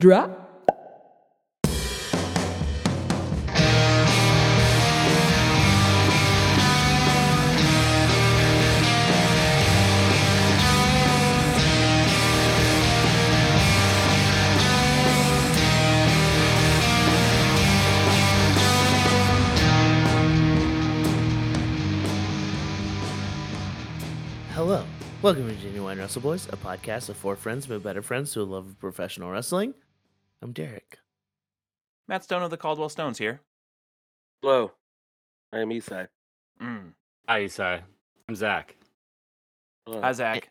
Drop. Hello. Welcome to Genuine Wrestle Boys, a podcast of four friends but better friends who love professional wrestling. I'm Derek. Matt Stone of the Caldwell Stones here. Hello, I am Isai. Mm. Hi, Isai. I'm Zach. Hello. Hi, Zach.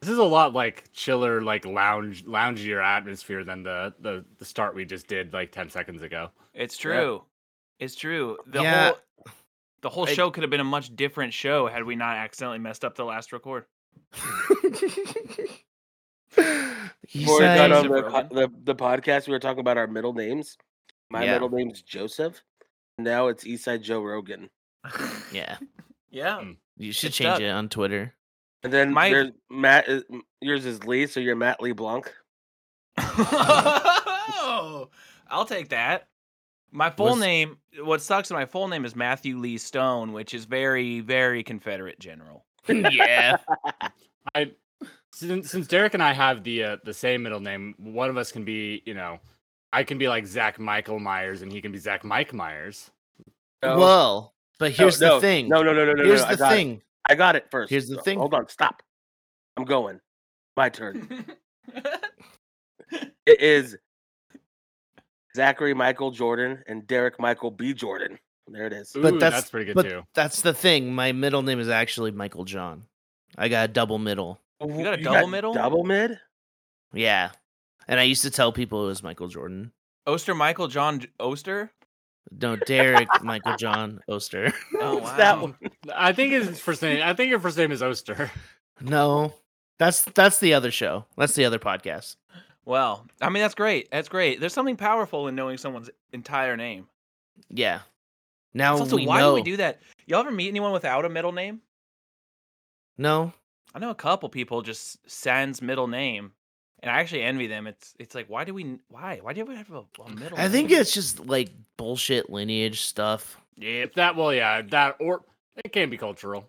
This is a lot like chiller, like lounge, loungier atmosphere than the the, the start we just did like ten seconds ago. It's true. It's true. The Yeah. whole the whole I- show could have been a much different show had we not accidentally messed up the last record. Before we got Isai- on Isai, the, Rogan. po- the the podcast, we were talking about our middle names. My Yeah. middle name's Joseph. Now it's Eastside Joe Rogan. yeah, Yeah. Mm. you should It's change up. it on Twitter. And then My- there's Matt. is- Yours is Lee, so you're Matt Lee Blanc. oh, I'll take that. My full Mm. Was- name, what sucks, is my full name is Matthew Lee Stone, which is very, very Confederate general. yeah, I since, since Derek and I have the uh, the same middle name, one of us can be, you know, I can be like Zach Michael Myers, and he can be Zach Mike Myers. No, well, but no, here's no, the thing. No, no, no, no, no. here's no, I the got it. thing. I got it first. Here's the So, thing. Hold on, stop. I'm going. My turn. It is Zachary Michael Jordan and Derek Michael B. Jordan. There it is. But Ooh, that's- that's, pretty good but too. that's the thing. My middle name is actually Michael John. I got a double middle. You got a double middle? Double mid? Yeah, and I used to tell people it was Michael Jordan. Oster Michael John J- Oster? No, Derek Michael John Oster. Oh, It's that wow. one. I think his first name. I think your first name is Oster. No, that's that's the other show. That's the other podcast. Well, I mean, that's great. That's great. There's something powerful in knowing someone's entire name. Yeah. Now It's also, we why know. do we do that? Y'all ever meet anyone without a middle name? No, I know a couple people just sans middle name, and I actually envy them. It's it's like why do we why why do we have a, a middle? I think name? it's just like bullshit lineage stuff. If that, well, yeah, that or it can be cultural.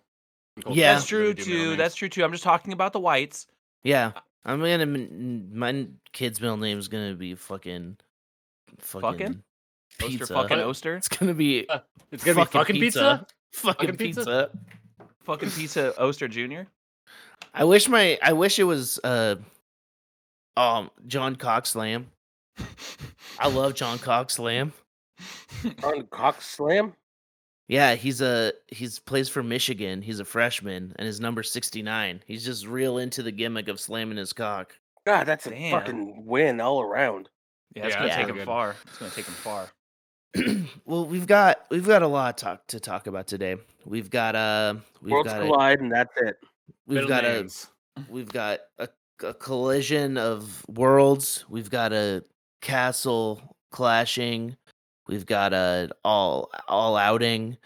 Yeah. that's true too. That's true too. I'm just talking about the whites. Yeah, I'm gonna m- m- my kid's middle name's gonna be fucking fucking, Fuckin'? pizza. Oster fucking What? Oster, It's gonna be Uh, it's gonna be fucking pizza. Fucking, Fucking pizza. pizza? fucking pizza Oster Junior. I wish my I wish it was uh um John Cox Lamb. I love John Cox Lamb. On Cox Slam? Yeah, he's a he's plays for Michigan. He's a freshman and his number 69. He's just real into the gimmick of slamming his cock. God, that's a Damn. fucking win all around. Yeah, it's Yeah, gonna that's take pretty him good. far. It's gonna take him far. well, we've got we've got a lot talk to talk about today. We've got uh we've Worlds got a- collide, and that's it. we've got a we've got a, a collision of worlds. We've got a castle clashing. We've got a all all outing.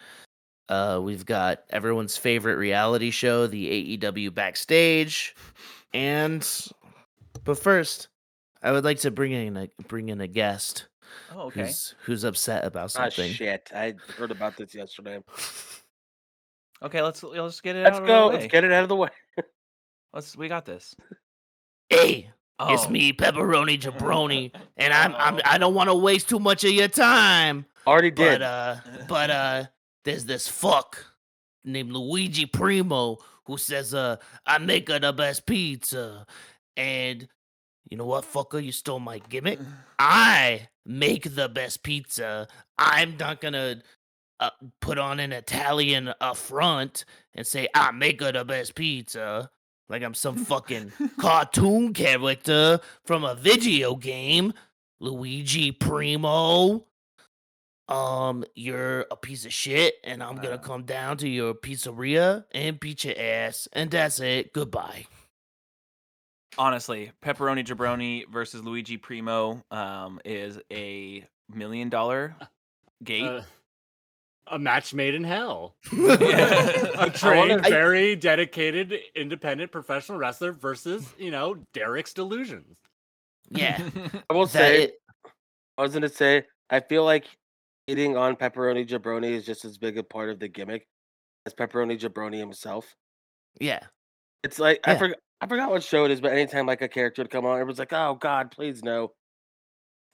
Uh, we've got everyone's favorite reality show, the AEW backstage, and but first, I would like to bring in a bring in a guest Oh, okay. who's who's upset about Ah, something. shit. I heard about this yesterday. Okay, let's let's get it. Let's out of go. The way. Let's get it out of the way. Let's. We got this. hey, Oh. it's me, pepperoni jabroni, and I'm, I'm I don't want to waste too much of your time. Already did. But uh but uh there's this fuck named Luigi Primo who says uh I make her the best pizza and you know what fucker you stole my gimmick I make the best pizza I'm not gonna uh, put on an Italian affront and say I make her the best pizza like I'm some fucking cartoon character from a video game Luigi Primo um, you're a piece of shit, and I'm gonna Uh. come down to your pizzeria and beat your ass, and that's it. Goodbye. honestly, pepperoni jabroni versus Luigi Primo um, is a million dollar gate. Uh, Uh, a match made in hell. Yeah. a trained, I- very dedicated, independent professional wrestler versus, you know, Derek's delusions. Yeah. I will that say, it- I was gonna say, I feel like eating on pepperoni jabroni is just as big a part of the gimmick as pepperoni jabroni himself. yeah. It's like I Yeah. forgot I forgot what show it is, but anytime like a character would come on, everyone's like, "Oh God, please no."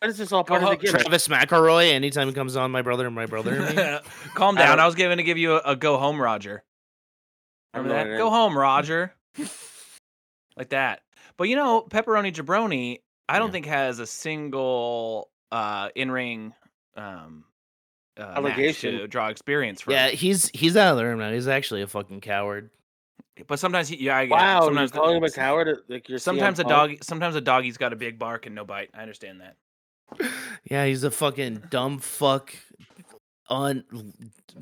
But it's just all part Oh, of the gimmick. Travis McElroy, anytime he comes on, my brother and my brother and me. Calm I down. don't- I, was going to give you a, a go home, Roger. I don't Remember that? know what it Go is. home, Roger. like that. But you know, pepperoni jabroni, I don't Yeah. think has a single uh, in ring um, uh, match Allegation. to draw experience from. Yeah, he's he's out of the room now. He's actually a fucking coward. But sometimes, he, yeah, I get it. Wow, you're sometimes the- calling him a coward. uh, Like you're CM Sometimes a Punk? dog, sometimes a doggy's got a big bark and no bite. I understand that. Yeah, he's a fucking dumb fuck, un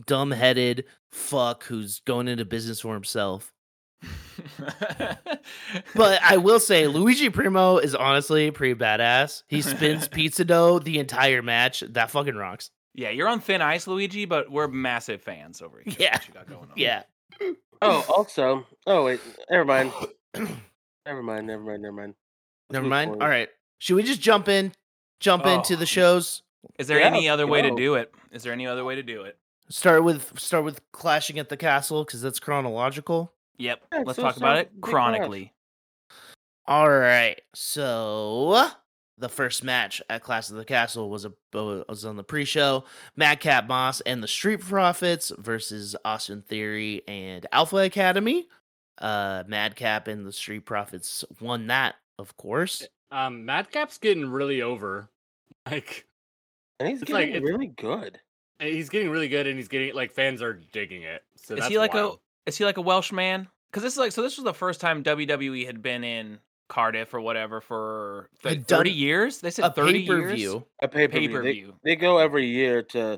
dumb headed fuck who's going into business for himself. But I will say, Luigi Primo is honestly pretty badass. He spins pizza dough the entire match. That fucking rocks. yeah, you're on thin ice, Luigi. But we're massive fans over here. Yeah. What you got going on. Yeah. Oh, also, oh wait, never mind, never mind, never mind, never mind. Never move mind. forward. All right. Should we just jump in? Jump into Oh. the shows. Is there Yeah, any other way to go. do it? Is there any other way to do it? Start with start with clashing at the castle because that's chronological. Yep. Yeah, Let's so talk about sorry, it big crush. chronically. All right. So the first match at Clash of the Castle was a was on the pre-show. Madcap Moss and the Street Profits versus Austin Theory and Alpha Academy. Uh, Madcap and the Street Profits won that, of course. Um, Madcap's getting really over. Like And he's It's like- getting it's- really good. he's getting really good, and he's getting like fans are digging it. So Is that's he like wild. a is he like a Welsh man? Because this is like so. This was the first time WWE had been in Cardiff or whatever for th- Had done thirty years. They said A thirty years. pay-per-view. A pay per Pay view. per They, view. they go every year to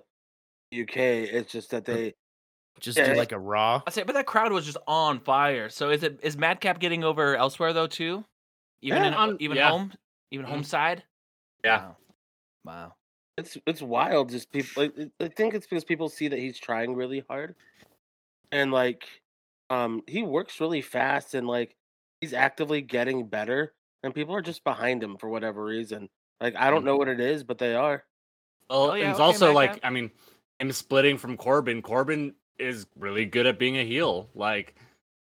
UK. It's just that they Just Yeah. do like a raw. I say, but that crowd was just on fire. So is it is Madcap getting over elsewhere though too? Even Yeah, Mm-hmm. in, on- even yeah. home even Mhm. home side. Yeah. Wow. it's it's wild. Just people. Like, I think it's because people see that he's trying really hard, and like, um, he works really fast, and like, he's actively getting better, and people are just behind him for whatever reason. Like, I Mm-hmm. don't know what it is, but they are. Well, Oh, yeah, and it's okay, also Madcap. like I mean, him splitting from Corbin. Corbin is really good at being a heel. Like,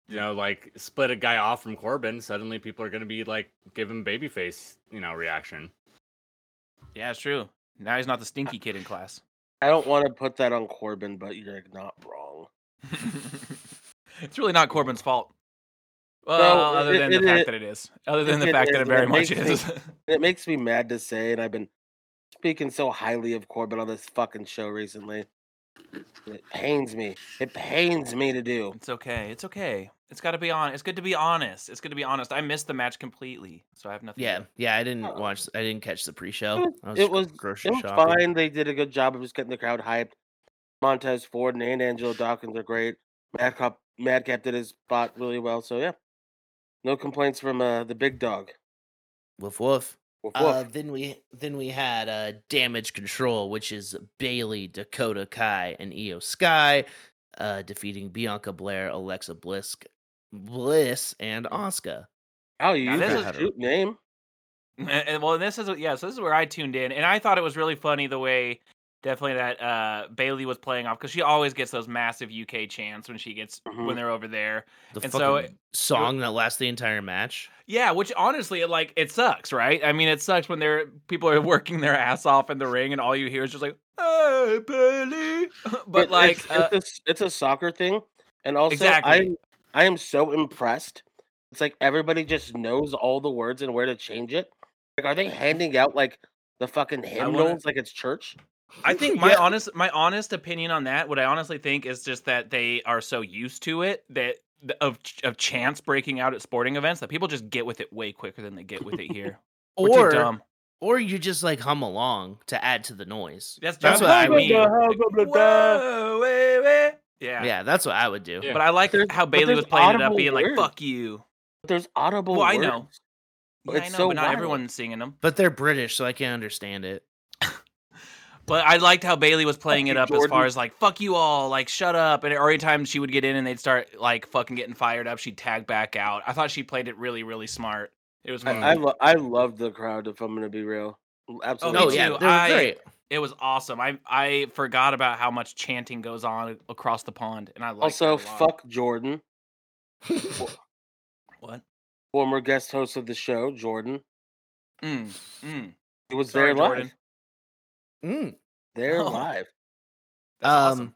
you know, like split a guy off from Corbin. Suddenly, people are gonna be like, give him babyface, you know, reaction. Yeah, it's true. Now he's not the stinky kid in class. I don't want to put that on Corbin, but you're not wrong. it's really not Corbin's fault. Well, No, other it- than it- the fact it- that it is. Other than it- the it fact is, that it but it very much makes me- is. It makes me mad to say, and I've been speaking so highly of Corbin on this fucking show recently. It pains me. It pains me to do. it's okay. It's okay. It's got to be on. It's good to be honest. It's good to be honest. I missed the match completely, so I have nothing. Yeah, to- yeah. I didn't Oh. watch. I didn't catch the pre-show. I was it just was- grocery It was shopping. fine. They did a good job of just getting the crowd hyped. Montez Ford and Angelo Dawkins are great. Madcap, Madcap did his spot really well. So yeah, no complaints from uh, the big dog. Woof woof. Woof, woof. Uh, then we then we had uh, damage control, which is Bailey, Dakota Kai, and Io Sky, uh, defeating Bianca Blair, Alexa Bliss, Bliss, and Oscar. How you now use this a is- shoot name? And, and- well, and this is yeah. So this is where I tuned in, and I thought it was really funny the way definitely that uh Bailey was playing off because she always gets those massive UK chants when she gets Mhm. when they're over there. The And fucking so song that lasts the entire match. Yeah, which honestly, it, like it sucks, right? I mean, it sucks when they're people are working their ass off in the ring, and all you hear is just like, "Hey, Bailey," but it's- like, it's, uh, a s- it's a soccer thing, and also Exactly. I I am so impressed. It's like everybody just knows all the words and where to change it. Like, are they handing out like the fucking wanna- hymnals like it's church? I think my Yeah. honest my honest opinion on that, what I honestly think is just that they are so used to it that th- of ch- of chance breaking out at sporting events that people just get with it way quicker than they get with it here. Which is Or dumb. or you just like hum along to add to the noise. That's, that's dumb. what I Like, mean. Whoa, wait, wait. Yeah, Yeah. that's what I would do. Yeah. But I like There's- how but Bailey there's was playing it up, audible being like, words. "Fuck you." But there's audible. Well, I words. know. Yeah, I It's know, so but not wild. everyone's singing them. But they're British, so I can't understand it. But I liked how Bailey was playing you, it up as Jordan. far as like "fuck you all," like "shut up," and every time she would get in and they'd start like fucking getting fired up, she'd tag back out. I thought she played it really, really smart. It was. I fun. I, lo- I love the crowd. If I'm gonna be real, absolutely. Oh me yeah, too. they're I- great. it was awesome. I I forgot about how much chanting goes on across the pond, and I like Also, fuck Jordan, what. former guest host of the show. Jordan, Mm, mm. he was Sorry, there live. Jordan. Mm. There Oh. live. That's awesome. Um,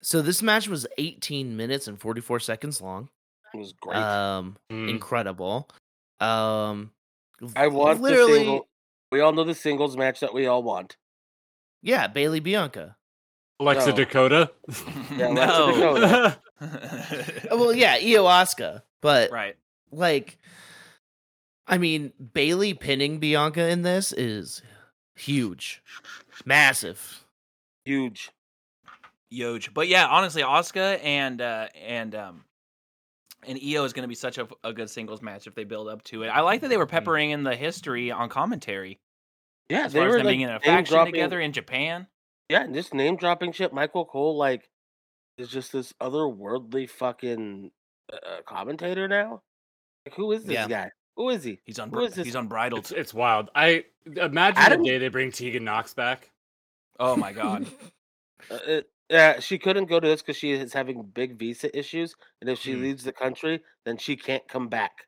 So this match was 18 minutes and 44 seconds long. It was great. Hmm. Um, Mm. incredible. Um, I want the literally, single. We all know the singles match that we all want. yeah, Bailey Bianca. Alexa No. Dakota. Yeah, Alexa no. Dakota. Uh, Well, yeah, Io Asuka, but right. like, I mean, Bailey pinning Bianca in this is huge, massive. Huge. Yoge. But yeah, honestly, Oscar and uh and um and EO is going to be such a, a good singles match if they build up to it. I like that they were peppering in the history on commentary Yeah, as they far as were them like, being in a name faction dropping- together in Japan. Yeah, and just name dropping shit. Michael Cole, like, is just this otherworldly fucking uh, commentator now. Like, who is this Yeah. guy? Who is he? He's unbr- Who is this- he's unbridled. It's, it's wild. I imagine Adam- the day they bring Tegan Knox back. Oh my god. Uh, uh, yeah, she couldn't go to this because she is having big visa issues, and if she Mm. Hmm. leaves the country, then she can't come back.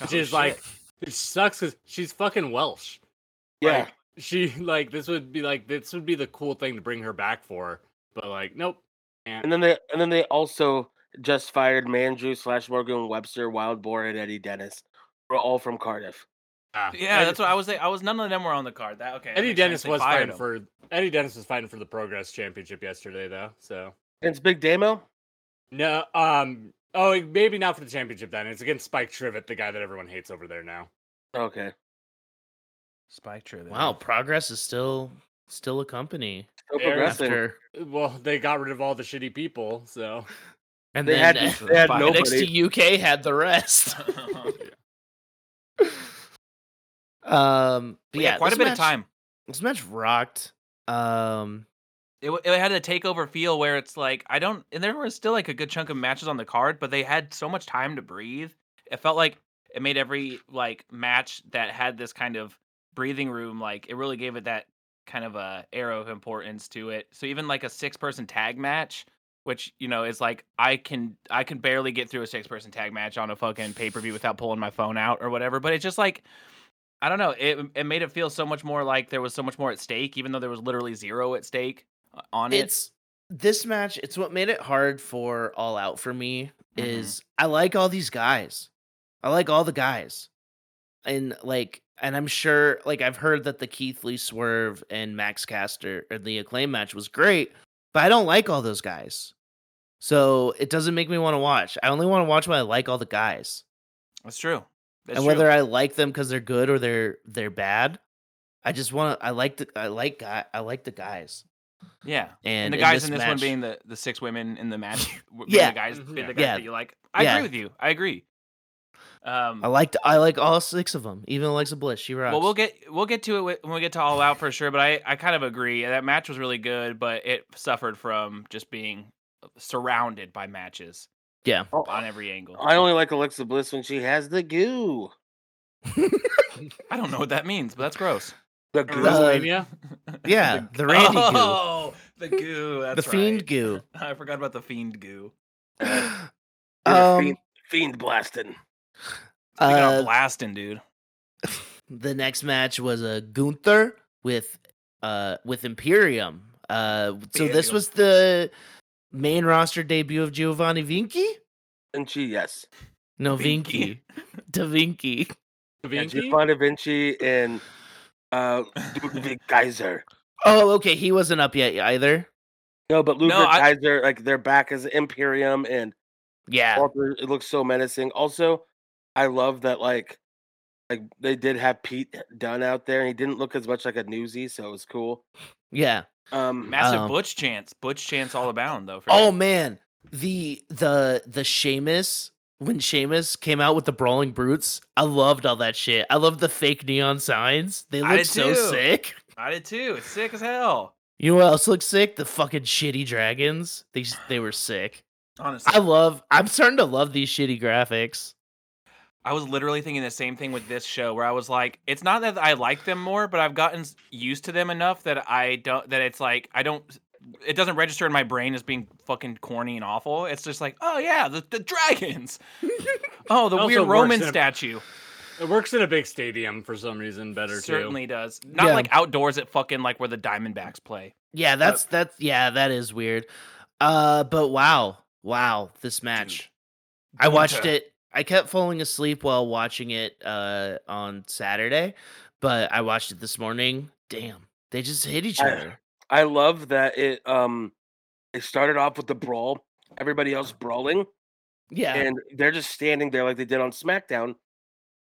Which Oh, is like it sucks because she's fucking Welsh. Yeah, Like, she like this would be like this would be the cool thing to bring her back for. But like, nope. and then they and then they also just fired Mandrew slash Morgan Webster, Wild Boar, and Eddie Dennis. We're all from Cardiff. Ah. Yeah, Eddie- that's what I was. Saying. I was none of them were on the card. That okay. that Eddie makes Dennis sense. They was fired fighting him. for Eddie Dennis was fighting for the Progress Championship yesterday though. So And it's Big Damo. no, um, oh maybe not for the championship then. It's against Spike Trivet, the guy that everyone hates over there now. Okay, Spike Tree. Wow, progress is still still a company still Fair enough. progressing. after, Well, they got rid of all the shitty people, so and They then had uh, they had Fuck. nobody. NXT UK had the rest. Um, but yeah, quite a this bit match- of time. This match rocked. Um, it, w- it had a takeover feel where it's like I don't, and there was still like a good chunk of matches on the card, but they had so much time to breathe. It felt like it made every like match that had this kind of breathing room, like it really gave it that kind of a arrow of importance to it. So even like a six person tag match, which you know is like I can I can barely get through a six person tag match on a fucking pay per view without pulling my phone out or whatever. But it's just like I don't know. It it made it feel so much more like there was so much more at stake, even though there was literally zero at stake uh, on it. it's this match. It's what made it hard for All Out for me. Mhm. Is I like all these guys. I like all the guys, and like, and I'm sure, like, I've heard that the Keith Lee Swerve and Max Caster or the Acclaim match was great, but I don't like all those guys. So it doesn't make me want to watch. I only want to watch when I like all the guys. That's true. That's and true. whether I like them because they're good or they're they're bad, I just want to. I like the I like guy I like the guys yeah. and, And, the guys in this, one match- being the, the six women in the match, w- being Yeah. the guys, Mhm. being the Yeah. guys Yeah. that you like. I Yeah. agree with you. I agree. Um, I liked I like all six of them, even Alexa Bliss. She rocks. well, we'll get we'll get to it whe- when we get to All Out for sure. But I I kind of agree. That match was really good, but it suffered from just being surrounded by matches Oh, on every angle. I only like Alexa Bliss when she has the goo. I don't know what that means, but that's gross. The In goo. WrestleMania. yeah, the Randy goo, oh, the goo. the That's fiend right. goo. I forgot about the fiend goo. You're a um, fiend, fiend blasting. Speaking uh, of blasting, dude. the next match was a uh, Gunther with uh with Imperium. Uh, so this Imperium. was the main roster debut of Giovanni Vinci. And she, yes. No, Vinci, Vinci. Da Vinci. And Vinci? Giovanni Vinci and uh, Ludwig Geyser. Oh, okay. He wasn't up yet either. No, but Ludwig I- Geyser, like their back is Imperium and Yeah. Walter, it looks so menacing. Also, I love that, like, like they did have Pete eh, Dunn out there, and he didn't look as much like a newsie, so it was cool. Yeah. Um, Massive Um, butch chance. Butch chance all abound though. For Oh him. man. The the the Seamus when Seamus came out with the brawling brutes, I loved all that shit. I loved the fake neon signs. They I look did so too. sick. I did too. It's sick as hell. You know what else looks sick? The fucking shitty dragons. They s- they were sick. Honestly. I love. I'm starting to love these shitty graphics. I was literally thinking the same thing with this show where I was like, it's not that I like them more, but I've gotten s- used to them enough that I don't that it's like I don't it doesn't register in my brain as being fucking corny and awful. It's just like, oh yeah, the, the dragons. oh, the It also weird works Roman in a- statue. It works in a big stadium for some reason better Certainly does. Not Yeah. like outdoors at fucking like where the Diamondbacks play. Yeah, that's that's yeah, that is weird. Uh but wow. Wow, this match. I watched Gunther. it. I kept falling asleep while watching it uh on Saturday, but I watched it this morning. Damn. They just hit each I- other. I love that it um it started off with the brawl, everybody else brawling, Yeah. and they're just standing there like they did on SmackDown,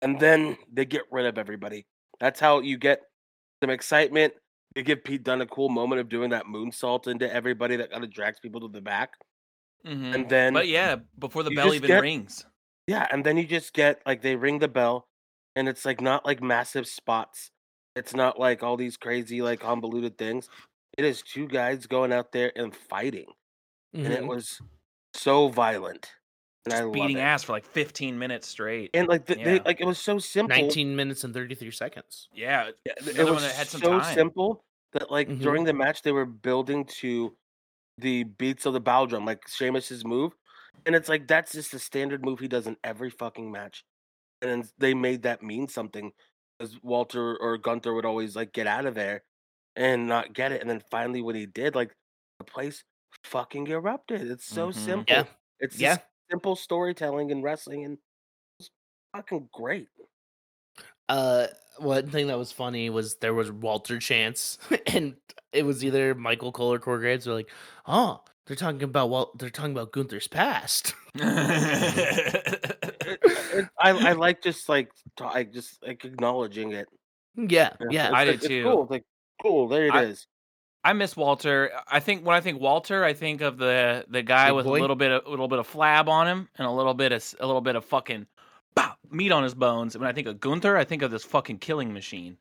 and then they get rid of everybody. That's how you get some excitement. They give Pete Dunne a cool moment of doing that moonsault into everybody that kind of drags people to the back, Mhm. and then but yeah, before the you bell just even get- rings. Yeah, and then you just get like they ring the bell, and it's like not like massive spots. It's not like all these crazy like convoluted things. It is two guys going out there and fighting, and it Mhm. was so violent, and I Mm-hmm. Just love beating it. ass for like 15 minutes straight. And like the, they Yeah. like it was so simple. 19 minutes and 33 seconds. yeah. Yeah, th- It Another was one that had some so time. Mm-hmm. simple that like Mhm. during the match they were building to the beats of the bow drum, like Sheamus's move, and it's like that's just the standard move he does in every fucking match, and then they made that mean something because Walter or Gunther would always like get out of there and not get it, and then finally when he did, like the place fucking erupted. It's so Mhm. Yeah. simple. It's just Yeah. simple storytelling and wrestling, and it's fucking great. Uh one thing that was funny was there was Walter Chance and it was either Michael Cole or Core Graves were like, "Oh, they're talking about Walt they're talking about Gunther's past." It- it- I, I like just like ta- like just like acknowledging it. yeah, yeah. It's I like, did it's too. Cool. It's like cool, there it is. I- I miss Walter. I think when I think Walter, I think of the the guy Big with boy? a little bit of a little bit of flab on him and a little bit of s- a little bit of fucking bow, meat on his bones. And when I think of Gunther, I think of this fucking killing machine.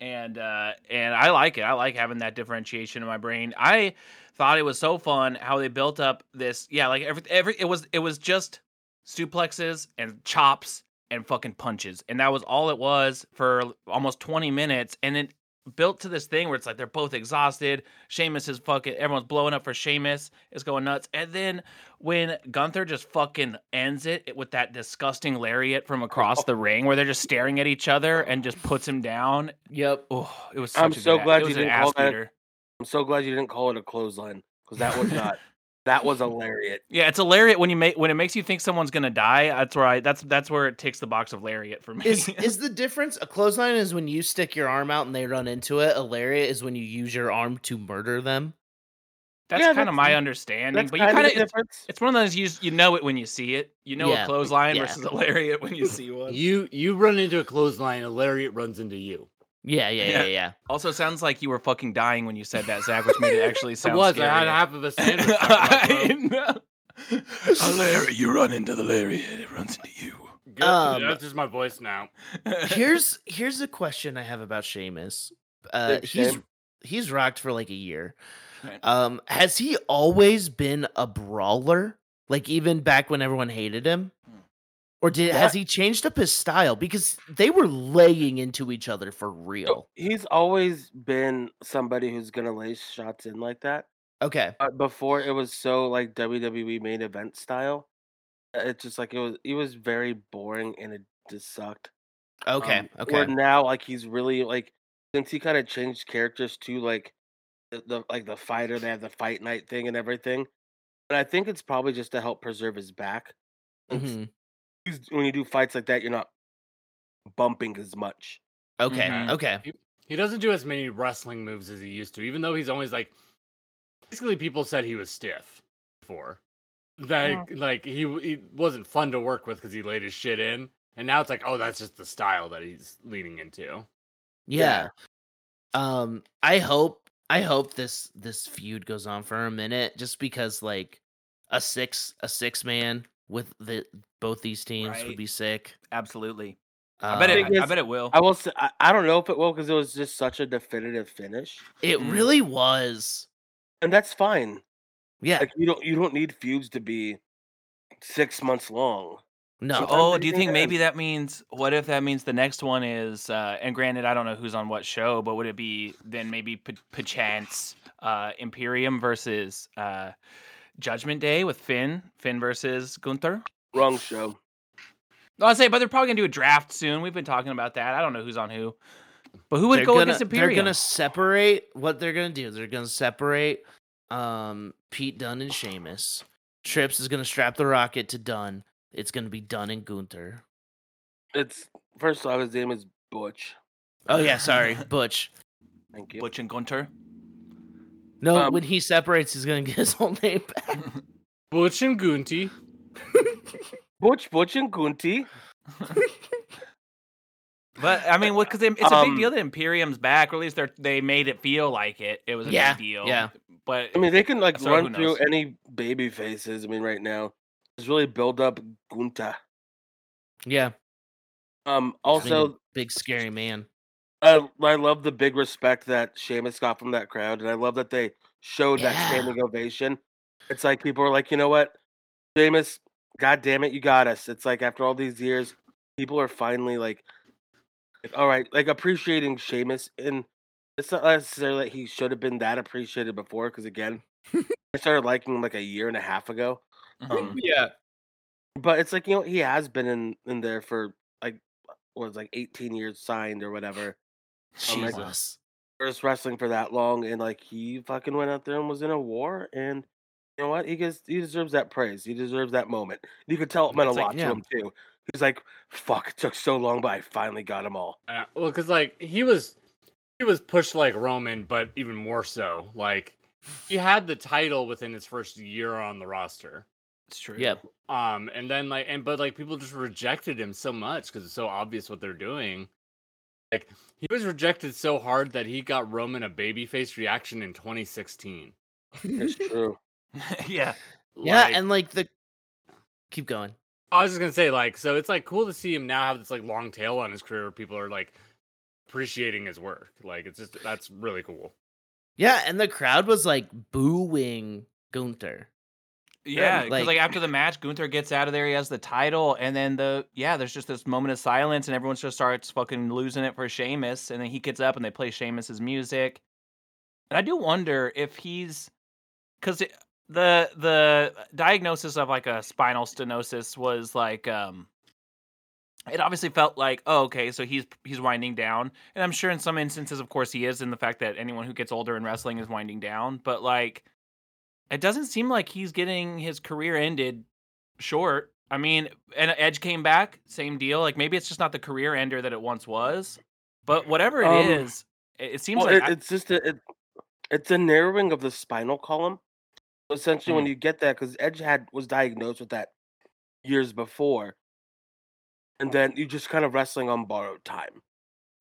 And uh and I like it. I like having that differentiation in my brain. I thought it was so fun how they built up this yeah, like every every it was it was just suplexes and chops and fucking punches. And that was all it was for almost 20 minutes and it built to this thing where it's like they're both exhausted. Sheamus is fucking everyone's blowing up for Sheamus. It's going nuts. And then when Gunther just fucking ends it with that disgusting lariat from Oh. across the ring where they're just staring at each other and just puts him down. Yep. Oh, it was such I'm a so good, glad it you was an didn't ass call that- beater. I'm so glad you didn't call it a clothesline because that was not that was a lariat. Yeah, it's a lariat when you make when it makes you think someone's gonna die. That's where I that's that's where it takes the box of lariat for me. Is is the difference a clothesline is when you stick your arm out and they run into it. A lariat is when you use your arm to murder them. that's Yeah, kind that's- of my understanding. That's But kind you of kind the of difference. It's one of those you you know it when you see it. You know Yeah, a clothesline yeah. versus a lariat when you see too. one. You you run into a clothesline, a lariat runs into you. Yeah, yeah, yeah, Yeah. yeah. Also, sounds like you were fucking dying when you said that, Zach, which made it actually I sound. was. I had scarier. half of a sandwich. stuck in my I throat. know. A lariat, you run into the lariat, it runs into you. Good. Um, That's just my voice now. Here's here's a question I have about Sheamus. Uh, Big he's Shame. he's rocked for like a year. Right. Um, has he always been a brawler? Like even back when everyone hated him, Hmm. or did has he changed up his style? Because they were laying into each other for real. He's always been somebody who's gonna lay shots in like that. Okay, But before it was so like WWE main event style. uh, It's just like it was. It was very boring and it just sucked. okay, Um, Where okay. now, like he's really like since he kind of changed characters to like the, the like the fighter, they have the fight night thing and everything. But I think it's probably just to help preserve his back. It's- Mhm. he's- When you do fights like that, you're not bumping as much. Mm-hmm. Okay, Mhm. okay. He doesn't do as many wrestling moves as he used to, even though he's always like basically people said he was stiff before. Like like he, w- he wasn't fun to work with because he laid his shit in. And now it's like, oh, that's just the style that he's leaning into. Yeah. Um I hope I hope this this feud goes on for a minute just because like a six a six man with the both these teams would Right. be sick. Absolutely. Uh, I bet Thing it. I is- bet it will. I will. Say, I, I don't know if it will because it was just such a definitive finish, it Mm. really was. and that's fine. Yeah. Like you don't you don't need feuds to be six months long. No. Sometimes Oh, they do you think think that- maybe that means what if that means the next one is uh and granted I don't know who's on what show, but would it be then maybe p- perchance uh Imperium versus uh Judgment Day with Finn, Finn versus Gunther? Wrong show. I'll say, but they're probably gonna do a draft soon. We've been talking about that. I don't know who's on who. But who would they're go gonna, against They're Imperium? gonna separate what they're gonna do. They're gonna separate um Pete Dunn and Sheamus. Trips is gonna strap the rocket to Dunn. It's gonna be Dunn and Gunther. It's first off, his name is Butch. Oh yeah, sorry, Butch. Thank you. Butch and Gunther. No, Um, when he separates, he's gonna get his whole name back. Butch and Goonty. Butch, Butch, and Gunty. But I mean, because it's a big Um, deal that Imperium's back, or at least they they made it feel like it. It was a Yeah, big deal. yeah. But I mean, they can like So who run through knows? any baby faces. I mean, right now, just really build up Gunta. yeah. he's gonna Um, be a also, big scary man. I, I love the big respect that Sheamus got from that crowd, and I love that they showed that Yeah. standing ovation. It's like people are like, you know what, Sheamus, god damn it, you got us. It's like after all these years, people are finally like, like, all right, like appreciating Sheamus, and it's not necessarily that he should have been that appreciated before, because again, I started liking him like a year and a half ago. Mhm. Um, Yeah. but it's like you know he has been in in there for like what was it, like 18 years signed or whatever my God. Jesus. first wrestling for that long and like he fucking went out there and was in a war and you know what he gets he deserves that praise he deserves that moment you could tell it meant a It's like, lot yeah. to him too he's like fuck it took so long but i finally got them all Uh, well, because like he was, he was pushed like Roman, but even more so. Like he had the title within his first year on the roster. it's true. Yep. Um, and then like, and but like people just rejected him so much because it's so obvious what they're doing. Like he was rejected so hard that he got Roman a babyface reaction in 2016. it's true yeah. Yeah, Like- and like the keep going. I was just gonna say, like, so it's like cool to see him now have this like long tail on his career. Where people are like appreciating his work. Like, it's just that's really cool. Yeah, and the crowd was like booing Gunther. Yeah. 'cause, like- Like, after the match, Gunther gets out of there. He has the title. And then the, yeah, there's just this moment of silence and everyone just starts fucking losing it for Sheamus. And then he gets up and they play Sheamus's music. And I do wonder if he's, because the, the diagnosis of like a spinal stenosis was like, um, it obviously felt like oh okay so he's he's winding down and i'm sure in some instances of course he is in the fact that anyone who gets older in wrestling is winding down but like it doesn't seem like he's getting his career ended short i mean and edge came back same deal like maybe it's just not the career ender that it once was but whatever it Um, is, it, it seems well, like it, I- it's just a, it, it's a narrowing of the spinal column essentially Mm-hmm. when you get that because edge had was diagnosed with that years before and then you just kind of wrestling on borrowed time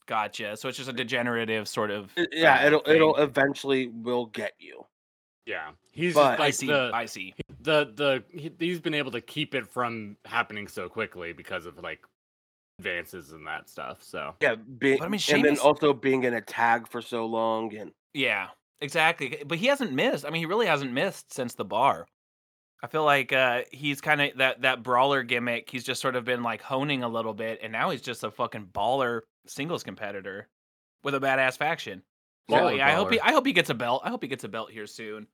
gotcha so it's just a degenerative sort of It- yeah uh, it'll thing. it'll eventually will get you Yeah, he's But- just, i like see the, i see the the he, he's been able to keep it from happening so quickly because of like advances and that stuff. So yeah being But I mean, and then Sheamus- also being in a tag for so long and Yeah, exactly. But he hasn't missed. I mean, he really hasn't missed since the bar. I feel like uh, he's kind of that that brawler gimmick. He's just sort of been like honing a little bit, and now he's just a fucking baller singles competitor with a badass faction. So, Baller, yeah, I hope he baller. I hope he gets a belt. I hope he gets a belt here soon.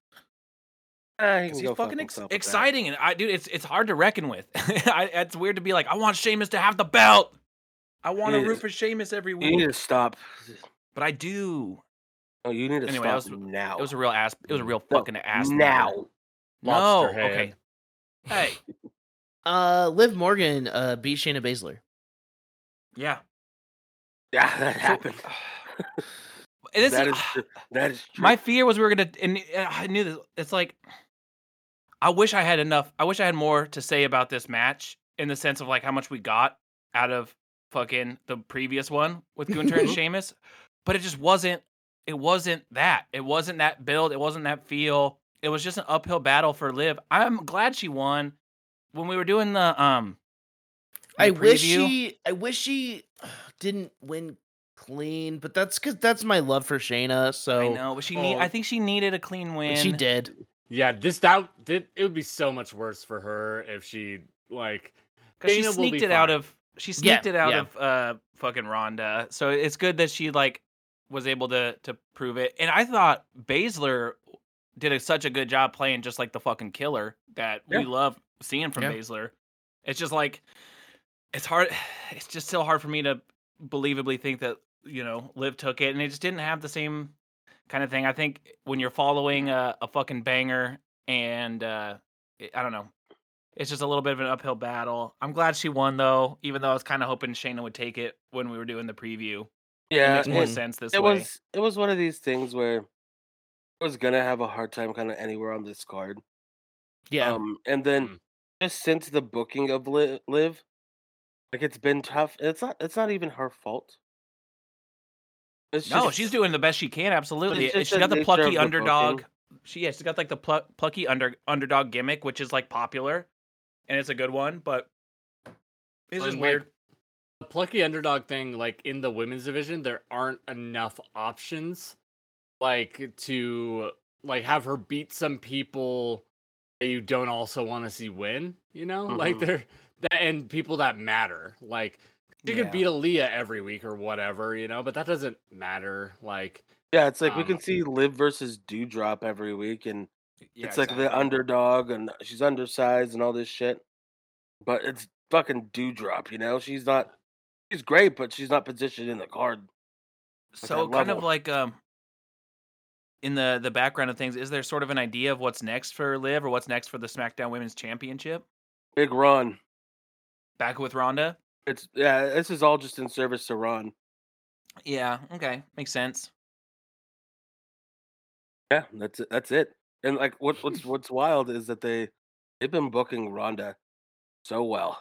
Ah, 'cause he can He's go fuck fucking ex- himself with that. exciting, and I dude, it's it's hard to reckon with. I, it's weird to be like, I want Sheamus to have the belt. I want to Yeah. root for Sheamus every You need week, to stop. but I do. No, you need to Anyway, that stop was- now. It was a real ass. It was a real No, fucking ass. now. murder. Lobster no, okay. head. Hey, Uh Liv Morgan uh beat Shayna Baszler. yeah. Yeah, that happened. And this that is, uh, is tr- that is true. my fear was we were gonna, and uh, I knew this. It's like, I wish I had enough. I wish I had more to say about this match in the sense of like how much we got out of fucking the previous one with Gunter and Sheamus, but it just wasn't. It wasn't that. It wasn't that build. It wasn't that feel. It was just an uphill battle for Liv. I'm glad she won. When we were doing the um, the I wish preview- she I wish she didn't win clean, but that's cause that's my love for Shayna. So I know, but she need. Oh. I think she needed a clean win. she did. Yeah, this that did it would be so much worse for her if she like because she Dana will sneaked be it out fine. of she sneaked it out yeah. of uh fucking Rhonda. So it's good that she like was able to to prove it. And I thought Baszler did a, such a good job playing just like the fucking killer that we Yeah. love seeing from Yeah. Baszler. It's just like it's hard. It's just still hard for me to believably think that you know Liv took it, and it just didn't have the same kind of thing. I think when you're following a, a fucking banger, and uh, it- I don't know, it's just a little bit of an uphill battle. I'm glad she won though, even though I was kind of hoping Shayna would take it when we were doing the preview. it Yeah, makes more it, sense this it way. was it was one of these things where I was gonna have a hard time kind of anywhere on this card. Yeah. Um, and then Mm. just since the booking of Li- Liv, like it's been tough. It's not. It's not even her fault. It's no, just- she's doing the best she can. Absolutely, just And she the got the nature of plucky the underdog. booking. She yeah, she's got like the plu- plucky under underdog gimmick, which is like popular, and it's a good one, but it's Like, just like, weird. The plucky underdog thing, like in the women's division, there aren't enough options, like to like have her beat some people that you don't also want to see win. You know, like Mm-hmm. Mhm. they're that and people that matter. Like she Yeah. could beat Aaliyah every week or whatever, you know, but that doesn't matter. Like Yeah, it's like we um, can see Liv versus Dewdrop every week, and Yeah, it's like exactly. the underdog, and she's undersized and all this shit. But it's fucking Dewdrop, you know. She's not. She's great, but she's not positioned in the card. at so that kind of level. like um in the the background of things is there sort of an idea of what's next for liv or what's next for the smackdown women's championship Big Ron. back with ronda It's yeah. This is all just in service to Ron. yeah okay makes sense Yeah, that's it. That's it. And like, what what's what's wild is that they they've been booking Rhonda so well,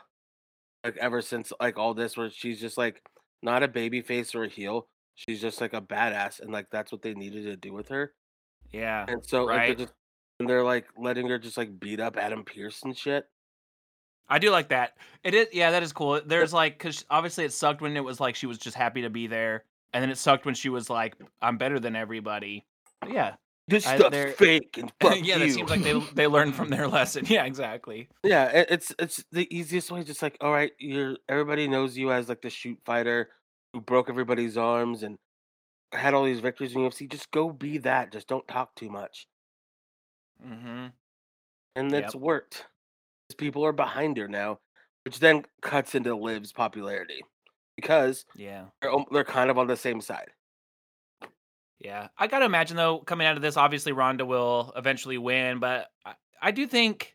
like ever since like all this, where she's just like not a baby face or a heel. She's just like a badass, and like that's what they needed to do with her. yeah And so like, Right. they're just, and they're like letting her just like beat up Adam Pierce and shit. i do like that it is yeah that is cool there's like because obviously it sucked when it was like she was just happy to be there and then it sucked when she was like i'm better than everybody But yeah This I- stuff's they're- fake and fuck yeah you. that seems like they they learned from their lesson yeah exactly Yeah, it, it's it's the easiest way. Just like, all right, you're everybody knows you as like the shoot fighter who broke everybody's arms and had all these victories in UFC. Just go be that. Just don't talk too much, mm-hmm and Yep. it's worked. 'Cause People are behind her now, which then cuts into Liv's popularity because yeah they're al- they're kind of on the same side. Yeah, I gotta imagine though, coming out of this, obviously Ronda will eventually win, but I, I do think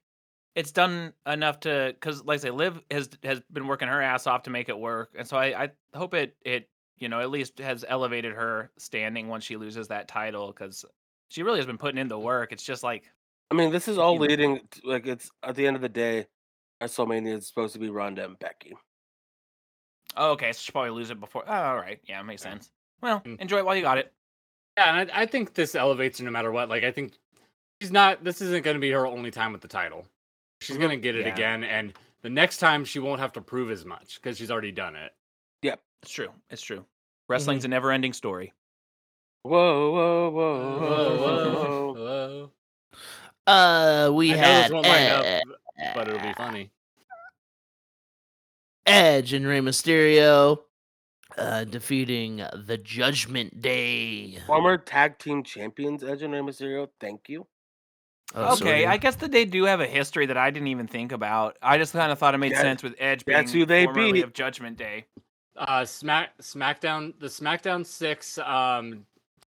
it's done enough to because, like I say, Liv has has been working her ass off to make it work, and so I, I hope it it you know at least has elevated her standing once she loses that title because she really has been putting in the work. It's just like I mean, this is all You know. leading to, like it's at the end of the day, WrestleMania is supposed to be Ronda and Becky. oh, okay, so she probably lose it before. Oh, all right, yeah, makes Yeah. sense. Well, Mm. enjoy it while you got it. Yeah, and I, I think this elevates her no matter what. Like, I think she's not. This isn't going to be her only time with the title. She's going to get it Yeah. again, and the next time she won't have to prove as much because she's already done it. It's true. It's true. Wrestling's a never-ending story. Whoa, whoa, whoa, whoa, whoa, whoa. whoa. Uh, we Oh. I know had Eh. this won't line Ed- up, but it'll be funny. Edge and Rey Mysterio uh, defeating the Judgment Day. Former tag team champions Edge and Rey Mysterio, thank you. Oh, okay, sorry. I guess that they do have a history that I didn't even think about. I just kind of thought it made That- sense with Edge being that's who they formerly beat. of Judgment Day. Uh, Smack SmackDown, the SmackDown Six um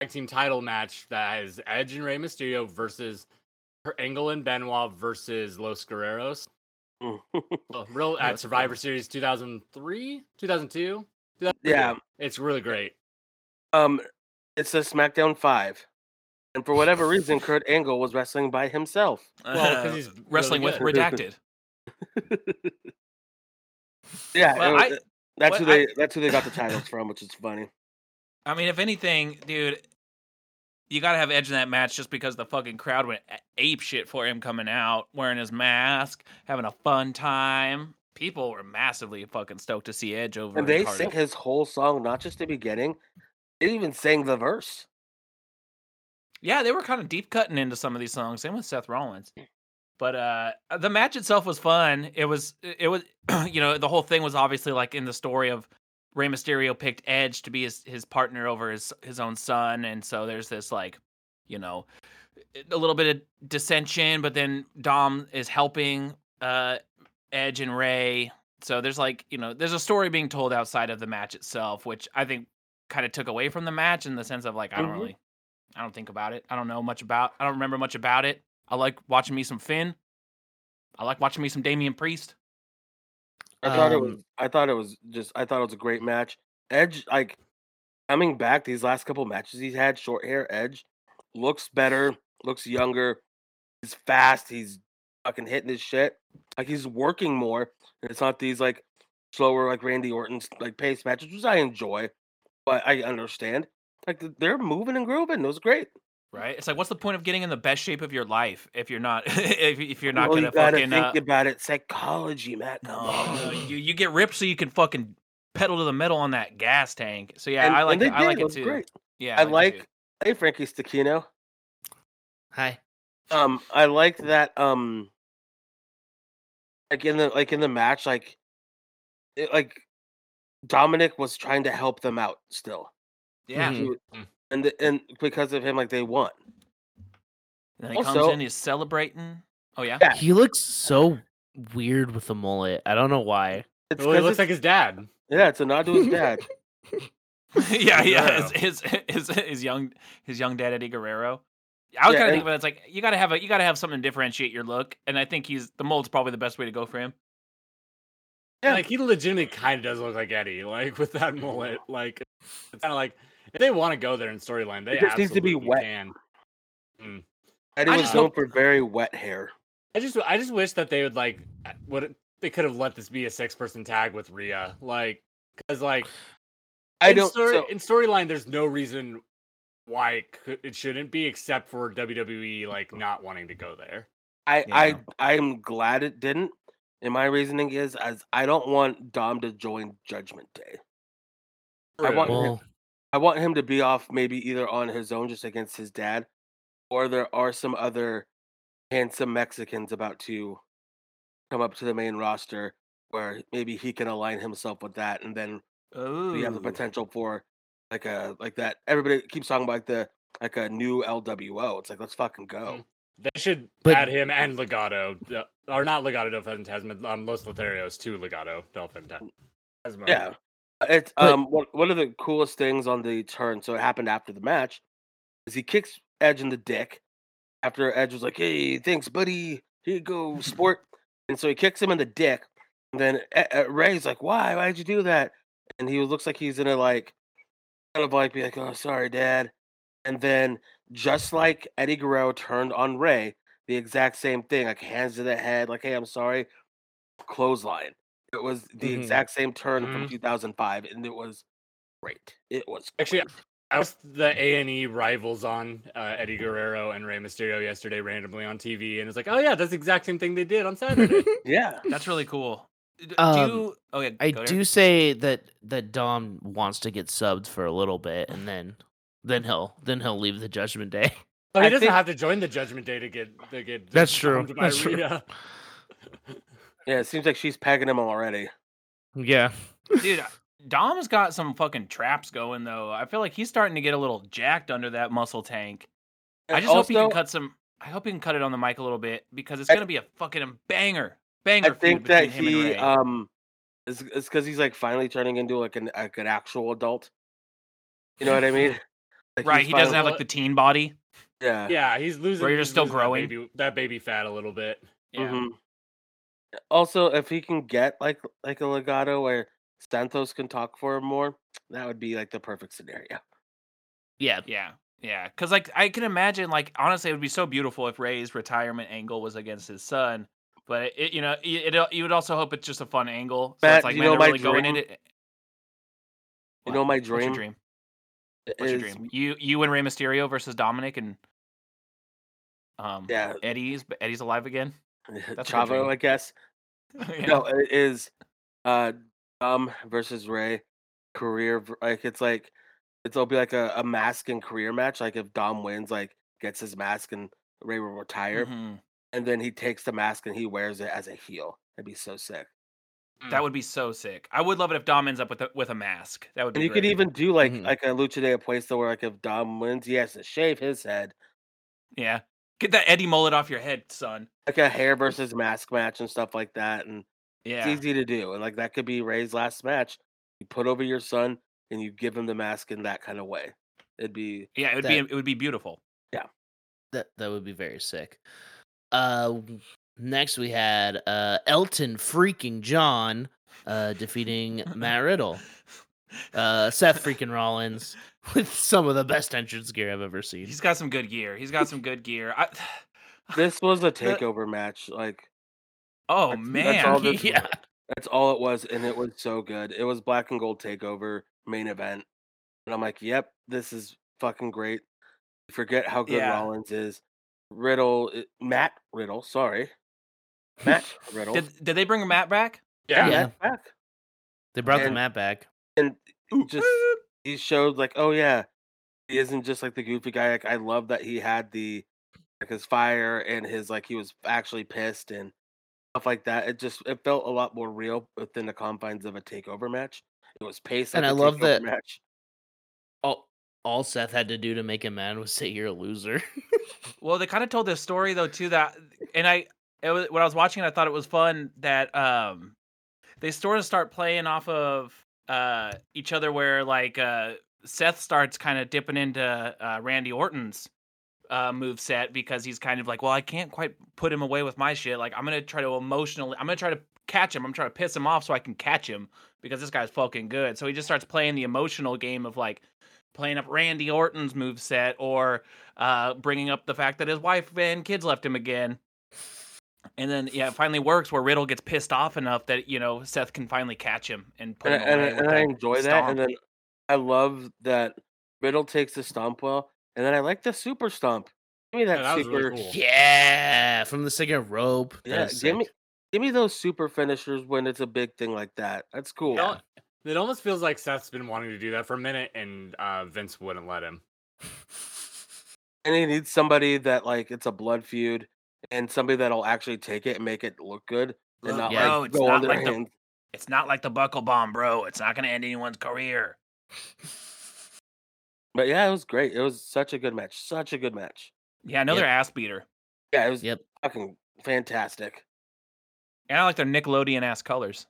tag team title match that is Edge and Rey Mysterio versus her Angle and Benoit versus Los Guerreros. Mm. Well, real that's at cool. Survivor Series 2003, 2002. yeah. It's really great. Um, it says SmackDown Five, and for whatever reason, Kurt Angle was wrestling by himself. Well, 'cause he's really wrestling with good. redacted. Yeah, Well, it was- I- uh, that's who well, I- they that's who they got the titles from, which is funny. I mean, if anything, dude, you gotta have Edge in that match just because the fucking crowd went a- ape shit for him coming out wearing his mask, having a fun time. People were massively fucking stoked to see Edge over. And in they Cardiff. sang his whole song, not just the beginning. They even sang the verse. yeah, they were kind of deep cutting into some of these songs. Same with Seth Rollins. But uh the match itself was fun. It was it was you know, the whole thing was obviously like in the story of Rey Mysterio picked Edge to be his, his partner over his his own son, and so there's this like, you know, a little bit of dissension, but then Dom is helping uh Edge and Ray. So there's like, you know, there's a story being told outside of the match itself, which I think kind of took away from the match in the sense of like I don't Mhm. really I don't think about it. I don't know much about I don't remember much about it. I like watching me some Finn. I like watching me some Damian Priest. I thought it Um, was. I thought it was just. I thought it was a great match. Edge, like coming back these last couple matches he's had, short hair. Edge looks better, looks younger. He's fast. He's fucking hitting his shit. Like he's working more, and it's not these like slower like Randy Orton's like pace matches, which I enjoy, but I understand. Like th- they're moving and grooving. It was great. Right? It's like, what's the point of getting in the best shape of your life if you're not if, if you're not All gonna you gotta fucking think uh, Oh, about it. Psychology, Matt. Come no, no, on. you you get ripped so you can fucking pedal to the metal on that gas tank. So yeah, And- I and like they it. I did, like it was too. Great. Yeah, I it too. like. Hey, Frankie Stakino. Hi. um i liked that um like in the like in the match like it, like dominic was trying to help them out still yeah. Mhm. He was- and the, and because of him like they won And then he comes Also- in, he's celebrating. Oh yeah. Yeah. He looks so weird with a mullet. I don't know why. it's Well, he 'cause looks like it's- his dad. yeah it's a nod to his dad yeah, yeah. Yeah. His, his his his young his young dad Eddie Guerrero. I was Yeah, kind of and- thinking about it, it's like you gotta have a you gotta have something to differentiate your look, and I think he's the mold's probably the best way to go for him. Yeah. Like he legitimately kind of does look like Eddie, like with that mullet. Like it's kind of like if they want to go there in storyline, they It just needs to be absolutely wet. Can. eddie I was just known hope- for very wet hair I just I just wish that they would like uh, would they could have let this be a six person tag with Rhea, like because like i in don't story, so- in storyline there's no reason why it, could, it shouldn't be except for WWE like not wanting to go there. I, Yeah. I i'm glad it didn't and my reasoning is as i don't want dom to join judgment day I want- True. Well, I want him to be off maybe either on his own just against his dad, or there are some other handsome Mexicans about to come up to the main roster where maybe he can align himself with that and then Oh, we have the potential for like a like that everybody keeps talking about like the like a new LWO. It's like let's fucking go. they should But- add him and Legato, uh, or not Legato del Fantasma, um, Los Lotharios to Legato del Fantasma. Yeah. It's But- um one, one of the coolest things on the turn, so it happened after the match, is he kicks Edge in the dick after Edge was like, Hey, thanks, buddy. Here you go, sport. and so he kicks him in the dick. And then E- E- Ray's like, Why? Why'd you do that? And he looks like he's in a like kind of like be like, Oh, sorry, dad. And then just like Eddie Guerrero turned on Ray, the exact same thing, like hands to the head, like, hey, I'm sorry, clothesline. It was the Mhm. exact same turn from Mm-hmm. Mhm. 2005, and it was great. It was Actually, great. I was the A and E rivals on uh, Eddie Guerrero and Rey Mysterio yesterday randomly on TV, and it's like, oh yeah, that's the exact same thing they did on Saturday. yeah, that's really cool. D- Do Um, you? Oh yeah, I go there. do say that that Dom wants to get subbed for a little bit, and then then he'll then he'll leave the Judgment Day. But he I doesn't think- have to join the Judgment Day to get to get. That's disarmed true. by That's true. Rhea. yeah. It seems like she's pegging him already. Yeah. dude. I- Dom's got some fucking traps going though. I feel like he's starting to get a little jacked under that muscle tank. I And just hope he can also, cut some. I hope he can cut it on the mic a little bit because it's I- gonna be a fucking banger, banger. I feud think between that him and he Ray. um, it's because he's like finally turning into like an like an actual adult. You know what I mean? Like, right, he's he doesn't finally- have like the teen body. yeah. yeah, he's losing. Rhea's he's still losing that growing. baby- That baby, fat a little bit. Mhm. Also, if he can get like like a legato where Santos can talk for him more, that would be like the perfect scenario. Yeah. Yeah. Yeah. Cause like I can imagine, like, honestly, it would be so beautiful if Ray's retirement angle was against his son. But it, it- you know, it, it you would also hope it's just a fun angle. So Matt, it's like, you man, know they're my really going dream? into it. You know, my What's dream, your dream? What's your is- dream? You you and Rey Mysterio versus Dominic and um Yeah. Eddie's but Eddie's alive again. That's my dream. Chavo, I guess. Yeah. No, it is uh Dom versus Ray career v- like it's like it'll be like a, a mask and career match. Like if Dom wins, like gets his mask and Ray will retire. Mhm. and then he takes the mask and he wears it as a heel. That'd be so sick. That would be so sick. I would love it if Dom ends up with a, with a mask. That would be And you great. could even do like Mm-hmm. Mhm. like a Lucha de Apuesta where like if Dom wins, he has to shave his head, yeah. Get that Eddie mullet off your head, son. like a hair versus mask match and stuff like that. And Yeah. it's easy to do. And like that could be Ray's last match. You put over your son and you give him the mask in that kind of way. It'd be Yeah, it would be That- it would be beautiful. That that would be very sick. Uh, w- next we had uh Elton freaking John uh defeating Matt Riddle. Uh, Seth freaking Rollins with some of the best entrance gear I've ever seen. He's got some good gear. He's got some good gear. I, this was a takeover match. Like oh That's- that's man. all this yeah. was. That's all it was, and it was so good. It was black and gold takeover main event, and I'm like, "Yep, this is fucking great." Forget how good Yeah. Rollins is. Riddle, i- Matt Riddle, sorry, Matt Riddle. Did did they bring Matt back? Yeah. Yeah. Matt back. They brought the And- mat back. Ooh, Just- He showed like, oh yeah, he isn't just like the goofy guy. Like I love that he had the like his fire and his like he was actually pissed and stuff like that. It just it felt a lot more real within the confines of a takeover match. It was paced, like And a I love takeover that- match. All all Seth had to do to make him mad was say you're a loser. Well, they kind of told this story though too that, and I it was, when I was watching it, I thought it was fun that um they sort of start playing off of uh each other where like uh Seth starts kind of dipping into uh, Randy Orton's uh move set because he's kind of like, well, I can't quite put him away with my shit. Like I'm gonna try to emotionally, I'm gonna try to catch him. I'm trying to piss him off so I can catch him because this guy's fucking good. So he just starts playing the emotional game of like playing up Randy Orton's move set or uh, bringing up the fact that his wife and kids left him again. And then, yeah, it finally works where Riddle gets pissed off enough that you know Seth can finally catch him and put and, him I- and, away. I- with and that I enjoy that. stomp. And then I love that Riddle takes the stomp well, and then I like the super stomp. Give me that, Yeah, that was super. really cool. yeah, from the second rope. That Yeah, was sick. give me, give me those super finishers when it's a big thing like that. That's cool. It al- It almost feels like Seth's been wanting to do that for a minute, and uh, Vince wouldn't let him. And he needs somebody that like it's a blood feud, and somebody that'll actually take it and make it look good, and not no, like it's go on not their like the hands. it's not like the buckle bomb, bro. It's not gonna end anyone's career. But yeah, it was great. It was such a good match. Such a good match. Yeah, another ass beater. Yeah, it was Yep. fucking fantastic. And I like their Nickelodeon ass colors.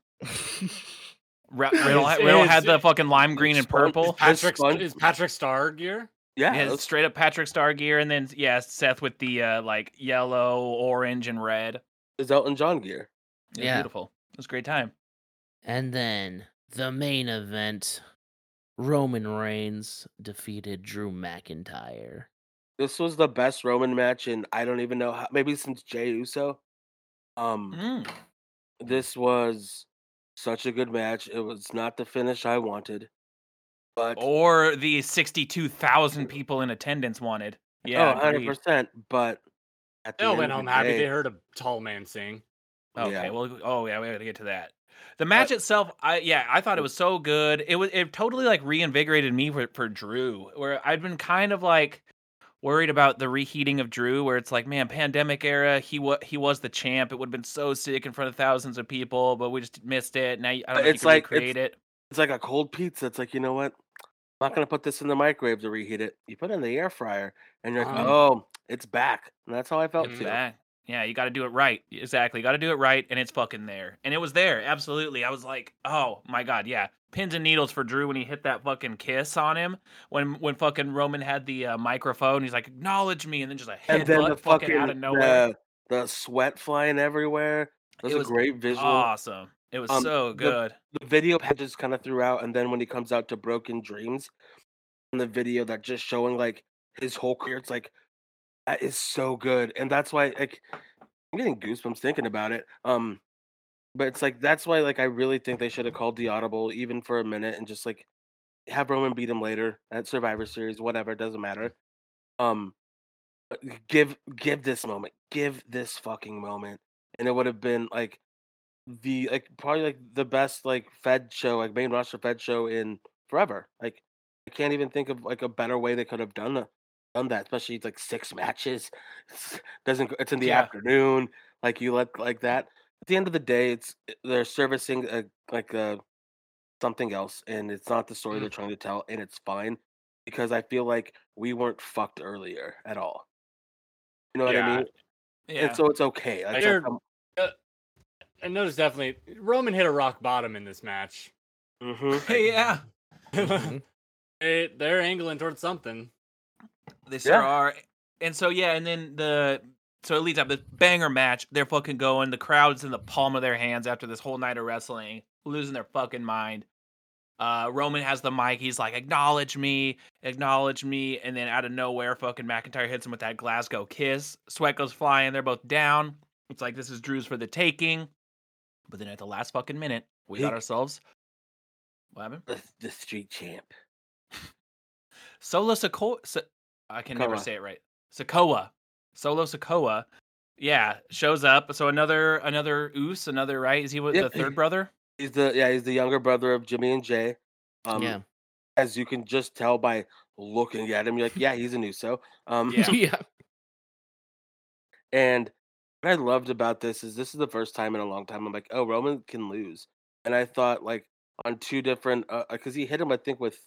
Ra- It's- Riddle, ha- Riddle it's- had the fucking lime green and Spon- purple. Vince Patrick Vaughn- is Patrick Star gear. Yeah, Yeah, it was- straight up Patrick Star gear, and then yeah, Seth with the uh, like yellow, orange, and red. it was Elton John gear. It was Yeah. beautiful. It was a great time. And then the main event Roman Reigns defeated Drew McIntyre. This was the best Roman match, and I don't even know how. Maybe since Jey Uso. Um, Mm. this was such a good match. It was not the finish I wanted, but oh, Or the sixty-two thousand people in attendance wanted. oh, Yeah, agreed. 100%. But at They all end went of home the Oh, happy day- they heard a tall man sing. Okay. Yeah. Well. Oh yeah, we got to get to that. The match itself, I yeah, I Mm. thought it was so good. It was it totally like reinvigorated me for, for Drew, where I'd been kind of like worried about the reheating of Drew, where it's like, man, pandemic era, he was he was the champ. It would have been so sick in front of thousands of people, but we just missed it. Now you- I don't know if It's you can like- it's- recreate it. It's like a cold pizza. It's like, you know what? I'm not going to put this in the microwave to reheat it. You put it in the air fryer, and you're like, Um, oh, it's back. And that's how I felt it's too. Yeah. Yeah, you got to do it right. Exactly. Got to do it right and it's fucking there. And it was there. Absolutely. I was like, "Oh my god, yeah. Pins and needles for Drew when he hit that fucking kiss on him when when fucking Roman had the uh, microphone. He's like, "Acknowledge me." And then just a And headbutt then the fucking, fucking out of nowhere. The, the sweat flying everywhere. It was, was a great visual. awesome. It was Um, so the- good. the video packages kind of throughout, and then when he comes out to Broken Dreams, in the video that just showing like his whole career, it's like that is so good, and that's why like I'm getting goosebumps thinking about it. Um, but it's like that's why like I really think they should have called the audible even for a minute and just like have Roman beat him later at Survivor Series, whatever, it doesn't matter. Um, but give give this moment, give this fucking moment, and it would have been like the like probably like the best like Fed show, like main roster Fed show in forever. Like I can't even think of like a better way they could have done it. done that, especially like six matches. It's, doesn't go- it's in the Yeah. afternoon, like you let like that. At the end of the day, it's eh, they're servicing a, like a something else, and it's not the story they're trying to tell, and it's fine because I feel like we weren't fucked earlier at all. You know what Yeah. I mean? Yeah. And so it's okay. Like, it's hear- like, um, And notice definitely Roman hit a rock bottom in this match. mhm. yeah. Mm-hmm. Mhm. They they're angling towards something. They sure Yeah. are. And so yeah, and then the so it leads up this banger match. They're fucking going. The crowd's in the palm of their hands after this whole night of wrestling, losing their fucking mind. Uh, Roman has the mic. He's like, "Acknowledge me, acknowledge me," and then out of nowhere, fucking McIntyre hits him with that Glasgow kiss. Sweat goes flying. They're both down. It's like this is Drew's for the taking. But then at the last fucking minute, we got Big- ourselves. What happened? the, the street champ. Solo Sokoa. So- I can never Sokoa. say it right. Sokoa. Solo Sokoa. Yeah, shows up. So another another Oos, another right? Is he what, Yep. the third brother? He's the yeah, he's the younger brother of Jimmy and Jay. Um, yeah. as you can just tell by looking at him, you're like, yeah, he's an Uso. Um, Yeah. yeah. And what I loved about this is this is the first time in a long time I'm like, oh, Roman can lose. And I thought like on two different because he hit him I think with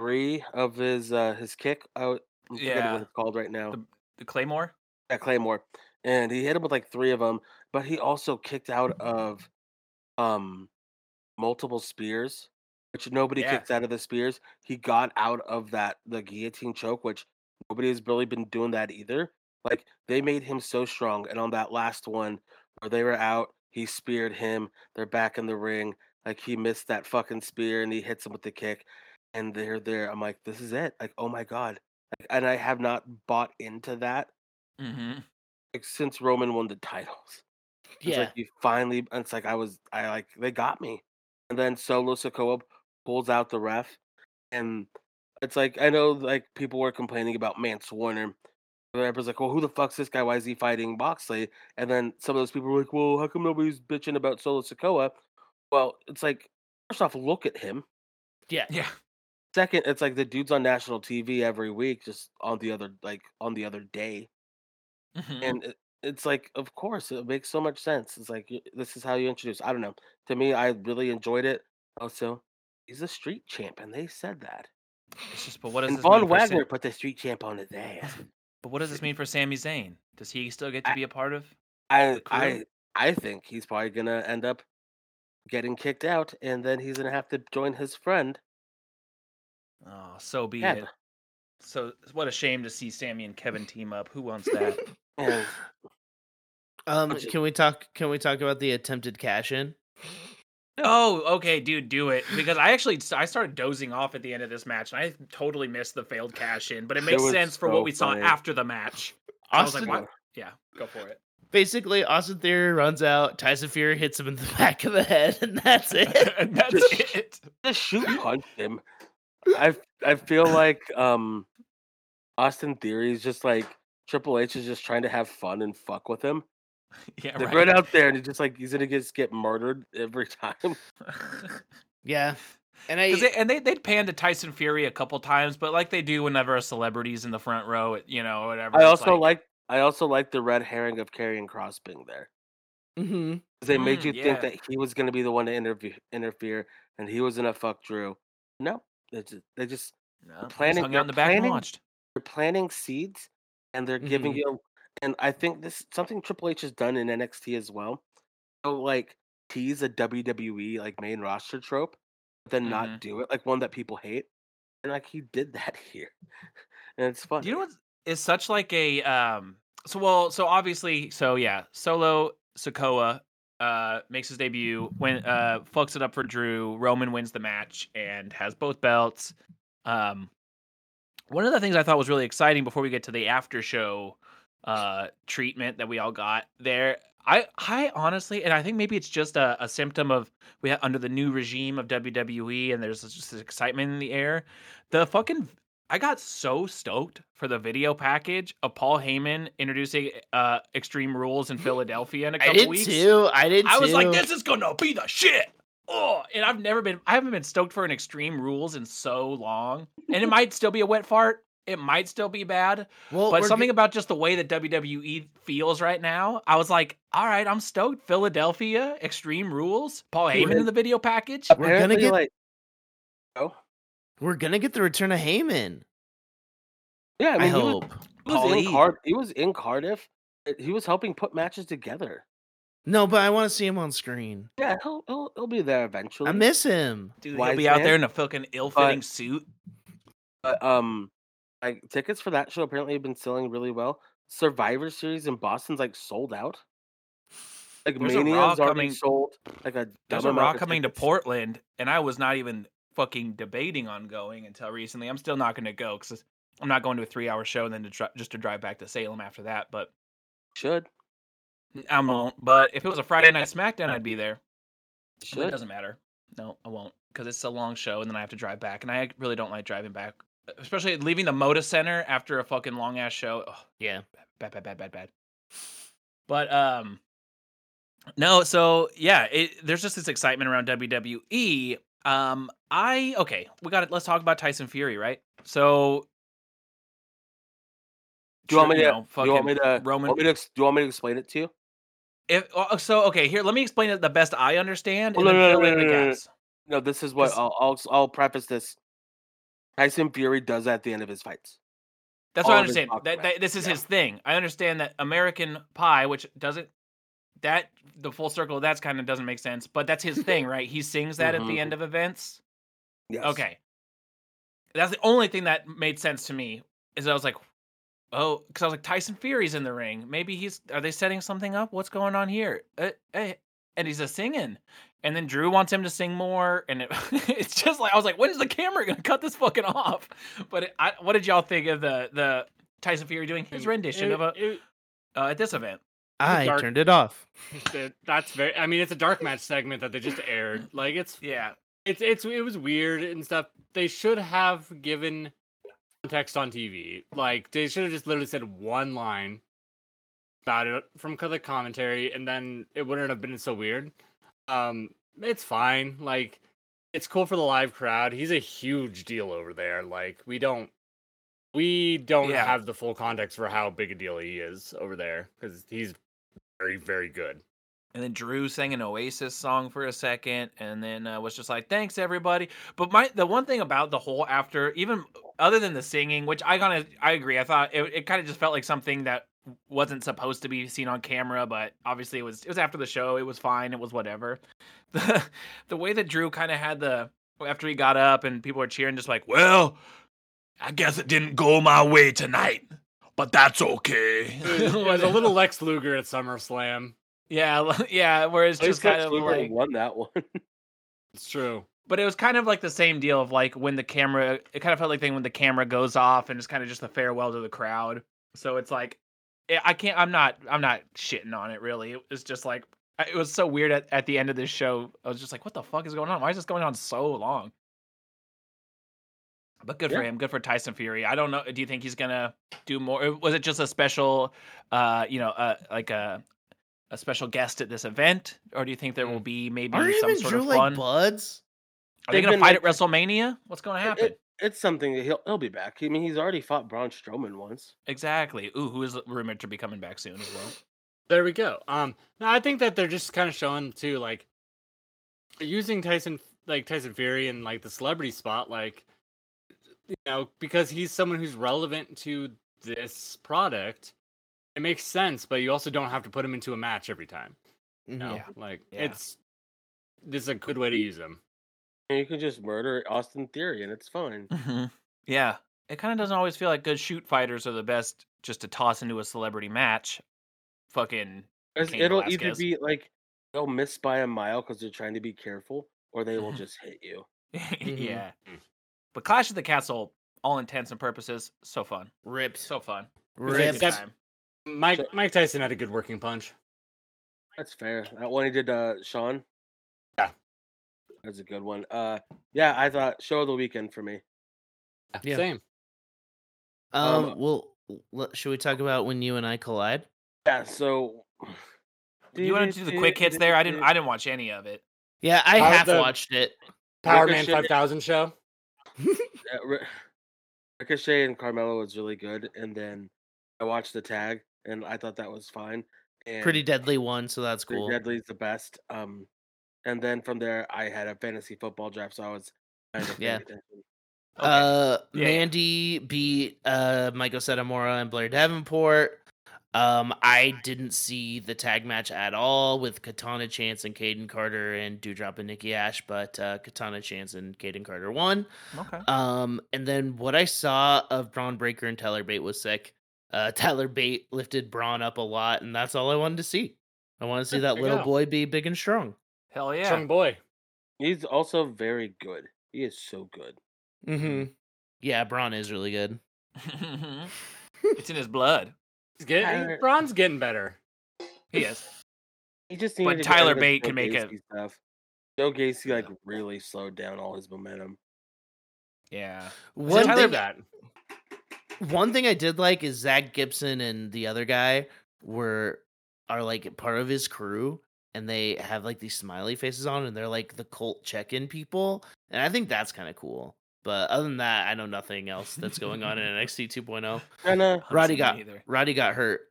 three of his uh his kick. Oh, I'm forgetting Yeah. what it's called right now. The Claymore. at Claymore, and he hit him with like three of them. But he also kicked out of um multiple spears, which nobody Yeah. kicks out of the spears. He got out of that the guillotine choke, which nobody has really been doing that either. Like they made him so strong, and on that last one where they were out, he speared him. They're back in the ring. Like he missed that fucking spear, and he hits him with the kick, and they're there. I'm like, this is it. Like, oh my god. Like, and I have not bought into that Mm-hmm. like since Roman won the titles. It's Yeah. like you finally and it's like I was I like they got me. And then Solo Sokoa pulls out the ref and it's like I know like people were complaining about Mance Warner. And Everyone's like, well, who the fuck's this guy? Why is he fighting Boxley? And then some of those people were like, well, how come nobody's bitching about Solo Sokoa? Well, it's like, first off, look at him. Yeah. Yeah. Second, it's like the dude's on national TV every week, just on the other like on the other day Mhm. and it, it's like of course it makes so much sense it's like y- this is how you introduce i don't know to me i really enjoyed it also he's a street champ and they said that It's just, but what does and this mean von for Sa- wagner put the street champ on his ass but what does this mean for Sami Zayn? Does he still get to I- be a part of? i crew? i i think he's probably gonna end up getting kicked out and then he's gonna have to join his friend Oh, so be Kev. it. So what a shame to see Sammy and Kevin team up. Who wants that? and Um, Okay. can we talk? Can we talk about the attempted cash in? Oh, okay, dude, do it because I actually I started dozing off at the end of this match and I totally missed the failed cash in, but it It makes was sense for so what we funny. saw after the match. I was like, Austin what? Yeah, go for it. basically Austin Theory runs out, Tyson Fury hits him in the back of the head, and that's it. and that's Just- it. just shoot punch him i f- i feel like um austin theory is just like triple h is just trying to have fun and fuck with him Yeah, They're right. right out there, and he's just like he's gonna just get murdered every time. 'Cause yeah, and I they, and they they'd pan to Tyson Fury a couple times, but like they do whenever a celebrity's in the front row, you know, or whatever. I it's also like I also like the red herring of carrying Cross being there. Mhm. 'Cause They made Mm, you yeah. think that he was gonna be the one to interview, interfere, and he was gonna fuck Drew. No, they just, they just No, just planning- hung they're out in the back and planning- watched. they're planting seeds, and they're giving Mm-hmm. Mhm. you. And I think this something Triple H has done in NXT as well. So like tease a WWE like main roster trope, but then Mhm. not do it like one that people hate, and like he did that here, and it's fun. Do you know what is such like a um so well so obviously so yeah solo Sokoa uh makes his debut when uh fucks it up for Drew Roman wins the match and has both belts um one of the things I thought was really exciting before we get to the after show uh treatment that we all got there I I honestly and I think maybe it's just a, a symptom of we have under the new regime of WWE and there's just this excitement in the air the fucking I got so stoked for the video package of Paul Heyman introducing uh, Extreme Rules in Philadelphia in a I couple did weeks. too. I did. I was like, too. this is gonna be the shit. Oh, and I've never been I haven't been stoked for an Extreme Rules in so long. And it might still be a wet fart. it might still be bad, Well, but we're something g- about just the way that WWE feels right now, I was like, all right, I'm stoked. Philadelphia, Extreme Rules, Paul Heyman in the video package. We're gonna Apparently, get- like oh, we're gonna get the return of Heyman. yeah. I, I, mean, he was- hope. He was, Paul in Lee. Car- he was in Cardiff. Uh, He was helping put matches together. No, but I want to see him on screen. Yeah, he'll he'll, he'll be there eventually. I miss him. Dude, Wise he'll be out man. there in a fucking ill-fitting suit. But, um, like tickets for that show apparently have been selling really well. Survivor Series in Boston's like sold out. Like There's a Mania's Raw already coming- sold. Like a There's dumb a amount Raw of coming to tickets. Portland, and I was not even fucking debating on going until recently. I'm still not going to go because I'm not going to a three-hour show and then to dri- just to drive back to Salem after that. But Should I won't. But if it was a Friday night SmackDown, I'd be there. But It should doesn't matter. No, I won't because it's a long show, and then I have to drive back, and I really don't like driving back, e, especially leaving the Moda Center after a fucking long ass show. Ugh, Yeah. bad, bad, bad, bad, bad. But um, no. So yeah, it, there's just this excitement around WWE. Um, I okay, we got it. Let's talk about Tyson Fury, right? So. Do you want sure, me to- know, do you want me fucking to Roman? want me to ex- do you want me to explain it to you? If oh, so, okay. Here, let me explain it the best I understand, Oh, and no, then no, no, fill no, in the no, no, no. gaps. No, this is what Just- I'll, I'll I'll preface this. Tyson Fury does that at the end of his fights. That's what I all of his understand. That, boxing that this is yeah. his thing. I understand that American Pie, which doesn't that the full circle of that's kind of doesn't make sense, but that's his thing, right? He sings that at the Mhm. end of events. Yes. Okay, that's the only thing that made sense to me is I was like, oh, because I was like Tyson Fury's in the ring. Maybe he's are they setting something up? What's going on here? Uh, eh. And he's a singing, and then Drew wants him to sing more, and it, it's just like I was like, when is the camera gonna cut this fucking off? But it, I, what did y'all think of the the Tyson Fury doing his rendition of a It- uh, at this event? I dark- turned it off. it- that's very. I mean, it's a dark match segment that they just aired. Like it's Yeah, it's it's it was weird and stuff. They should have given context on TV. Like they should have just literally said one line about it from co- the commentary, and then it wouldn't have been so weird. Um, it's fine. Like it's cool for the live crowd. He's a huge deal over there. Like we don't we don't Yeah. have the full context for how big a deal he is over there because he's very very good. and then Drew sang an Oasis song for a second, and then uh, was just like, "Thanks everybody." But my the one thing about the whole after, even other than the singing, which I kind of I agree, I thought it, it kind of just felt like something that wasn't supposed to be seen on camera, but obviously it was it was after the show, it was fine, it was whatever. The the way that Drew kind of had the after he got up and people were cheering, just like, "Well, I guess it didn't go my way tonight." But that's okay. It was a little Lex Luger at SummerSlam. yeah, li- yeah. Where it's At just least kind Lex of Luger like, won that one. It's true. but it was kind of like the same deal of like when the camera it kind of felt like thing when the camera goes off and it's kind of just a farewell to the crowd so it's like eh, i I can't i'm not i'm not shitting on it really it was just like I- it was so weird at, at the end of this show i was just like what the fuck is going on why is this going on so long but good for Yeah. him good for tyson fury i don't know do you think he's gonna do more eh, was it just a special uh you know uh like a a special guest at this event or do you think there will be maybe Hmm. Aren't him some and sort Drew of fun like buds? are they They've going to been, fight like- at WrestleMania? What's going to It- happen? it- it's something that he'll he'll be back. I mean, he's already fought Braun Strowman once. exactly. Ooh, who is rumored to be coming back soon as well? There we go. Um, no, I think that they're just kind of showing too, like using Tyson, like Tyson Fury, and like the celebrity spot, like you know, because he's someone who's relevant to this product. It makes sense, but you also don't have to put him into a match every time. Mm, You know? Yeah. like Yeah. it's this is a good way to use him. And you can just murder Austin Theory, and it's Mm, fine. Mm-hmm. Yeah. It kind of doesn't always feel like good shoot fighters are the best just to toss into a celebrity match. Fucking. It's- Cain It'll either Velasquez. be like they'll miss by a mile because they're trying to be careful, or they will Mm-hmm. just hit you. Yeah. But Clash of the Castle, all intents and purposes, so fun. Rips. So fun. It's a good Rips. Except- time. Mike So- Mike Tyson had a good working punch. That's fair. That one he did, uh, Sean. Yeah. that's a good one. Uh, yeah, I thought show of the weekend for me. Yeah. Same. Um, Um, well, l- should we talk about when you and I collide? Yeah, so You want to do the quick hits there? I didn't. I didn't watch any of it. Yeah, I How's half the- watched it. Power Man Ricochet- Five Thousand show. Uh, Ri- Ricochet and Carmelo was really good, and then I watched the tag, and I thought that was fine. And Pretty deadly one, so that's Pretty cool. Deadly's the best. Um, and then from there, I had a fantasy football draft, so I was kind of Yeah. Okay. Uh, Yeah, yeah. Mandy beat uh Michael Satamora and Blair Davenport. Um, I didn't see the tag match at all with Katana Chance and Caden Carter and Dewdrop and Nikki Ash, but uh, Katana Chance and Caden Carter won. okay. Um, and then what I saw of Braun Breaker and Tyler Bate was sick. Uh, Tyler Bate lifted Braun up a lot, and that's all I wanted to see. I want to see Good that for little you. boy be big and strong. Hell yeah. Strong boy. He's also very good. He is so good. Mm-hmm. Yeah, Braun is really good. it's in his blood. He's getting Tyler- Braun's getting better. He is. He just But needed to get rid Tyler of Bate Joe can make it. Gacy Stuff. Joe Gacy Yeah. like really slowed down all his momentum. Yeah. One Tyler thing, that. one thing I did like is Zach Gibson and the other guy were are like part of his crew, and they have like these smiley faces on, and they're like the cult check-in people, and I think that's kind of cool. But other than that, I know nothing else that's going on in NXT 2.0. Jenna Roddy Honestly, me got neither. oh. Roddy got hurt.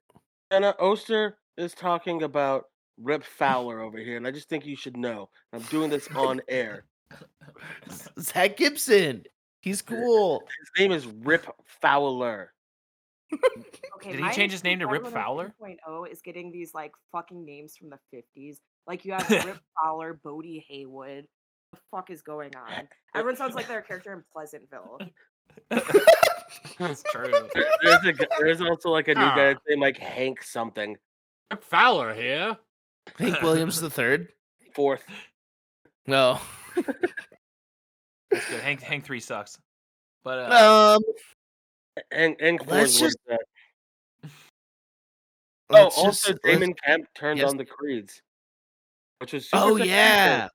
Jenna Oster is talking about Rip Fowler over here, and I just think you should know. I'm doing this on air. Zach Gibson, he's cool. His name is Rip Fowler. Okay, Did he my change his name to Rip problem with 2.0 is getting these like fucking names from the 50s. Like you have Rip Fowler, Bodie Haywood. The fuck is going on? Everyone sounds like they're a character in Pleasantville. That's true. There- There's a g- there's also like a new Ah. guy that's named like Hank something Rip Fowler here. Hank Williams the third. fourth. No. That's good. Hank Hank three sucks. But uh, Um. oh, Hank Hank fourth Let's was just- the- Oh, let's just- also let's- Damon Kemp turned Yes. on the creeds, which was super Oh successful yeah,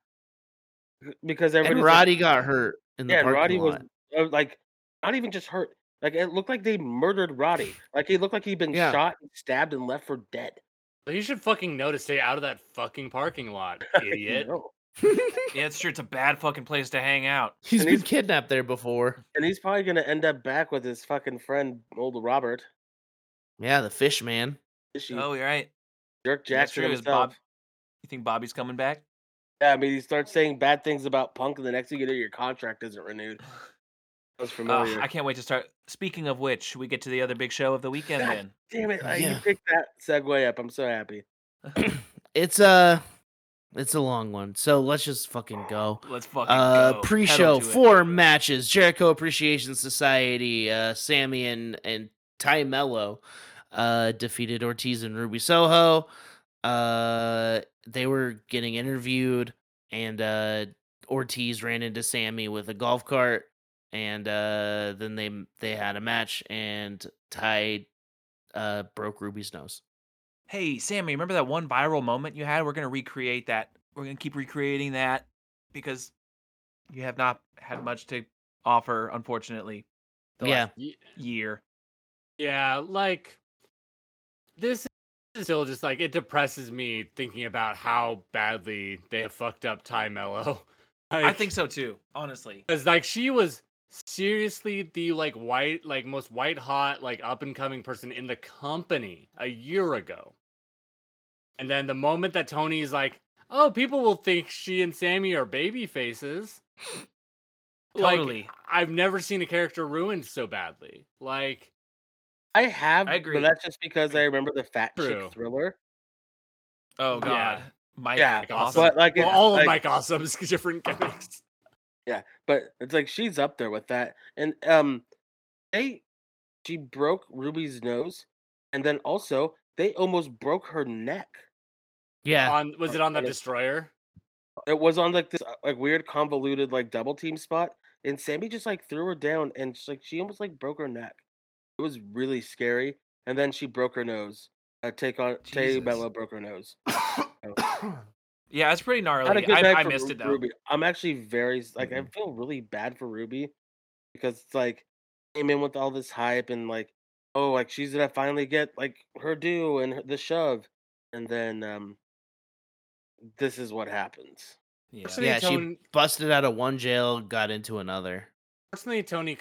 because and everybody Roddy got hurt in the yeah, and parking Roddy was lot. uh, like not even just hurt. Like it looked like they murdered Roddy. Like he looked like he'd been Yeah. shot and stabbed and left for dead. But you should fucking know to stay out of that fucking parking lot, idiot. No. yeah, it's true. It's a bad fucking place to hang out. He's And been he's- kidnapped there before. And he's probably gonna end up back with his fucking friend, old Robert. Yeah, the fish man. Fishy, Oh, you're right. Jerk That's Jackson true, is Bob- himself. You think Bobby's coming back? Yeah, I mean, he starts saying bad things about Punk, and the next thing you know, your contract isn't renewed. That was Ugh, familiar. I can't wait to start. Speaking of which, should we get to the other big show of the weekend God then? Damn it! Like, Yeah. You picked that segue up. I'm so happy. It's a, it's a long one. So let's just fucking go. Let's fucking Uh, go. pre-show Pedal to it. four matches: Jericho Appreciation Society, uh, Sammy and and Ty Mello uh, defeated Ortiz and Ruby Soho. Uh, they were getting interviewed, and uh, Ortiz ran into Sammy with a golf cart, and uh, then they they had a match, and Ty uh, broke Ruby's nose. Hey, Sammy, remember that one viral moment you had? We're gonna recreate that. We're gonna keep recreating that because you have not had much to offer, unfortunately. The yeah, last year. Yeah, like this is still just like it depresses me thinking about how badly they have fucked up Ty Mello. I think so too. Honestly, because like she was seriously the like white like most white hot like up and coming person in the company a year ago. And then the moment that Tony's like, "Oh, people will think she and Sammy are baby faces." totally. Like I've never seen a character ruined so badly. Like I have. I agree. But that's just because I remember the Fat True. Chick Thriller. oh God, yeah. Mike. Yeah, Mike awesome. Awesome. But like, well, it- all like, of Mike Awesome's different gimmicks. but it's like she's up there with that. And um, they she broke Ruby's nose, and then also they almost broke her neck. yeah. On was it on the Yeah. destroyer? It was on like this uh, like weird convoluted like double team spot, and Sammy just like threw her down, and she, like she almost like broke her neck. It was really scary. And then she broke her nose. Uh, take on Tay Jesus. Bella broke her nose. yeah, it's pretty Not a gnarly. good I, night I for missed Ru- it though. Ruby. I'm actually very s- like I feel really bad for Ruby because it's like came in with all this hype and like oh like she's gonna finally get like her due and her, the shove, and then um this is what happens. Yeah. Personally, Yeah, she- Tony, Busted out of one jail, got into another. personally, Tony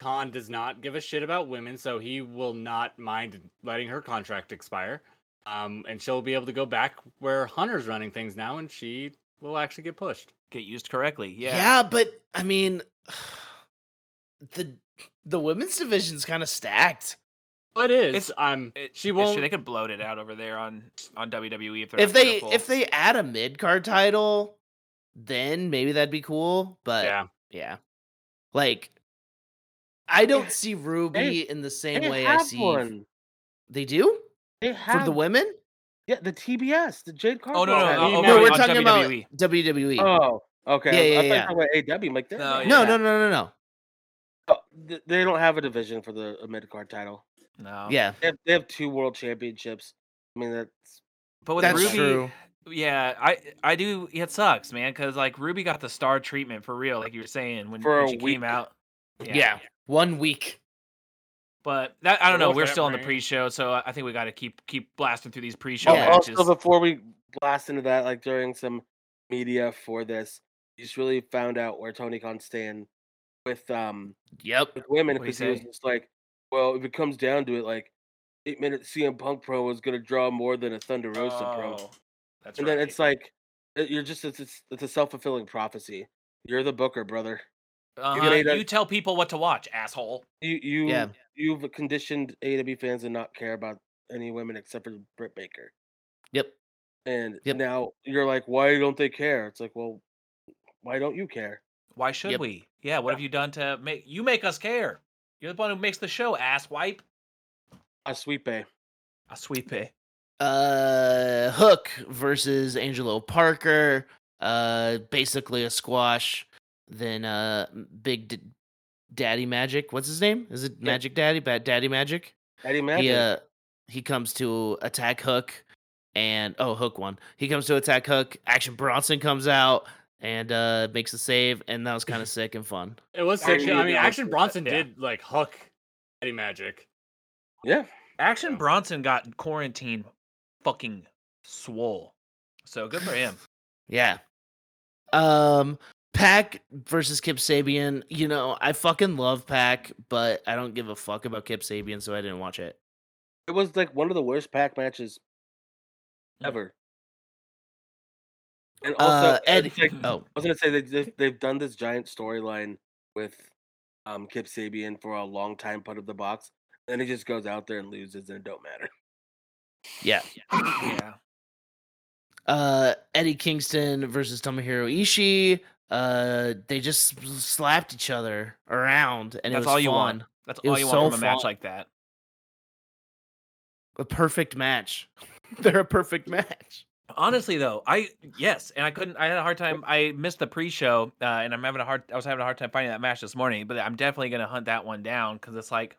Khan does not give a shit about women, so he will not mind letting her contract expire. Um, and she'll be able to go back where Hunter's running things now, and she will actually get pushed. Get used correctly. Yeah, Yeah. but I mean, the the women's division's kind of stacked. But it is. It's- um, It- she it's won't. true, They could bloat it out over there on on WWE if they're if not they careful. if they add a mid card title, then maybe that'd be cool. But yeah, yeah, like I don't see Ruby in the same They way I have see. one. They do They for have the women. Yeah, the TBS, the Jade Cargill. Oh no, no, no, Yeah, you oh, E know- no, no, we're on talking WWE. about WWE. Oh, okay. Yeah, I- yeah, yeah. I thought you were talking about AW. Like, No, no, no, no, yeah. no, no, no. oh, They don't have a division for the uh, mid card title. No. Yeah, They have, they have two world championships. I mean, that's But with that's Ruby, true. yeah, I I do. It sucks, man, because like Ruby got the star treatment for real, like you were saying when, For when a she week. came out. Yeah. one week. But that I don't What know. was We're that still on the brand? pre-show, so I I think we got to keep keep blasting through these pre-show Oh, Yeah. matches. also before we blast into that, like during some media for this, you just really found out where Tony Khan stand with um Yep. with women What'd he because he was say? just like, well, if it comes down to it, like eight minute CM Punk pro is gonna draw more than a Thunder Rosa pro. Oh, that's and right. then it's like uh, you're just it's, it's, it's a self-fulfilling prophecy you're the booker brother Uh-huh, made a- you tell people what to watch, asshole. you you Yeah. you've conditioned aw fans to not care about any women except for britt baker Yep. and Yep. now you're like why don't they care it's like well why don't you care Why should Yep. we? Yeah, what have you done to make you make us care? You're the one who makes the show, ass wipe. a sweet bay A sweep it. Uh, Hook versus Angelo Parker. Uh, basically a squash. Then uh, Big D- Daddy Magic. What's his name? Is it Magic Daddy? Bad Daddy Magic. eddie Magic. He uh, he comes to attack Hook, and oh, Hook won. He comes to attack Hook. Action Bronson comes out and uh makes a save, and that was kind of sick and fun. it was I sick. shit. I knew mean, that was Action sick. Bronson Yeah. did like hook Eddie Magic. yeah Action Yeah. Bronson got quarantine fucking swole. So good for him. Yeah. Um Pack versus Kip Sabian. You know, I fucking love Pack, but I don't give a fuck about Kip Sabian, so I didn't watch it. it was like one of the worst pack matches Mm. ever and also Uh, Ed. it's like- Oh, I was gonna say they they've, they've done this giant storyline with um Kip Sabian for a long time put of the box, and then he just goes out there and loses, and it don't matter. yeah. yeah. Uh, Eddie Kingston versus Tomohiro Ishii. Uh, they just s- slapped each other around, and it That's was all you fun. want. That's It all was you want so from a match fun. like that. A perfect match. They're a perfect match. Honestly, though, I yes, and I couldn't. I had a hard time. I missed the pre-show, uh, and I'm having a hard. I was having a hard time finding that match this morning. But I'm definitely gonna hunt that one down because it's like,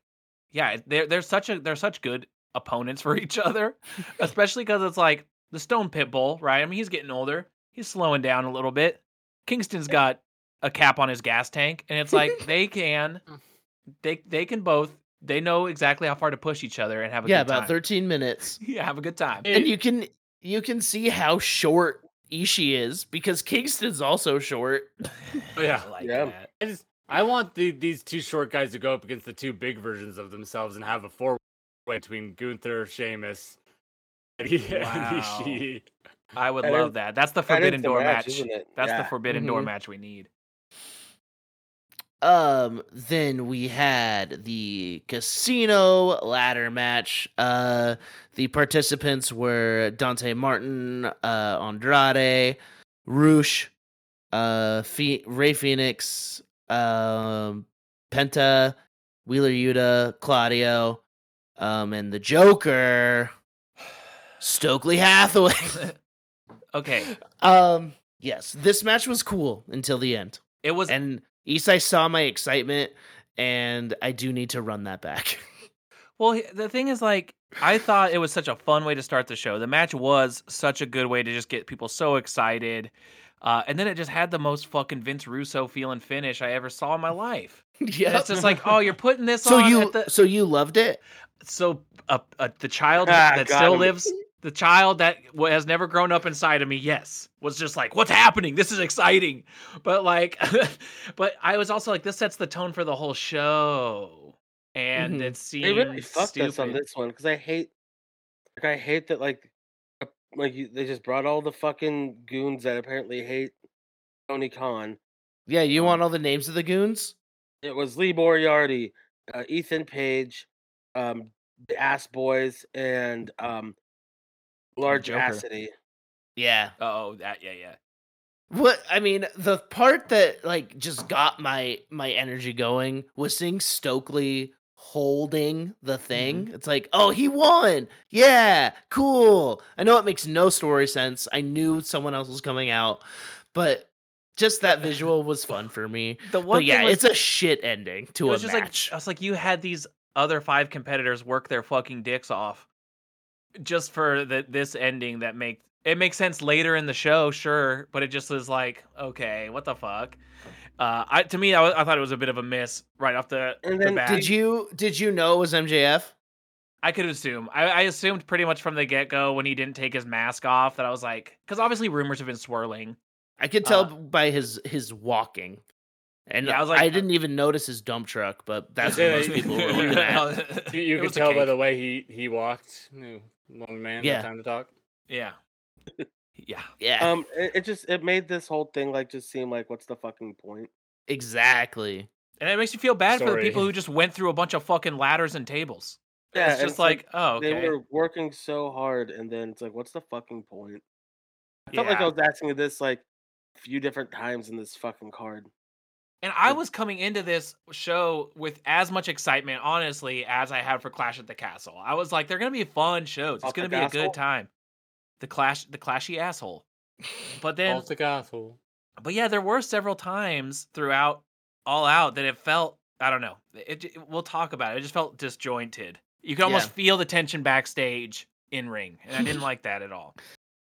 yeah, they're they're such a they're such good opponents for each other, especially because it's like the Stone Pitbull, right? I mean, he's getting older. He's slowing down a little bit. Kingston's got a cap on his gas tank, and it's like they can, Mm. they they can both. They know exactly how far to push each other and have a yeah, good about time. thirteen minutes, Yeah, have a good time. and you can you can see how short Ishii is because Kingston's also short. Oh, yeah. I like Yeah. that. I just I want the these two short guys to go up against the two big versions of themselves and have a four way between Gunther, Sheamus, and Wow. Ishii. I would That love is- that. That's the That is forbidden the door match. isn't it? That's the Yeah. forbidden door Mhm. match we need. Um, then we had the casino ladder match. Uh, the participants were Dante Martin, uh, Andrade, Roosh, uh, Fe- Ray Phoenix, um, Penta, Wheeler Yuta, Claudio, um, and the Joker, Stokely Hathaway. okay, um, yes, this match was cool until the end it was and Isai saw my excitement, and I do need to run that back. well. he- The thing is, like, I thought it was such a fun way to start the show. The match was such a good way to just get people so excited, uh, and then it just had the most fucking Vince Russo feeling finish I ever saw in my life. yeah, It's just like, oh, you're putting this so on. you at the, so you loved it. so uh, uh, the child Ah, that got still him. lives the child that wa- has never grown up inside of me, yes, was just like, what's happening? This is exciting. But like, but I was also like, this sets the tone for the whole show. And Mhm. it seems Mm-hmm. They really fucked stupid. us on this one because I hate, like, I hate that like, uh, like you- they just brought all the fucking goons that apparently hate Tony Khan. Yeah, you want all the names of the goons? It was Lee Moriarty, uh, Ethan Page, um, the Ass Boys, and um, Large Joker. Acity. Yeah. Oh, that yeah, yeah. What I mean, the part that like just got my my energy going was seeing Stokely holding the thing. Mm-hmm. It's like, oh, he won. Yeah, cool. I know it makes no story sense. I knew someone else was coming out, but just that visual was fun for me. The one But yeah, thing was, it's a shit ending it to a was just match. like I was like, you had these other five competitors work their fucking dicks off just for the, this ending that make it makes sense later in the show, sure, but it just was like, okay, what the fuck? Uh, I to me, I, wa- I thought it was a bit of a miss right off the, And the then bat. did you did you know it was MJF? I could assume. I, I assumed pretty much from the get go when he didn't take his mask off that I was like, because obviously rumors have been swirling. I could tell Uh, b- by his his walking, and Yeah, I, I was like, uh, didn't even notice his dump truck, but that's what Yeah, most you- people were looking Um, at. You, you It can was a tell by cake. the way he he walked. Mm, Long man, Yeah. no time to talk. Yeah. Yeah. Yeah, um, it, it just it made this whole thing like just seem like what's the fucking point? exactly. And it makes you feel bad for the people Sorry. who just went through a bunch of fucking ladders and tables. Yeah, it's and just like, oh, okay. they were working so hard, and then it's like, what's the fucking point? I felt like Yeah. I was asking you this like a few different times in this fucking card. and I was coming into this show with as much excitement, honestly, as I had for Clash at the Castle. I was like, they're gonna be fun shows. It's Off the gonna be a good castle? time. The clash, the clashy asshole. But then Off the castle. but yeah, there were several times throughout All Out that it felt I don't know. It, it- we'll talk about it. It just felt disjointed. You could almost Yeah. feel the tension backstage in ring, and I didn't like that at all.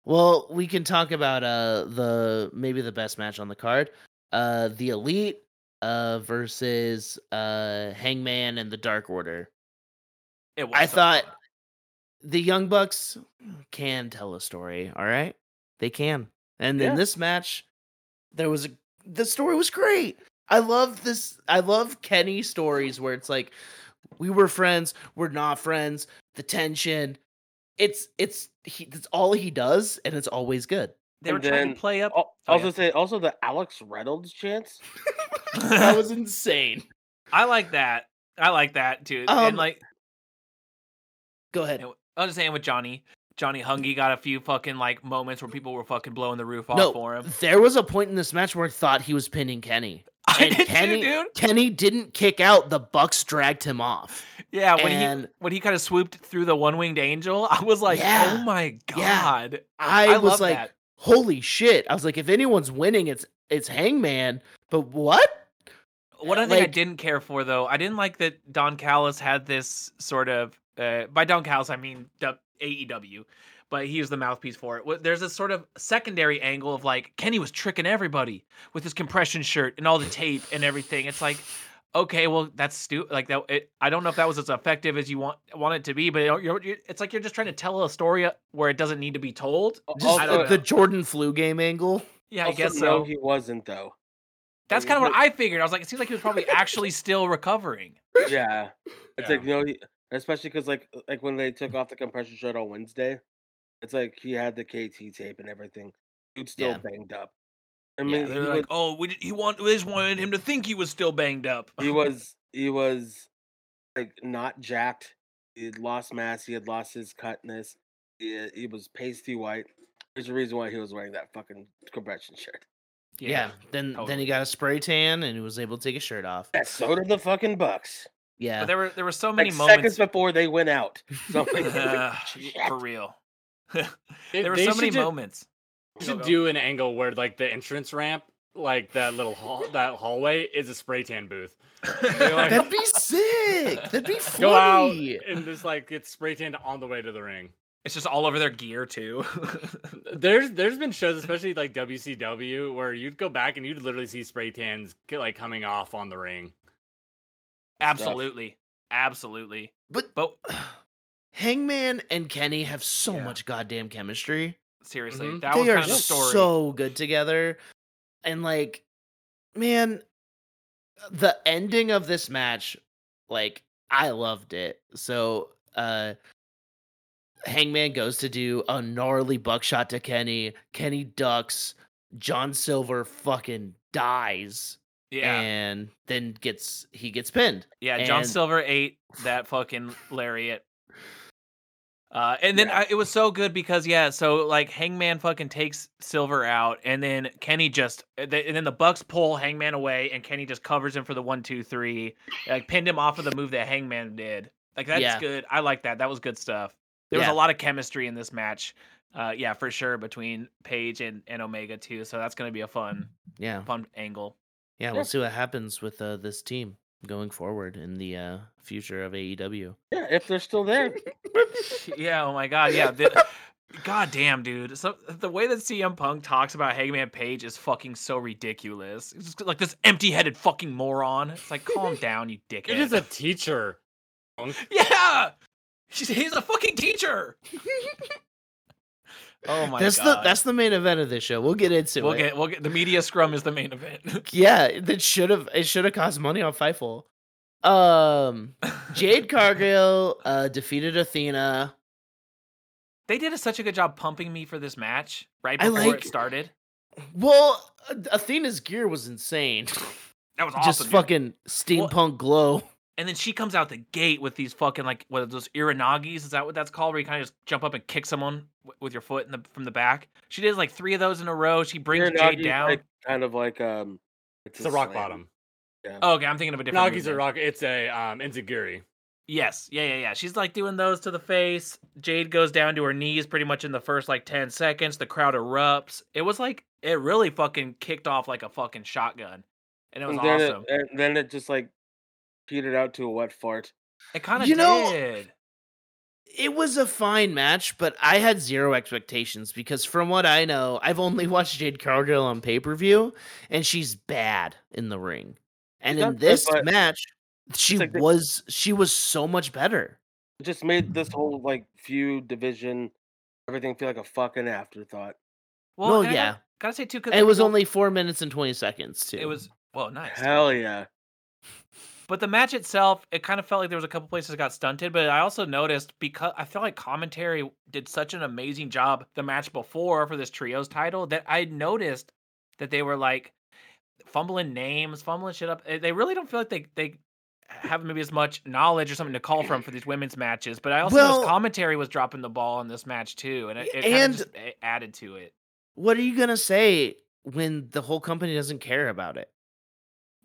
Well, we can talk about uh the maybe the best match on the card, uh the elite uh versus uh Hangman and the Dark Order. It was I so thought fun. the Young Bucks can tell a story, all right? They can. And in Yeah. this match, there was a the story was great. I love this I love Kenny stories where it's like we were friends, we're not friends, the tension. It's it's he, it's all he does and it's always good. they were and trying then to play up. Al- Oh, also yeah. say also the Alex Reynolds chance. That was insane. I like that. I like that too. Um, and like Go ahead. and I was just saying with Johnny, Johnny Hungy got a few fucking like moments where people were fucking blowing the roof off No, for him. There was a point in this match where I thought he was pinning Kenny. I and did Kenny- too, dude. Kenny didn't kick out, the Bucks dragged him off. Yeah, when he and- when he kind of swooped through the one winged angel, I was like, Yeah. oh my Yeah. god. I, I was love like, that. holy shit. I was like, if anyone's winning, it's it's Hangman. But what? One other thing I Like- didn't care for though, I didn't like that Don Callis had this sort of uh, by Don Callis I mean du- AEW, but he was the mouthpiece for it. Wh- There's this sort of secondary angle of like Kenny was tricking everybody with his compression shirt and all the tape and everything. It's like, okay, well that's stupid. Like that, it, I don't know if that was as effective as you want want it to be, but it, you're, you're- it's like you're just trying to tell a story uh, where it doesn't need to be told. Al- Just Oh, I the, don't the know. Jordan flu game angle. Yeah, I also, guess no, so. he wasn't though. That's he kind of what was- I figured. I was like, it seems like he was probably actually still recovering. Yeah, it's Yeah. like no, he, especially because like uh, like when they took off the compression shirt on Wednesday, it's like he had the KT tape and everything. Dude's still Yeah. banged up. I Yeah, mean, They're he like, oh, we, d- he want, we just wanted him to think he was still banged up. was, he was he was like not jacked. He had lost mass. He had lost his cutness. He, he was pasty white. There's a reason why he was wearing that fucking compression shirt. Yeah. Then then totally. he got a spray tan and he was able to take his shirt off. Yeah, so did the fucking Bucks. Yeah. But there were there were so many Like moments. seconds before they went out. So I'm like, Uh, for real, there were so many moments. moments. You Go, should go. do an angle where like the entrance ramp, like that little hall, that hallway is a spray tan booth. They, like, That'd be sick. That'd be go out funny. and just like get spray tanned on the way to the ring. It's just all over their gear too. There's there's been shows, especially like WCW, where you'd go back and you'd literally see spray tans get like coming off on the ring. absolutely, absolutely. But But Hangman and Kenny have so Yeah. much goddamn chemistry. Seriously, Mhm. that was they kind are of the story. so good together. And like, man, the ending of this match, like, I loved it. So uh Hangman goes to do a gnarly buckshot to Kenny. Kenny ducks. John Silver fucking dies. yeah, And then gets he gets pinned. yeah. John and- Silver ate that fucking lariat. Uh, and then Yeah. I, it was so good because yeah, so like Hangman fucking takes Silver out, and then Kenny just, and then and then the Bucks pull Hangman away, and Kenny just covers him for the one, two, three, like pinned him off of the move that Hangman did. Like that's Yeah. good. I like that. That was good stuff. There was Yeah. a lot of chemistry in this match. Uh, yeah, for sure between Paige and, and Omega too. So that's gonna be a fun, Yeah. fun angle. Yeah, Yeah. we'll see what happens with uh, this team going forward in the uh, future of AEW. Yeah, if they're still there. yeah. Oh my God. Yeah. the- God damn, dude. So the way that CM Punk talks about Hangman Page is fucking so ridiculous. It's just like this empty-headed fucking moron. It's like, calm down, you dickhead. It is a teacher. yeah. He's, he's a fucking teacher. oh my that's god. the that's the main event of this show. We'll get into we'll it. get we'll get the media scrum is the main event. yeah, that should have it should have cost money on Fightful. Um, Jade Cargill uh, defeated Athena. They did a, such a good job pumping me for this match right I before like- it started. Well, uh, Athena's gear was insane. That was awesome. Just dude. fucking steampunk glow. And then she comes out the gate with these fucking like what are those iranagis? Is that what that's called? Where you kind of just jump up and kick someone w- with your foot in the from the back. She does like three of those in a row. She brings Jade Nagi's down. like- kind of like um It's a a rock slam. bottom. Oh, okay, I'm thinking of a different. Nagi's move then. a rock. It's a um enziguri. Yes, yeah, yeah, yeah. She's like doing those to the face. Jade goes down to her knees pretty much in the first like ten seconds. The crowd erupts. It was like it really fucking kicked off like a fucking shotgun, and it was and then awesome. It, it, and then it just like petered out to a wet fart. kind of You know- did. It was a fine match, but I had zero expectations because from what I know, I've only watched Jade Cargill on pay-per-view and she's bad in the ring. And not in good, this but match, she like the- was she was so much better. It just made this whole like feud division everything feel like a fucking afterthought. Well, Well, and I yeah. gotta, gotta say too, because And it was only 4 minutes and 20 seconds too. it was well nice. Hell yeah. But the match itself, it kind of felt like there was a couple places that got stunted. But I also noticed because I feel like commentary did such an amazing job the match before for this trios title that I noticed that they were like fumbling names, fumbling shit up. Eh, They really don't feel like they they have maybe as much knowledge or something to call from for these women's matches. But I also Well- noticed commentary was dropping the ball in this match too, and it, it kinda And- just eh, added to it. What are you going to say when the whole company doesn't care about it?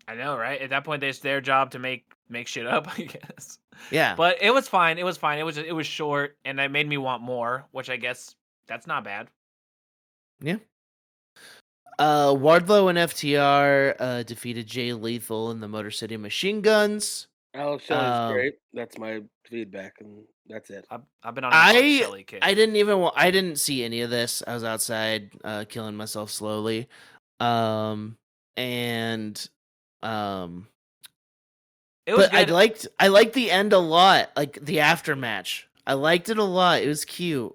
I know, right? At that point, it's their job to make make shit up, I guess. Yeah. but it was fine. It was fine. It was it was short, and it made me want more, which I guess that's not bad. Uh, Wardlow and FTR uh, defeated Jay Lethal and the Motor City Machine Guns. Alex Shelley's Um, great. That's my feedback and that's it. I've, I've been on a I- Shelly kick. I didn't even wa- I didn't see any of this. I was outside uh killing myself slowly. Um and um it was but I good. liked I liked the end a lot, like the aftermatch. I liked it a lot. It was cute.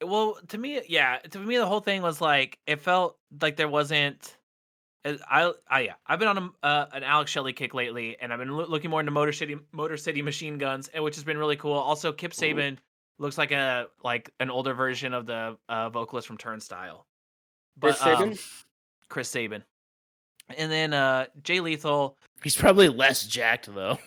well to me yeah to me the whole thing was like it felt like there wasn't I, I, I yeah I've been on a, uh, an Alex Shelley kick lately, and I've been loo- looking more into Motor City Motor City Machine Guns, and which has been really cool. Also, Kip Mhm. Saban looks like a like an older version of the uh, vocalist from Turnstile. Chris But, um, Sabin? Chris Saban, and then uh, Jay Lethal, He's probably less jacked though.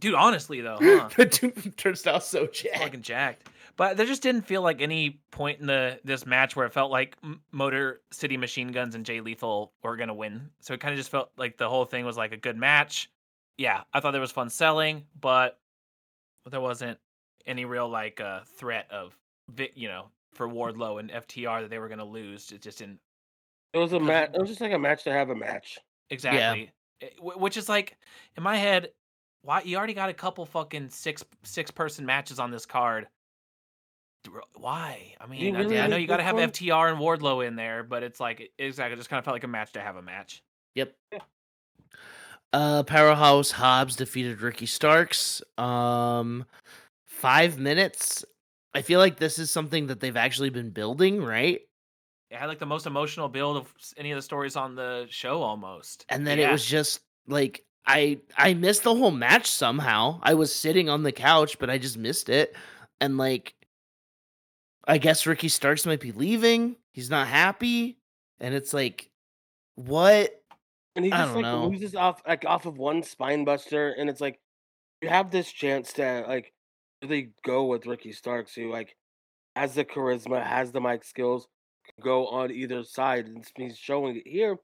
dude. Honestly though, huh? the dude from Turnstile so jacked. fucking jacked. But there just didn't feel like any point in the this match where it felt like M- Motor City Machine Guns and Jay Lethal were gonna win. So it kind of just felt like the whole thing was like a good match. Yeah, I thought there was fun selling, but there wasn't any real like uh, threat of vi- you know for Wardlow and FTR that they were gonna lose. It just didn't It was a because- match. It was just like a match to have a match. Exactly. It- wh- Which is like in my head, why you already got a couple fucking six six person matches on this card. Dr- Why? I mean, I- really I know need you got to this have one? FTR and Wardlow in there, but it's like it- exactly it just kind of felt like a match to have a match. Yep. Uh Powerhouse Hobbs defeated Ricky Starks. Um five minutes. I feel like this is something that they've actually been building, right? It had like the most emotional build of s- any of the stories on the show almost. And then it Yeah. was just like I I missed the whole match somehow. I was sitting on the couch, but I just missed it. And like I guess Ricky Starks might be leaving. He's not happy. And it's like what? And he I just don't like know. loses off like off of one spine buster, and it's like you have this chance to like really go with Ricky Starks, who like has the charisma, has the mic skills, can go on either side, and s- he's showing it here.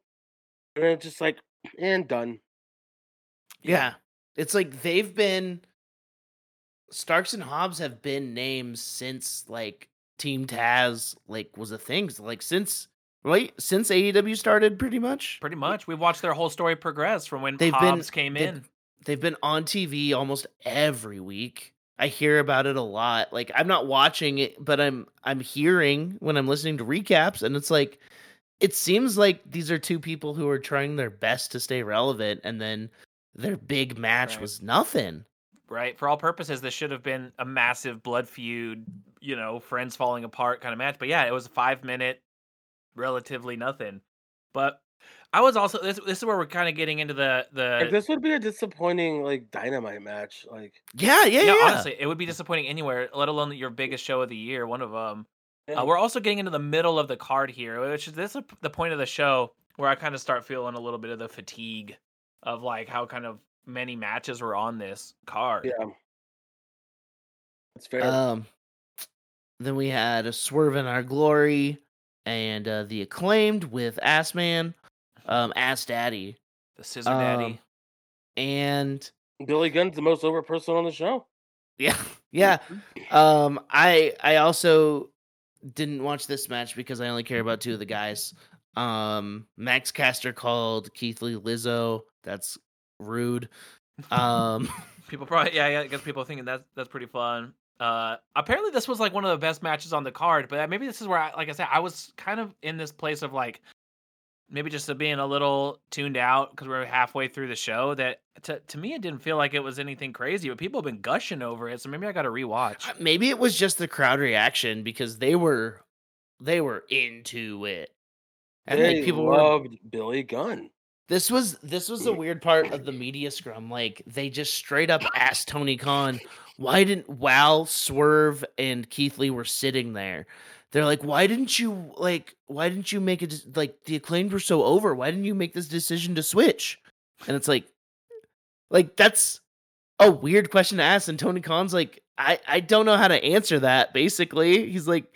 And it's just like and done. Yeah. It's like they've been Starks and Hobbs have been names since like Team Taz like was a thing. So, Like since right since AEW started pretty much. Pretty much. We watched their whole story progress from when They've been- Hobbs came they've- in. They've been on TV almost every week. I hear about it a lot. Like I'm not watching it, but I'm I'm hearing when I'm listening to recaps and it's like it seems like these are two people who are trying their best to stay relevant and then their big match Right. was nothing. right? For all purposes, this should have been a massive blood feud, you know, friends falling apart kind of match. But yeah, it was a five minute, relatively nothing. But I was also this. This is where we're kind of getting into the the. Like, this would be a disappointing like dynamite match. Like Yeah, yeah, Yeah, yeah. honestly, it would be disappointing anywhere, let alone your biggest show of the year, one of them. yeah, Uh, we're also getting into the middle of the card here, which is this is the point of the show where I kind of start feeling a little bit of the fatigue of like how kind of many matches were on this card. yeah. It's fair. Um, then we had a swerve in our glory and uh, the acclaimed with Ass Man, um, Ass Daddy, The Scissor Daddy. Um, and Billy Gunn's the most over person on the show. yeah, yeah. Mm-hmm. Um, I I also didn't watch this match because I only care about two of the guys. Um, Max Caster called Keith Lee Lizzo. That's rude. Um, People probably yeah, yeah, I guess people thinking that's that's pretty fun. Uh apparently this was like one of the best matches on the card, but uh, maybe this is where I like I said, I was kind of in this place of like maybe just being a little tuned out because we are halfway through the show that to, to me it didn't feel like it was anything crazy, but people have been gushing over it, so maybe I gotta rewatch. maybe it was just the crowd reaction because they were they were into it. And they like people were loved Billy Gunn. This was this was the weird part of the media scrum. Like they just straight up asked Tony Khan, why didn't Wow, Swerve, and Keith Lee were sitting there? They're like, why didn't you like why didn't you make it like the acclaimed were so over? Why didn't you make this decision to switch? And it's like like that's a weird question to ask. And Tony Khan's like, I, I don't know how to answer that, basically. He's like,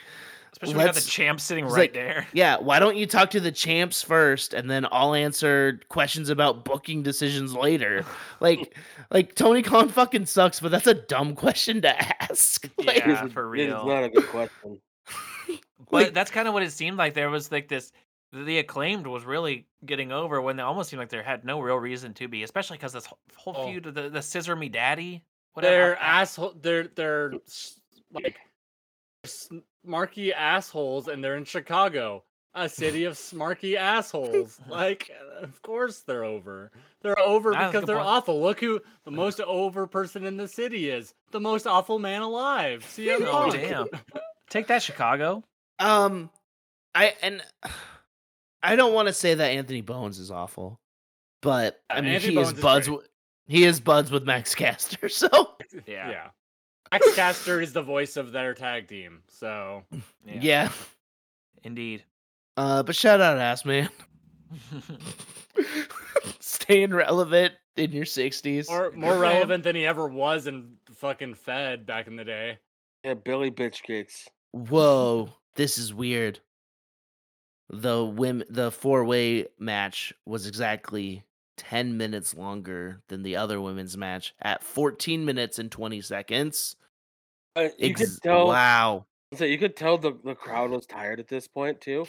Especially when you got the let's- champ sitting it's right like- there. yeah, why don't you talk to the champs first and then I'll answer questions about booking decisions later? Like like Tony Khan fucking sucks, but that's a dumb question to ask. Like, Yeah, It's- for It is real. not a good question. But Like- that's kind of what it seemed like. There was like this. The acclaimed was really getting over when they almost seemed like there had no real reason to be, especially because this whole, whole Oh. feud of the, the scissor me daddy. They're I- asshole. They're they're s- like smarky assholes, and they're in Chicago, a city of smarky assholes. Like, of course they're over. They're over That's a because good they're point. awful. Look who the most over person in the city is. The most awful man alive. CM Oh, Punk. damn. Take that, Chicago. um I and I don't want to say that Anthony Bones is awful, but I Uh, mean Anthony he Bowens is is buds great. with he is buds with Max Caster, so Yeah. Yeah. Max Caster is the voice of their tag team. So yeah. Indeed. Uh but shout out ass man. Staying relevant in your sixties. more more for him. relevant than he ever was in fucking Fed back in the day. Yeah, Billy bitch kicks. Whoa, this is weird. The women, the four way match was exactly 10 minutes longer than the other women's match at 14 minutes and 20 seconds. Uh, you Ex- could tell. wow. So you could tell the, the crowd was tired at this point too,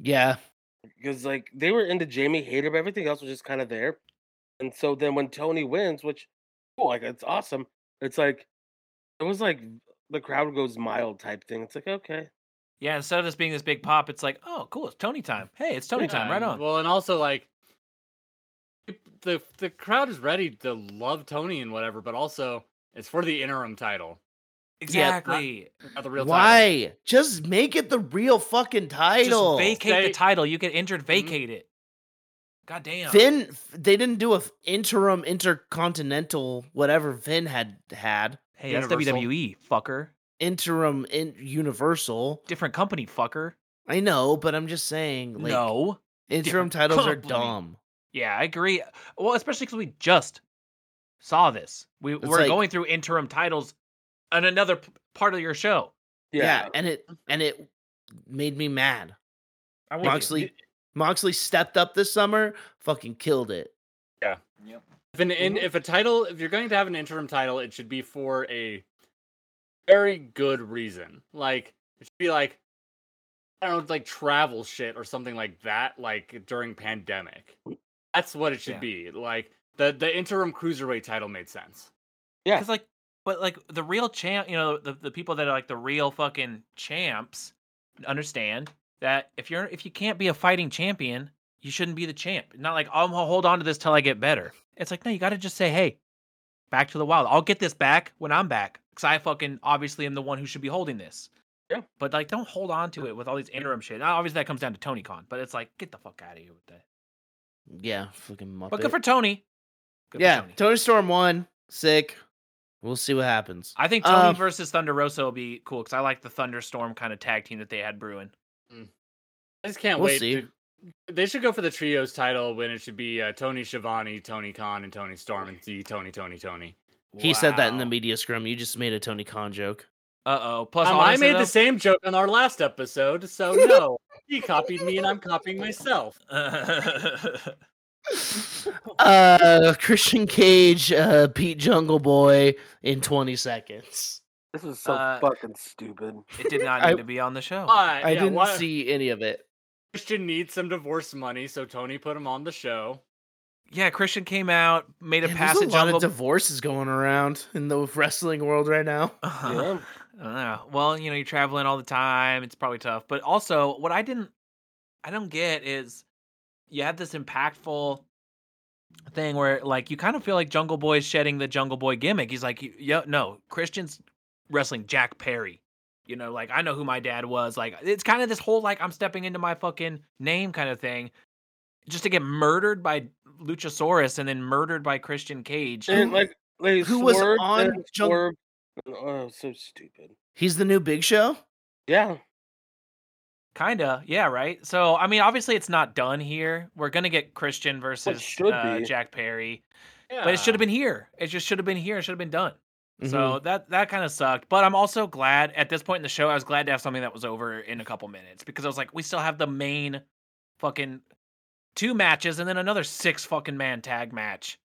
Yeah. because like they were into Jamie Hayter, but everything else was just kind of there. And so then when Tony wins, which cool, like it's awesome. It's like it was like the crowd goes mild type thing. It's like okay, Yeah, instead of this being this big pop, it's like, oh, cool, it's Tony time. Hey, it's Tony time, Yeah, right and- on. Well, and also like the the crowd is ready to love Tony and whatever, but also it's for the interim title. Exactly. Not the real title. Why? Just make it the real fucking title. Just vacate Stay- the title. You get injured, vacate it. God damn. Finn, they didn't do a f- interim intercontinental whatever Finn had had hey, that's Universal. WWE, fucker. interim in Universal. Different company, fucker. I know, but I'm just saying, like no. interim different titles company. are dumb. Yeah, I agree. Well, especially because we just saw this. We we're like- going through interim titles on another p- part of your show. Yeah. Yeah. and it and it made me mad. I'm with you. Moxley, Moxley stepped up this summer, fucking killed it. If an in, Mm-hmm. if a title, if you're going to have an interim title, it should be for a very good reason. Like it should be like I don't know, like travel shit or something like that. Like during pandemic, that's what it should Yeah. be. Like the the interim cruiserweight title made sense. Yeah. Because like, but like the real champ, you know, the, the people that are like the real fucking champs understand that if you're if you can't be a fighting champion, you shouldn't be the champ. Not like I'm gonna hold on to this till I get better. It's like no, you got to just say hey, back to the wild. I'll get this back when I'm back because I fucking obviously am the one who should be holding this. Yeah. But like, don't hold on to it with all these interim shit. Now, obviously, that comes down to Tony Khan, but it's like, get the fuck out of here with that. Yeah, fucking Muppet. But good for Tony. Good for yeah, Tony. Tony Storm won. Sick. We'll see what happens. I think Tony Um, versus Thunder Rosa will be cool because I like the Thunderstorm kind of tag team that they had brewing. I just can't We'll wait. see. to- they should go for the trios title when it should be uh, Tony Schiavone, Tony Khan, and Tony Storm, and see Tony, Tony, Tony. He said that in the media scrum. You just made a Tony Khan joke. Uh oh. Plus, Um, I honestly, made though, the same joke on our last episode, so no, he copied me, and I'm copying myself. Uh, Christian Cage uh, beat Jungle Boy in 20 seconds. This is so Uh, fucking stupid. it did not need I- to be on the show. Why? I Yeah, didn't why- see any of it. Christian needs some divorce money, so Tony put him on the show. yeah, Christian came out, made a Man, pass there's at a lot Jungle. of divorces going around in the wrestling world right now. Uh, I don't know. Well, you know, you're traveling all the time. It's probably tough. But also, what I didn't, I don't get is you have this impactful thing where, like, you kind of feel like Jungle Boy is shedding the Jungle Boy gimmick. He's like, yo, no, Christian's wrestling Jack Perry. You know, like, I know who my dad was. Like, it's kind of this whole, like, I'm stepping into my fucking name kind of thing. Just to get murdered by Luchasaurus and then murdered by Christian Cage. And like, like who was Swerve on and Jung- Swerve- Oh, so stupid. He's the new Big Show. Yeah. Kinda, yeah, right. So I mean, obviously, it's not done here. We're gonna get Christian versus should uh, be. Jack Perry, but it should have been here. It just should have been here. It should have been done. Mm-hmm. So that that kind of sucked. But I'm also glad at this point in the show, I was glad to have something that was over in a couple minutes because I was like, we still have the main fucking two matches and then another six fucking man tag match.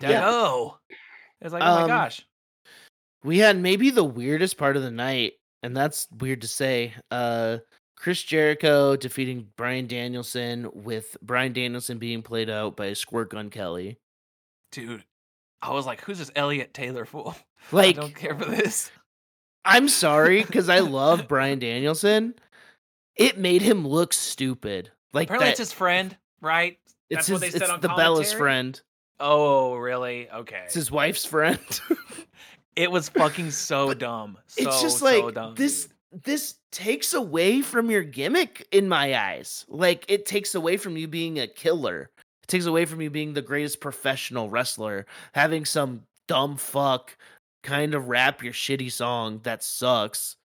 Yeah. Oh, it's like, oh my Um, gosh, we had maybe the weirdest part of the night, and that's weird to say. Uh, Chris Jericho defeating Brian Danielson with Brian Danielson being played out by Squirt Gun Kelly. dude. I was like, who's this Elliot Taylor fool? Like, I don't care for this. I'm sorry because I love Brian Danielson. It made him look stupid. Like Apparently, that, it's his friend, right? it's that's what they said it's on the Bella's commentary? friend. Oh, really? Okay. It's his wife's friend. It was fucking so But dumb. So, it's just so like dumb, this dude. this takes away from your gimmick in my eyes like it takes away from you being a killer it takes away from you being the greatest professional wrestler having some dumb fuck kind of rap your shitty song that sucks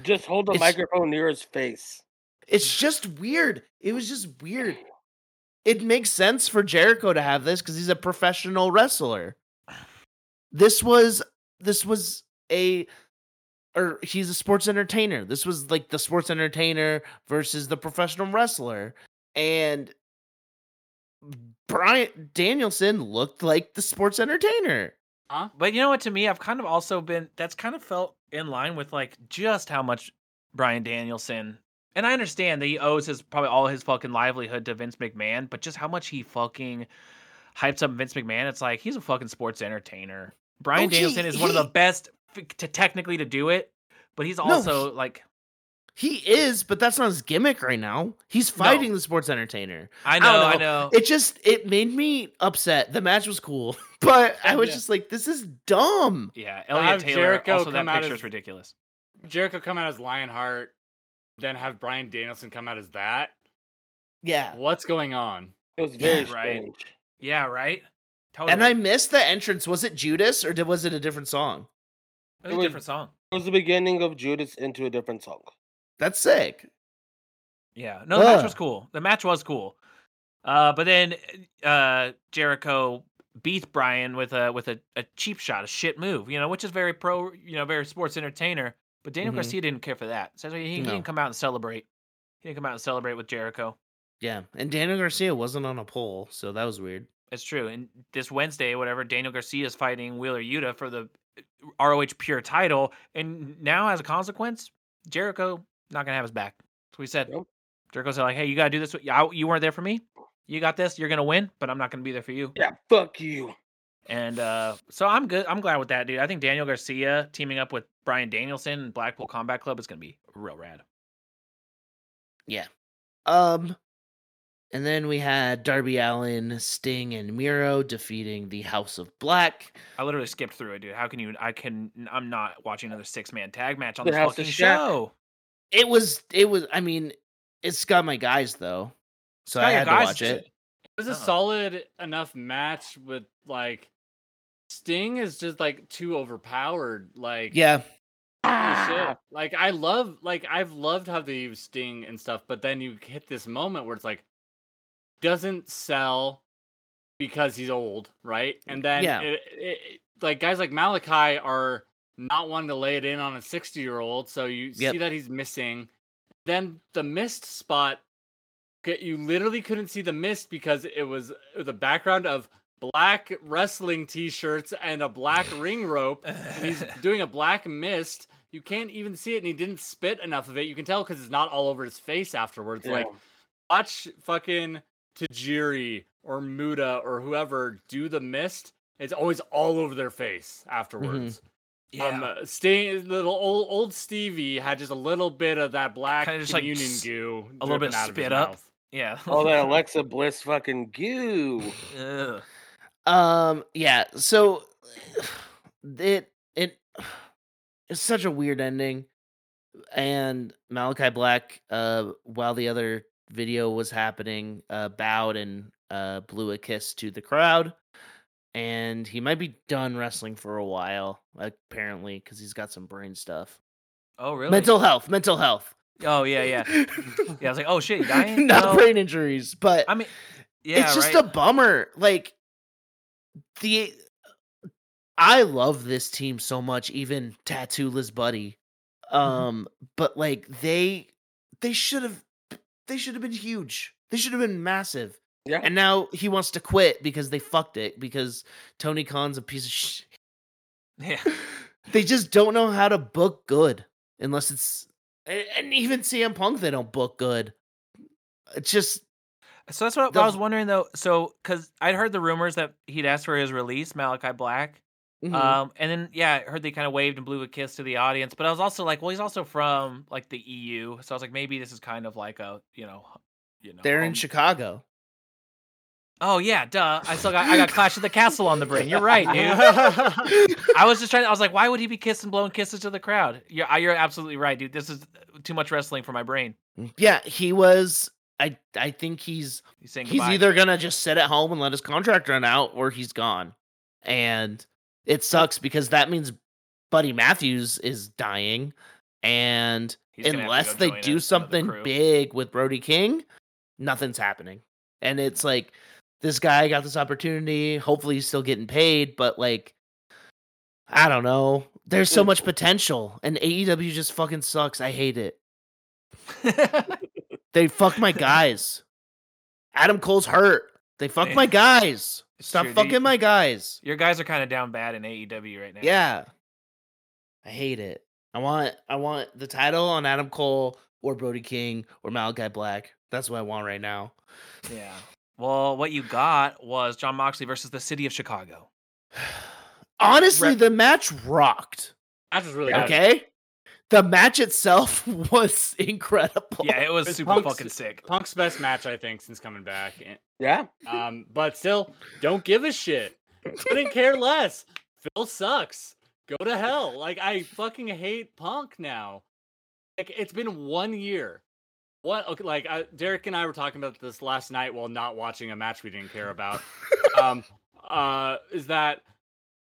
Just hold the It's- microphone near his face. it's just weird it was just weird it makes sense for jericho to have this because he's a professional wrestler this was this was a or he's a sports entertainer this was like the sports entertainer versus the professional wrestler and brian danielson looked like the sports entertainer But you know what? To me, I've kind of also been. That's kind of felt in line with like just how much Brian Danielson. And I understand that he owes his probably all his fucking livelihood to Vince McMahon, but just how much he fucking hypes up Vince McMahon. It's like he's a fucking sports entertainer. Brian Oh, he- Danielson is one of the he- best f- to technically to do it, but he's also like He is, but that's not his gimmick right now. He's fighting the sports entertainer. I don't know, I know. know. It just it made me upset. The match was cool, but I was Yeah. just like, this is dumb. yeah, I'll Elliot have Taylor. Jericho also, that come out picture as- is ridiculous. Jericho come out as Lionheart, then have Brian Danielson come out as that. Yeah. What's going on? It was very Yeah, right. strange. Yeah, right. Totally. And I missed the entrance. Was it Judas or did, was it a different song? It was It a was- different song. It was the beginning of Judas into a different song. That's sick. Yeah. No, the match was Ugh. cool. The match was cool. Uh, but then uh, Jericho beats Brian with a with a, a cheap shot, a shit move, you know, which is very pro, you know, very sports entertainer. But Daniel Mhm. Garcia didn't care for that. So he, he No. didn't come out and celebrate. He didn't come out and celebrate with Jericho. Yeah. And Daniel Garcia wasn't on a poll, so that was weird. It's true. And this Wednesday, whatever, Daniel Garcia is fighting Wheeler Yuta for the uh, ROH Pure title, and now as a consequence, Jericho not gonna have his back. So we said, Nope. Jericho said like, "Hey, you gotta do this. I, you weren't there for me. You got this. You're gonna win, but I'm not gonna be there for you." Yeah, fuck you. And uh, so I'm good. I'm glad with that, dude. I think Daniel Garcia teaming up with Brian Danielson and Blackpool Combat Club is gonna be real rad. Um, and then we had Darby Allen, Sting, and Miro defeating the House of Black. I literally skipped through it, dude. How can you? I can. I'm not watching another six man tag match on The this House of fucking Shaq. show. It was, it was. I mean, it's got my guys though, so I Got your had to guys watch to- it. It was a Uh-uh. solid enough match with like Sting is just like too overpowered. Like Yeah, holy Ah. shit. Like I love like I've loved how they use Sting and stuff, but then you hit this moment where it's like doesn't sell because he's old, right? And then Yeah. it, it, it- like guys like Malachi are not wanting to lay it in on a 60 year old, so you Yep. see that he's missing. Then the missed spot Okay, you literally couldn't see the mist because it was uh, the background of black wrestling t-shirts and a black ring rope. And he's doing a black mist. You can't even see it, and he didn't spit enough of it. You can tell because it's not all over his face afterwards. Like, watch fucking Tajiri or Muda or whoever do the mist. It's always all over their face afterwards. Mm-hmm. Um, uh, Sting, little old, old Stevie had just a little bit of that black Kinda just, like, communion s- goo, a little bit dripping out of his spit up. mouth. yeah. all Oh, that Alexa Bliss fucking goo. Ugh. um, yeah. So it it it's such a weird ending, and Malachi Black, uh, while the other video was happening, uh, bowed and uh, blew a kiss to the crowd. and he might be done wrestling for a while, apparently, because he's got some brain stuff. Oh really? Mental health, mental health. Oh yeah, yeah. Yeah, I was like, oh shit, you dying? Not No. brain injuries, but I mean, yeah, it's just right? a bummer. Like the, I love this team so much. Even tattooless buddy, Mm-hmm. um, but like they, they should have, they should have been huge. They should have been massive. Yeah. And now he wants to quit because they fucked it because Tony Khan's a piece of shit. yeah. they just don't know how to book good unless it's and, and even CM Punk they don't book good. It's just So that's what I was wondering though. So because I'd heard the rumors that he'd asked for his release, Malachi Black. mhm. Um, and then yeah, I heard they kind of waved and blew a kiss to the audience. But I was also like, well, he's also from like the EU, so I was like, maybe this is kind of like a you know, you know, they're in home- Chicago. Oh yeah, duh. I still got I got Clash of the Castle on the brain. You're right, dude. I was just trying. I was like, why would he be kissing, blowing kisses to the crowd? You're, I- you're absolutely right, dude. This is too much wrestling for my brain. yeah, he was I I think he's He's saying he's goodbye. either gonna just sit at home and let his contract run out or he's gone. And it sucks because that means Buddy Matthews is dying. And He's gonna have to unless go they join do a- something another crew. big with Brody King, nothing's happening. And it's like this guy got this opportunity. Hopefully, he's still getting paid, but like, I don't know. There's so much potential, and AEW just fucking sucks. I hate it. They fuck my guys. Adam Cole's hurt. They fuck Man. my guys. It's Stop true, dude. fucking my guys. Your guys are kind of down bad in AEW right now. Yeah. I hate it. I want I want the title on Adam Cole or Brody King or Malachi Black. That's what I want right now. Yeah. Well, what you got was John Moxley versus the City of Chicago. Honestly, Re- the match rocked. That's just really Okay? the match itself was incredible. Yeah, it was Chris super Punk's- fucking sick. Punk's best match I think since coming back. And- Yeah. Um, but still, don't give a shit. Couldn't care less. Phil sucks. Go to hell. Like I fucking hate Punk now. Like it's been one year. What? Okay, like I, Derek and I were talking about this last night while not watching a match we didn't care about. um, uh, is that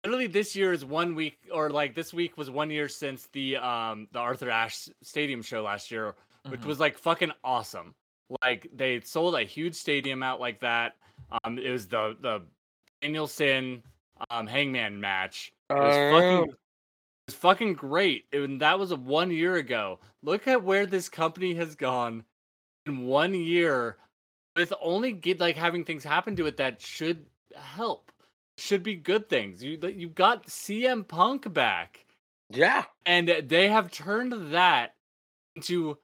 literally this year is one week, or like this week was one year since the um the Arthur Ashe Stadium show last year, which Mhm. was like fucking awesome. Like they sold a huge stadium out like that. Um, it was the the Danielson um Hangman match. It was fucking, Oh. it was fucking great. It, and that was a one year ago. Look at where this company has gone in one year. With only get, like having things happen to it that should help, should be good things. You you got CM Punk back Yeah. and they have turned that into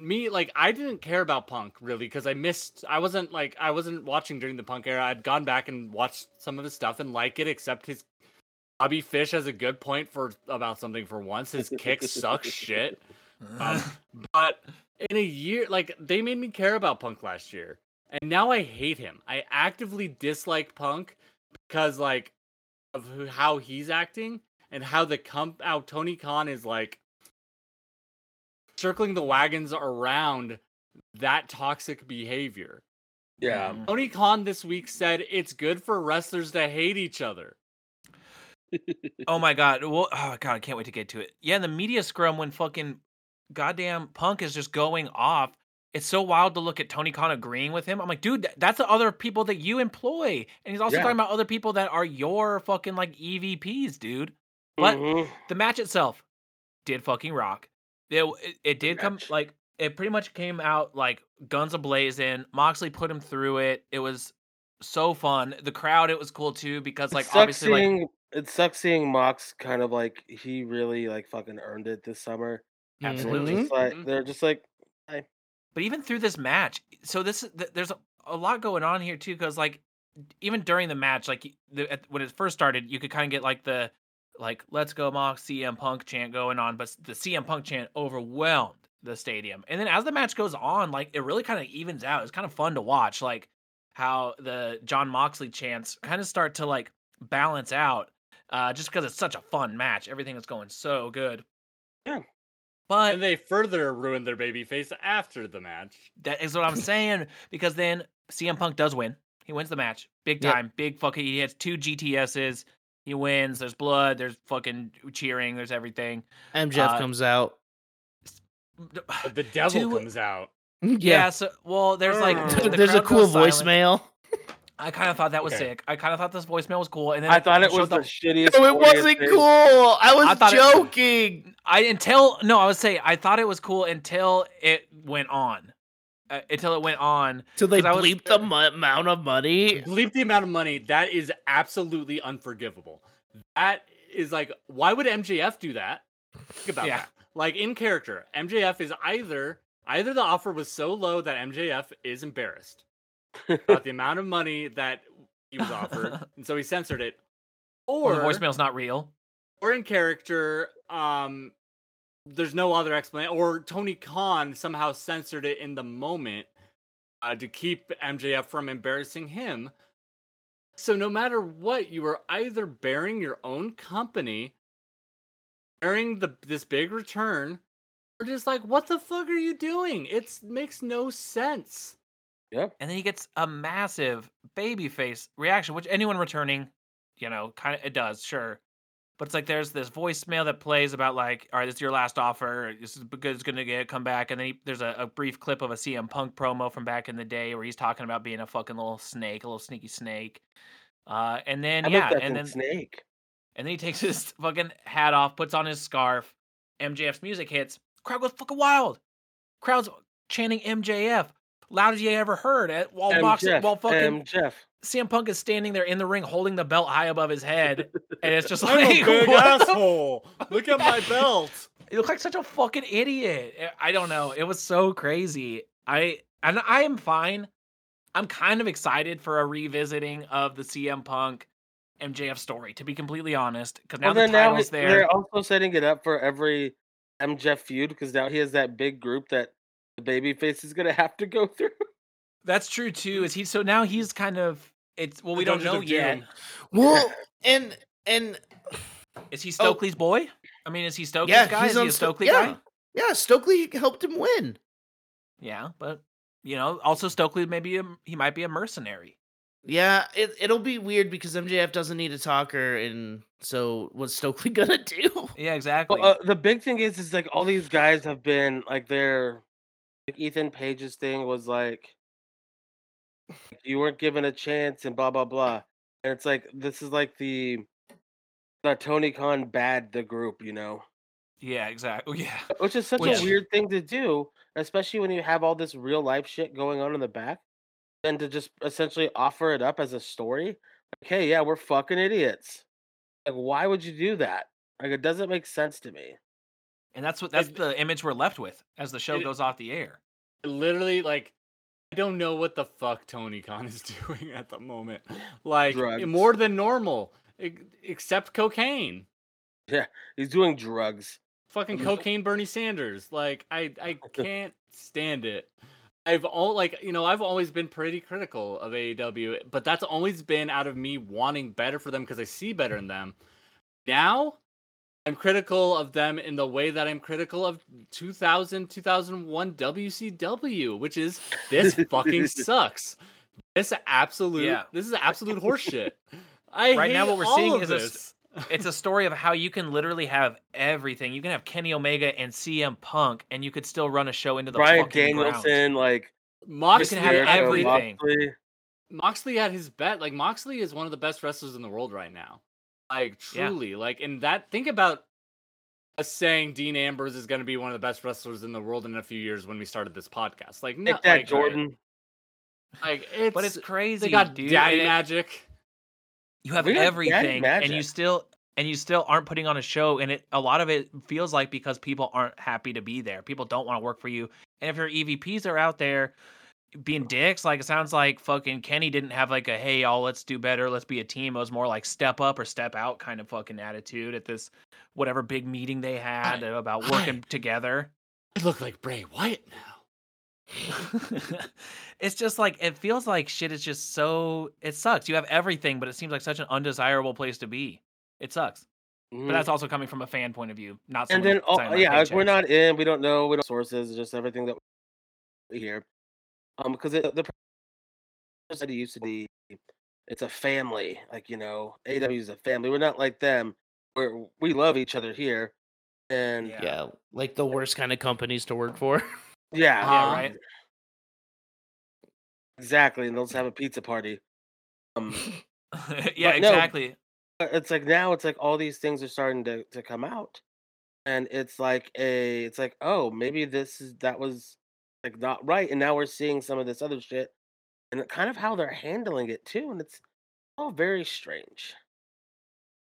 me like i didn't care about punk really because i missed i wasn't like i wasn't watching during the punk era i'd gone back and watched some of his stuff and like it except his bobby fish has a good point for about something for once his kicks suck shit Mm. um, but in a year like they made me care about punk last year and now i hate him i actively dislike punk because like of who, how he's acting and how the comp how tony khan is like circling the wagons around that toxic behavior Yeah. Mhm. tony khan this week said it's good for wrestlers to hate each other Oh my god. Well, oh god, I can't wait to get to it. Yeah, the media scrum when fucking goddamn Punk is just going off. It's so wild to look at Tony Khan agreeing with him. I'm like, dude, th- that's the other people that you employ, and he's also Yeah. talking about other people that are your fucking like EVPs, dude. But Mhm. the match itself did fucking rock. It it, it did come match. like it pretty much came out like guns ablazing. Moxley put him through it. It was so fun. The crowd, it was cool too because It like sucks obviously like seeing, it sucks seeing Mox kind of like he really like fucking earned it this summer. And they're Absolutely. just like Mhm. they're just like but even through this match so this is- th- there's a, a lot going on here too because like even during the match like y- the, at, when it first started you could kind of get like the like let's go mock cm punk chant going on but s- the cm punk chant overwhelmed the stadium and then as the match goes on like it really kind of evens out it's kind of fun to watch like how the john moxley chants kind of start to like balance out uh just because it's such a fun match everything is going so good Yeah. but and they further ruined their baby face after the match That is what I'm saying. Because then CM Punk does win. He wins the match. Big Yep. time. Big fucking he hits two GTSs. He wins. There's blood. There's fucking cheering. There's everything. MJF Uh, comes out. but the devil Two- comes out Yeah, Yeah. so well, there's like Yeah. the There's a crowd cool goes voicemail. silent. I kind of thought that was Okay. sick. I kind of thought this voicemail was cool, and then I thought it showed was the, the- shittiest. No, Oh, it corniest wasn't thing. cool. I was thought it- joking. I until no, I would say I thought it was cool until it went on, uh, until it went on. Till they 'Cause I was- bleeped the mu- amount of money. bleep the amount of money that is absolutely unforgivable that is like why would mjf do that think about Yeah. that like in character mjf is either either the offer was so low that mjf is embarrassed about the amount of money that he was offered and so he censored it Or or the voicemail's not real. or in character um there's no other explanation or tony khan somehow censored it in the moment uh, to keep mjf from embarrassing him so no matter what you are either bearing your own company bearing the this big return or just like what the fuck are you doing it makes no sense and then he gets a massive babyface reaction, which anyone returning, you know, kind of it does, sure. But it's like there's this voicemail that plays about like, all right, this is your last offer. This is good. It's gonna get come back. And then he, there's a, a brief clip of a CM Punk promo from back in the day where he's talking about being a fucking little snake, a little sneaky snake. Uh, and then I yeah, yeah, that and and then snake. and then he takes his fucking hat off, puts on his scarf. MJF's music hits. Crowd goes fucking wild. Crowd's chanting MJF loud as you ever heard. At, while boxing, MJF, while fucking MJF. CM Punk is standing there in the ring, holding the belt high above his head, and it's just I'm a like, big what the asshole look at my belt you look like such a fucking idiot. Eh, I- I don't know. It was so crazy. I and I am fine. I'm kind of excited for a revisiting of the CM Punk MJF story, to be completely honest. Because now Well, then the now title's he- there. they're also setting it up for every MJF feud because now he has that big group that the babyface is gonna have to go through. That's true too. Is he so now he's kind of it's well we The don't Dungeons know of yet. Doom. Well, and and Is he Stokely's boy? I mean, is he Stokely's yeah, guy? he's Is he on a Sto- Stokely yeah. guy? Yeah, Stokely helped him win. Yeah, but you know, also Stokely maybe a, he might be a mercenary. Yeah, it, it'll be weird because MJF doesn't need a talker, and so what's Stokely gonna do? Yeah, exactly. Well, uh, the big thing is, is like all these guys have been like their like Ethan Page's thing was like you weren't given a chance and blah blah blah, and it's like this is like the the Tony Khan bad the group, you know, yeah, exactly. Yeah, which is such Which- a weird thing to do, especially when you have all this real life shit going on in the back, and to just essentially offer it up as a story. Like, hey, yeah, we're fucking idiots. Like, why would you do that? Like, it doesn't make sense to me. and that's what that's It- the image we're left with as the show it- goes off the air. Literally, like, I don't know what the fuck Tony Khan is doing at the moment. Like, Drugs. more than normal, e- except cocaine. He's doing drugs. Fucking Mhm. cocaine Bernie Sanders. Like, I, I can't stand it. I've all like you know I've always been pretty critical of AEW, but that's always been out of me wanting better for them because I see better in them. Now, I'm critical of them in the way that I'm critical of 2000 2001 WCW, which is this fucking sucks. This absolute Yeah. this is absolute horseshit. I Right now hate what we're all seeing of is a s- this. It's a story of how you can literally have everything. You can have Kenny Omega and CM Punk, and you could still run a show into the Brian fucking ground. Danielson, like You Moxley can have Jericho, everything. Moxley. Moxley at his best. Like Moxley is one of the best wrestlers in the world right now. Like Yeah. truly, like and that think about us saying Dean Ambrose is going to be one of the best wrestlers in the world in a few years when we started this podcast. Like no, Take that, like, Jordan. Like it's, But it's crazy. they got dude. daddy and it- magic. you have We got daddy everything and you magic. still and you still aren't putting on a show and it a lot of it feels like because people aren't happy to be there people don't want to work for you and if your evps are out there being dicks like it sounds like fucking kenny didn't have like a hey all let's do better let's be a team it was more like step up or step out kind of fucking attitude at this whatever big meeting they had about working together I look like Bray Wyatt now. it's just like it feels like shit is just so it sucks you have everything but it seems like such an undesirable place to be it sucks Mhm. but that's also coming from a fan point of view, not. and someone then oh, signing my yeah, like, we're paychecks. not in. We don't know. We don't sources. Just everything that we hear. Um, because it, the person that it used to be, it's a family. Like you know, AW is a family. We're not like them. We're we love each other here, and yeah, Yeah. Yeah, like the worst kind of companies to work for. Yeah, Uh, right. um exactly. And they'll just have a pizza party. Um, yeah, But no. exactly. But it's like now it's like all these things are starting to, to come out and it's like a it's like oh maybe this is that was like not right and now we're seeing some of this other shit and it- kind of how they're handling it too and it's all very strange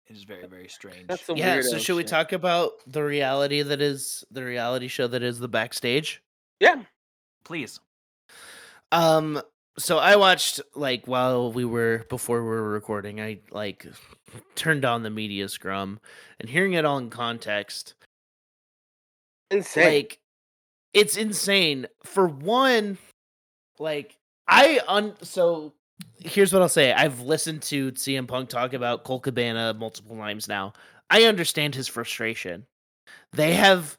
It is very, very strange. that's the yeah. weirdo So should we shit. talk about the reality that is the reality show that is the backstage? yeah Please. Um. So I watched like while we were before we were recording. I like turned on the media scrum and hearing it all in context. insane Like, it's insane. For one, like I un so here's what I'll say. I've listened to CM Punk talk about Cole Cabana multiple times now. I understand his frustration. They have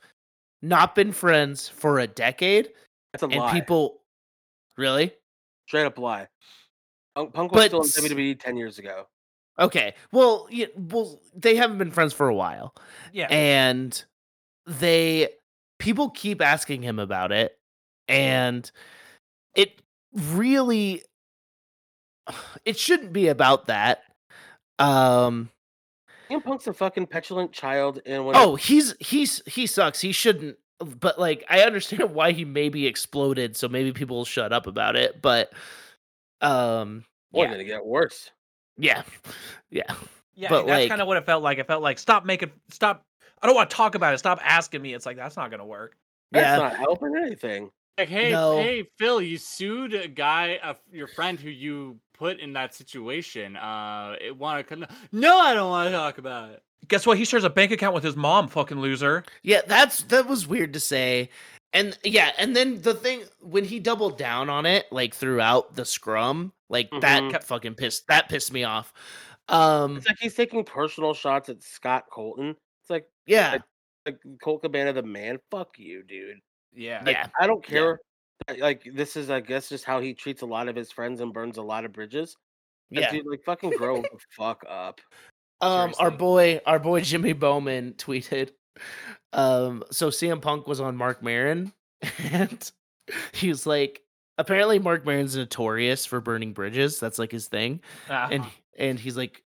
not been friends for a decade, that's a and lie people really straight up lie punk, punk was But still in s- wwe 10 years ago okay. Well, yeah, well, they haven't been friends for a while. Yeah. and they people keep asking him about it and it really it shouldn't be about that um CM Punk's a fucking petulant child and when oh he's he's he sucks he shouldn't but like i understand why he maybe exploded so maybe people will shut up about it but um boy yeah, did it get worse yeah yeah yeah, but, that's like- kind of what it felt like. It felt like stop making stop. I don't want to talk about it. Stop asking me. It's like that's not gonna work. that's Yeah. not helping anything Like hey No. hey Phil, you sued a guy, a, your friend who you put in that situation, uh, it want to no, I don't want to talk about it. Guess what? He shares a bank account with his mom, fucking loser. Yeah, that's that was weird to say. And yeah, and then the thing when he doubled down on it like throughout the scrum, like that Mhm. kept fucking pissed that pissed me off. Um It's like he's taking personal shots at Scott Colton. It's like yeah, I- like Colt Cabana the man. Fuck you, dude. Yeah. yeah. I don't care. I- Like this is, I guess, just how he treats a lot of his friends and burns a lot of bridges. Like, Yeah. dude, like fucking grow the fuck up. Um, our Seriously. boy, our boy Jimmy Bowman tweeted. Um, so CM Punk was on Mark Marin, and he was like, apparently Mark Marin's notorious for burning bridges. That's like his thing, Ah. and and he's like,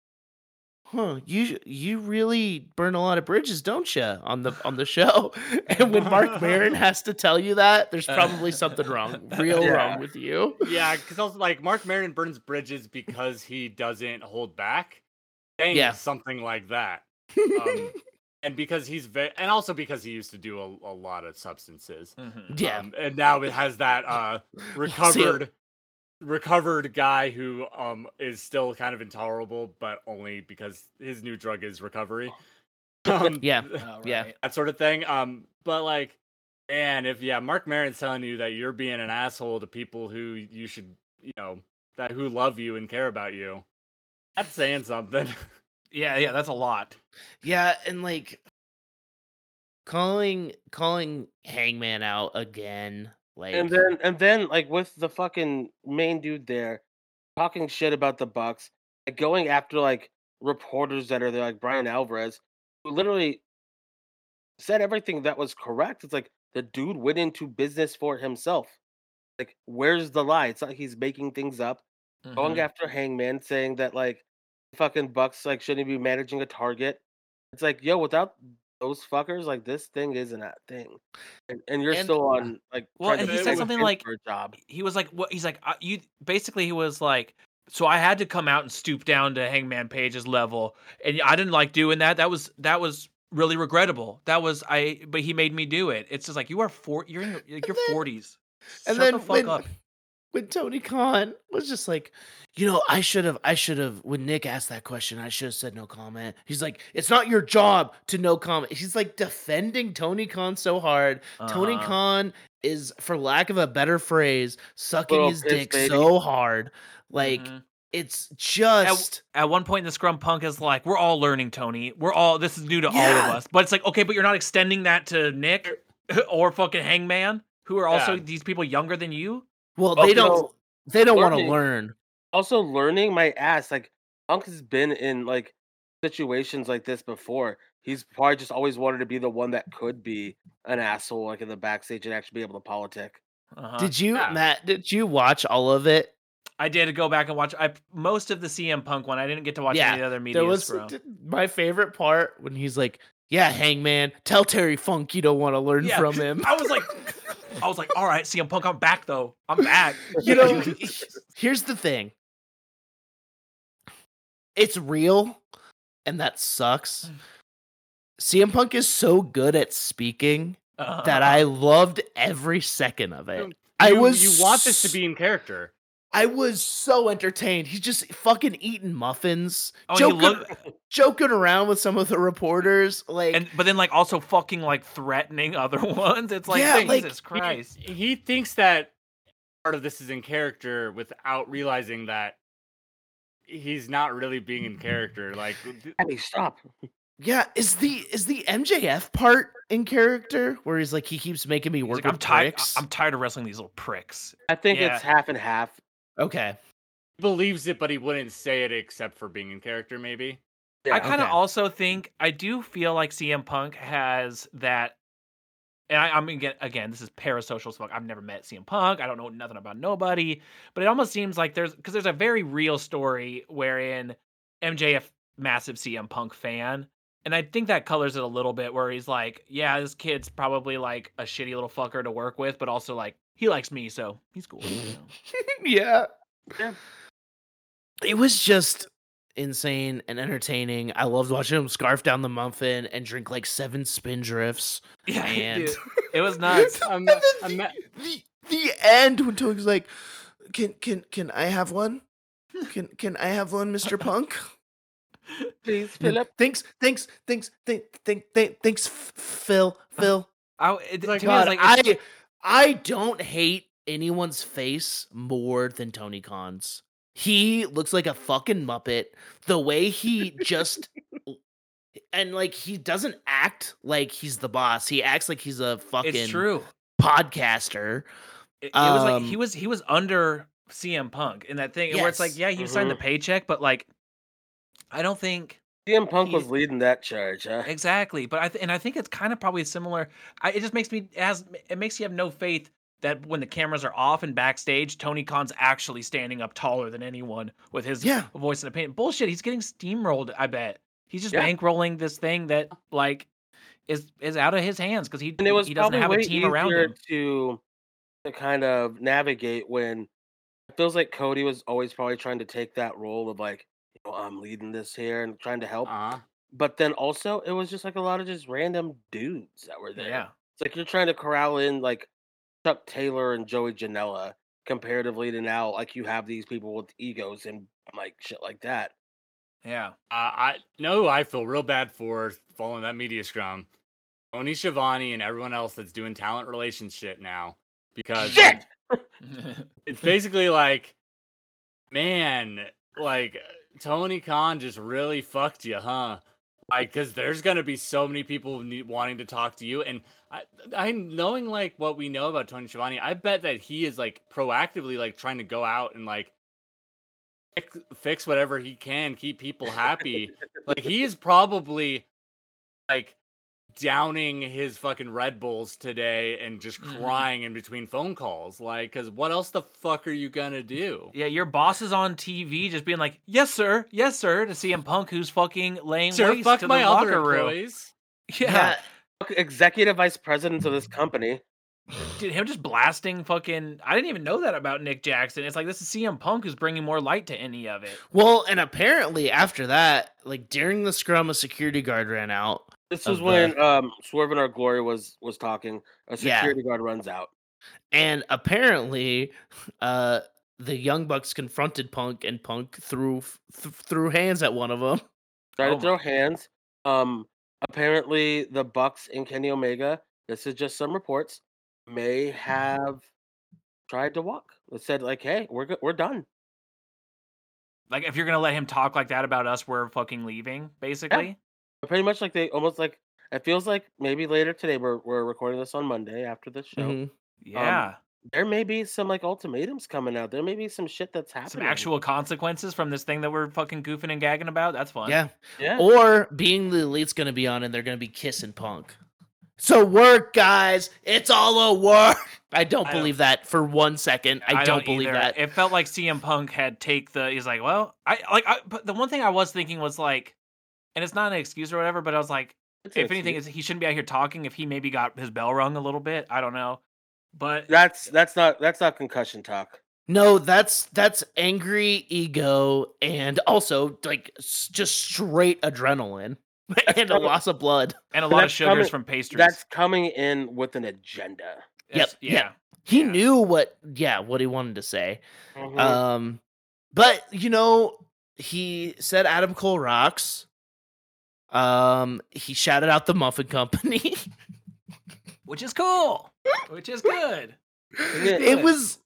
huh, you you really burn a lot of bridges, don't you? On the on the show, and when Mark Marin has to tell you that, there's probably something wrong, real Yeah. wrong with you. Yeah, because also like Mark Maron burns bridges because he doesn't hold back. Dang, Yeah. something like that. Um, and because he's very, and also because he used to do a, a lot of substances. Mhm. yeah, Um, and now it has that uh recovered recovered guy who um is still kind of intolerable, but only because his new drug is recovery. Um, Yeah. Oh, Yeah. right. that sort of thing. Um, but like, and if yeah, Mark Maron's telling you that you're being an asshole to people who you should, you know, that who love you and care about you, that's saying something. Yeah. Yeah. That's a lot. Yeah, and like calling calling Hangman out again, like And then, and then, like with the fucking main dude there, talking shit about the Bucks, like going after like reporters that are there, like Brian Alvarez, who literally said everything that was correct. It's like the dude went into business for himself. Like, where's the lie? It's not like he's making things up. going Mhm. after Hangman, saying that like fucking Bucks like shouldn't be managing a target. It's like, yo, without those fuckers, like this thing isn't a thing, and, and you're And- still on like. Well, trying and to he said fight something him like- for a job. he was like what he's like uh, you basically he was like so i had to come out and stoop down to hangman page's level and i didn't like doing that that was that was really regrettable that was i but he made me do it it's just like you are four you're in your, like, your then- 40s and Shut then the fuck when, up when Tony Khan was just like, you know, I should have I should have when Nick asked that question, I should have said no comment. He's like, it's not your job to no comment. He's like defending Tony Khan so hard. Tony Uh-huh. Khan is, for lack of a better phrase, sucking Little his piss dick baby. so hard. Like Mhm. it's just at one point in the scrum punk is like we're all learning tony we're all this is new to all Yeah. of us but it's like okay but you're not extending that to nick or fucking hangman who are also Yeah. these people younger than Oh, you well, they don't Also- they don't want to learning- learn. Also, learning my ass. Like, Punk has been in like situations like this before. He's probably just always wanted to be the one that could be an asshole, like in the backstage, and actually be able to politic. uh-huh. Did you, yeah. Matt? Did you watch all of it? I did go back and watch I most of the CM Punk one. I didn't get to watch Yeah, any of the other media There was scrum. d- my favorite part when he's like, "Yeah, Hangman, tell Terry Funk you don't want to learn Yeah, from him." I was like, I was like, all right, CM Punk, I'm back though. I'm back. you know, here's the thing. It's real, and that sucks. Mm. CM Punk is so good at speaking Uh, that I loved every second of it. Uh-huh. You- I you- was you want this to s- be in character. I was so entertained. He's just fucking eating muffins, oh, you joking, look, joking around with some of the reporters. Like, and but then like also fucking like threatening other ones. It's like Yeah, like, Jesus Christ. He, he thinks that part of this is in character without realizing that he's not really being in character. Like, th- Abby, stop. Yeah, is the is the MJF part in character where he's like he keeps making me He's work like, with I'm tired. pricks? I'm tired of wrestling these little pricks. I think Yeah. it's half and half. okay. he believes it, but he wouldn't say it except for being in character. Maybe. I Yeah. kind of Okay. also think I do feel like CM Punk has that, and I, I'm again, again, this is parasocial as fuck. I've never met CM Punk. I don't know nothing about nobody, but it almost seems like there's because there's a very real story wherein MJF massive CM Punk fan, and I think that colors it a little bit where he's like, yeah, this kid's probably like a shitty little fucker to work with, but also like he likes me, so he's cool. you know? yeah. Yeah. It was just insane and entertaining. I loved watching him scarf down the muffin and drink like seven spin drifts. yeah, And- dude, it was nuts. I'm- And then I'm the, not- the, the end when Tony's like, Can can can I have one? Can can I have one, Mr. Punk? Please, And Philip. Thanks, thanks, thanks, thank, thank, thank, thanks, F- Phil, Phil. I, it, Like, to me, it's God, like it's- I I don't hate anyone's face more than Tony Khan's. He looks like a fucking muppet. The way he just and like he doesn't act like he's the boss. He acts like he's a fucking it's true. podcaster. It, it was like he Um, was he was under CM Punk in that thing where it's Yes. like yeah you signed the Mhm. paycheck but like I don't think CM Punk was He- leading that charge, huh? exactly but I th- and I think it's kind of probably similar. I, it just makes me as it makes you have no faith that when the cameras are off and backstage Tony Khan's actually standing up taller than anyone with his Yeah. voice and opinion. Bullshit. He's getting steamrolled. I bet he's just Yeah. bankrolling this thing that like is is out of his hands because he And it was he doesn't probably have way a team easier around him. to to kind of navigate when it feels like Cody was always probably trying to take that role of like, you know, I'm leading this here and trying to Uh help. Uh-huh. But then also it was just like a lot of just random dudes that were there. Yeah. It's like you're trying to corral in like Chuck Taylor and Joey Janela comparatively to now, like you have these people with egos and like shit like that. Yeah. Uh, I no, I feel real bad for following that media scrum. Tony Schiavone and everyone else that's doing talent relation shit now because Shit! it's basically like, man, like Tony Khan just really fucked you, huh? Like, because there's gonna be so many people need, wanting to talk to you, and I, I knowing like what we know about Tony Schiavone, I bet that he is like proactively like trying to go out and like fix, fix whatever he can, keep people happy. like he is probably like downing his fucking Red Bulls today and just Mhm. crying in between phone calls. Like, cause what else the fuck are you gonna do? yeah, your boss is on TV just being like, "Yes, sir, yes, sir," to CM Punk, who's fucking laying Sure, waste fuck to my the other locker room. employees. Yeah. Fuck Executive vice presidents of this company. dude, him just blasting fucking. I didn't even know that about Nick Jackson. It's like this is CM Punk who's bringing more light to any of it. Well, and apparently after that, like during the scrum, a security guard ran out. This was Of when um Swerve and our glory was was talking. A Yeah. security guard runs out. And apparently, uh, the Young Bucks confronted Punk, and Punk threw th- threw hands at one of them. Try Oh to my- throw hands. Um, apparently the Bucks and Kenny Omega. This is just some reports. May have tried to walk. It said like, "Hey, we're go- we're done." Like, if you're gonna let him talk like that about us, we're fucking leaving, basically. But pretty much like they almost like it feels like maybe later today. We're we're recording this on Monday after the show. Mm-hmm. Mhm. Yeah, There may be some like ultimatums coming out. There may be some shit that's Um, happening. some actual consequences from this thing that we're fucking goofing and gagging about. That's fun. Yeah. yeah. Or being the elite's going to be on, and they're going to be kissing Punk. So work, guys. It's all a work. I don't I don't- believe that for one second. I, don't, believe either. that. It felt like CM Punk had take the. He's like, well, I like. I, but the one thing I was thinking was like, and it's not an excuse or whatever, but I was like, It's an if anything, excuse. is he shouldn't be out here talking. If he maybe got his bell rung a little bit, I don't know. But that's that's not that's not concussion talk. No, that's that's angry ego, and also like s- just straight adrenaline and a probably- loss of blood. and a lot of that's sugars coming- from pastries. That's coming in with an agenda. That's- yep, yeah. yep. He Yeah. knew what, yeah, what he wanted to say. Mm-hmm. Mhm. Um, but you know, he said Adam Cole rocks. Um, he shouted out the Muffin Company. which is cool, which is good. Yeah. it was,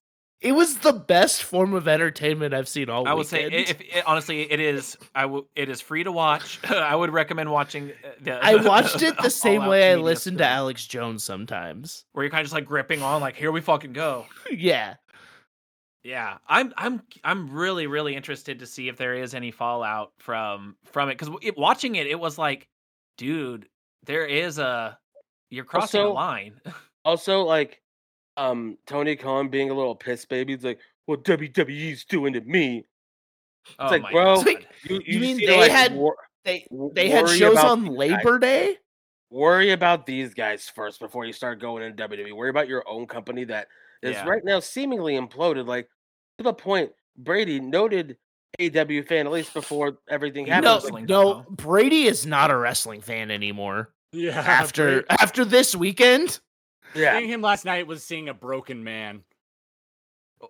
it was the best form of entertainment I've seen all. I would say, i- weekend. if it, honestly, it is. I w- it is free to watch. I would recommend watching. uh, The, I watched it the All same Out way I Media listened to Scrum, Alex Jones sometimes. where you're kind of just like gripping on, like here we fucking go. yeah, Yeah, I'm I'm I'm really really interested to see if there is any fallout from from it because it, watching it, it was like, dude, there is a you're crossing a Also- line. Also, like, um, Tony Khan being a little piss baby. He's like, "What WWE's doing to me?" Oh like, my bro, God. Sweet. You, You mean seem to, they had- wor- they w- they had worry shows about on these guys. Labor Day. Worry about these guys first before you start going into WWE. Worry about your own company that is Yeah. right now seemingly imploded. Like to the point, Brady noted AW fan at least before everything He Yeah, No, happened. wrestling no, doesn't Brady is not a wrestling fan anymore. Yeah. After uh, after this weekend, yeah, seeing him last night was seeing a broken man.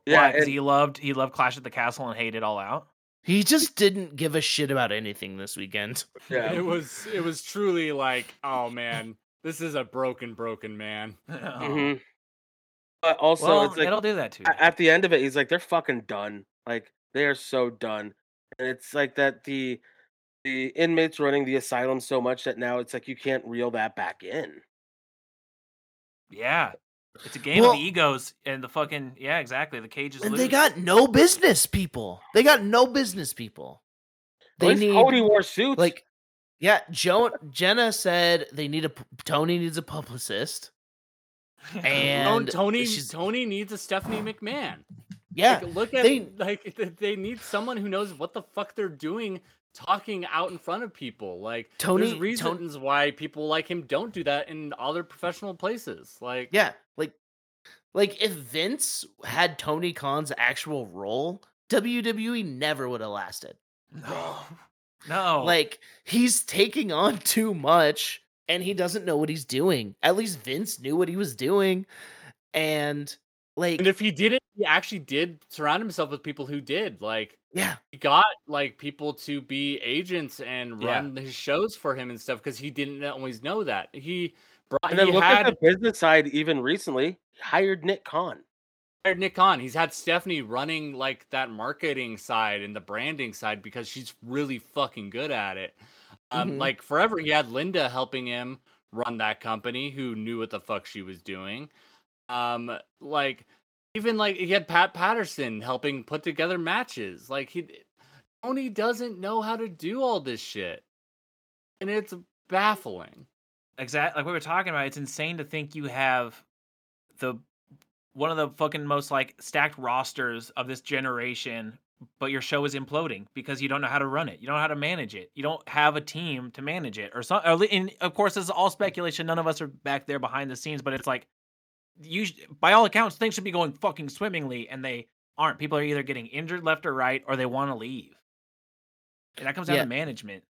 yeah, Why? 'Cause and- he loved he loved Clash at the Castle and hated All Out. He just didn't give a shit about anything this weekend. It was it was truly like, oh man, this is a broken, broken man. hmm But also, Oh, well, it's like it'll do that too. a- at the end of it, he's like, they're fucking done. Like they are so done, and it's like that the the inmates running the asylum so much that now it's like you can't reel that back in. yeah, it's a game Well- of the egos and the fucking yeah, exactly. The cage is And loose. they got no business people. They got no business people. At They least need Cody wore suits. like yeah, Joan Jenna said they need a p- Tony needs a publicist. Tony- And Tony she's- Tony needs a Stephanie McMahon. yeah, Like, look at they- like th- they need someone who knows what the fuck they're doing talking out in front of people. Like Tony- there's Ton- reasons why people like him don't do that in other professional places. Like yeah, like like if Vince had Tony Khan's actual role, WWE never would have lasted. no, no, Like he's taking on too much and he doesn't know what he's doing. At least Vince knew what he was doing. And like and if he did it, he actually did surround himself with people who did. Like yeah, he got like people to be agents and Yeah. run his shows for him and stuff because he didn't always know that. He brought and then he look had at the business side. Even recently, he hired Nick Khan. hired Nick Khan. He's had Stephanie running like that marketing side and the branding side because she's really fucking good at it. Um, Mhm. Like forever, he had Linda helping him run that company, who knew what the fuck she was doing. Um, like even like he had Pat Patterson helping put together matches. Like he, Tony doesn't know how to do all this shit, and it's baffling. exactly like we were talking about it's insane to think you have the one of the fucking most like stacked rosters of this generation but your show is imploding because you don't know how to run it you don't know how to manage it you don't have a team to manage it or some or, li- and of course this is all speculation none of us are back there behind the scenes but it's like you sh- by all accounts things should be going fucking swimmingly and they aren't people are either getting injured left or right or they want to leave and that comes down Yeah. to management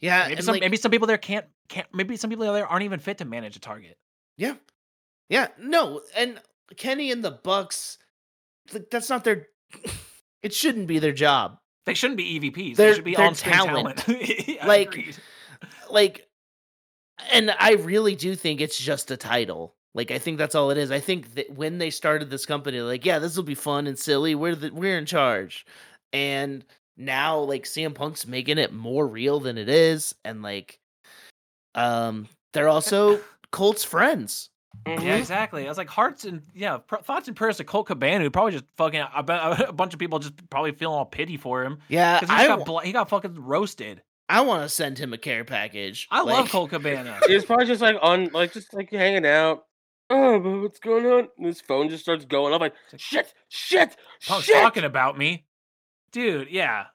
yeah. maybe Uh, and, some like- maybe some people there can't can't maybe some people there aren't even fit to manage a target. Yeah. Yeah. No, and Kenny and the Bucks, like that's not their it shouldn't be their job. They shouldn't be EVPs. They're- they should be they're on screen talent. Yeah, I Like- agreed. Like and I really do think it's just a title. Like I think that's all it is. I think that when they started this company, like, yeah, this will be fun and silly. We're the we're in charge. And now like CM Punk's making it more real than it is. And like um they're also Colt's friends. mm-hmm. yeah, exactly. I was like hearts and yeah, pr- thoughts and prayers to Colt Cabana, who probably just fucking a, bu- a bunch of people just probably feeling all pity for him Yeah. because he, Uh, I, just got w- bla- he got fucking roasted. I want to send him a care package. I love Like- Colt Cabana. He was probably just like on, like just like hanging out. Oh, but what's going on? And his phone just starts going off. Like shit, shit, Punk's shit. talking about me, dude. Yeah,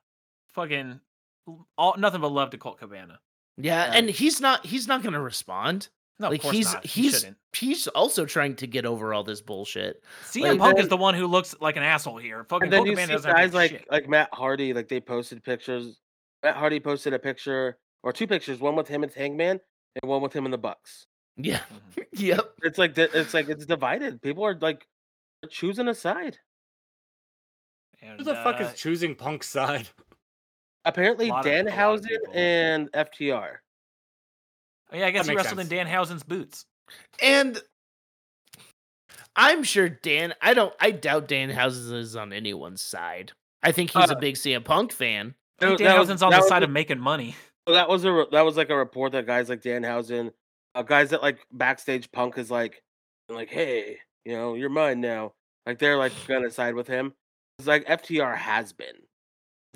fucking all nothing but love to Colt Cabana. Yeah, Yeah. and he's not he's not going to respond. No, like of course he's not. He he's shouldn't. he's also trying to get over all this bullshit. CM like, Punk then- is the one who looks like an asshole here. Fucking And then Colt you Cabana see doesn't have to guys do like shit. like Matt Hardy, like they posted pictures. Matt Hardy posted a picture or two pictures, one with him and Hangman, and one with him and the Bucks. Yeah. Mhm. yep. It's like di- it's like it's divided. People are like choosing a side. Who the fuck And, uh, is choosing Punk's side? Apparently, Lot of- a lot of Danhausen people. and FTR. uh, yeah, I guess he makes wrestled in Dan boots. And I'm sure Dan I don't I doubt Dan Houses is on anyone's side. I think Uh. he's a big CM Punk fan. I think No, that was- Danhausen's on that the was side a- of making money. Well, that was a re- that was like a report that guys like Danhausen, uh, guys that like backstage Punk is like, like hey, you know, you're mine now. Like they're like gonna side with him. It's like FTR has been.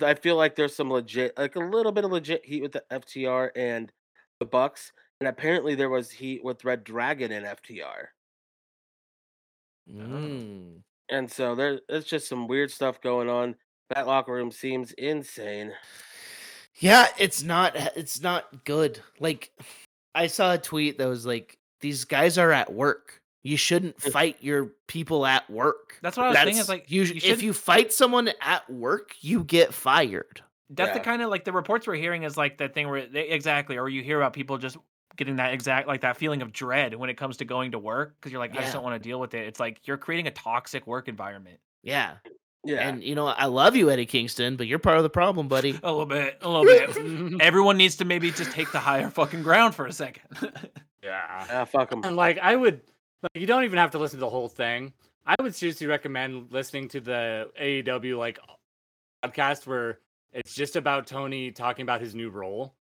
I feel like there's some legit, like a little bit of legit heat with the FTR and the Bucks, and apparently there was heat with Red Dragon and FTR, Mm. and so there it's just some weird stuff going on. That locker room seems insane. Yeah, it's not it's not good. Like I saw a tweet that was like these guys are at work. You shouldn't fight your people at work. That's what I was thinking. It's like you, you if should- you fight someone at work, you get fired. That's the Yeah. kind of like the reports we're hearing is like that thing where they, exactly, or you hear about people just getting that exact like that feeling of dread when it comes to going to work because you're like, I Yeah. just don't want to deal with it. It's like you're creating a toxic work environment. Yeah. Yeah. And you know, I love you, Eddie Kingston, but you're part of the problem, buddy. A little bit, a little bit. Everyone needs to maybe just take the higher fucking ground for a second. Yeah. ah, fuck him. And like I would like you don't even have to listen to the whole thing. I would seriously recommend listening to the AEW like podcast where it's just about Tony talking about his new role.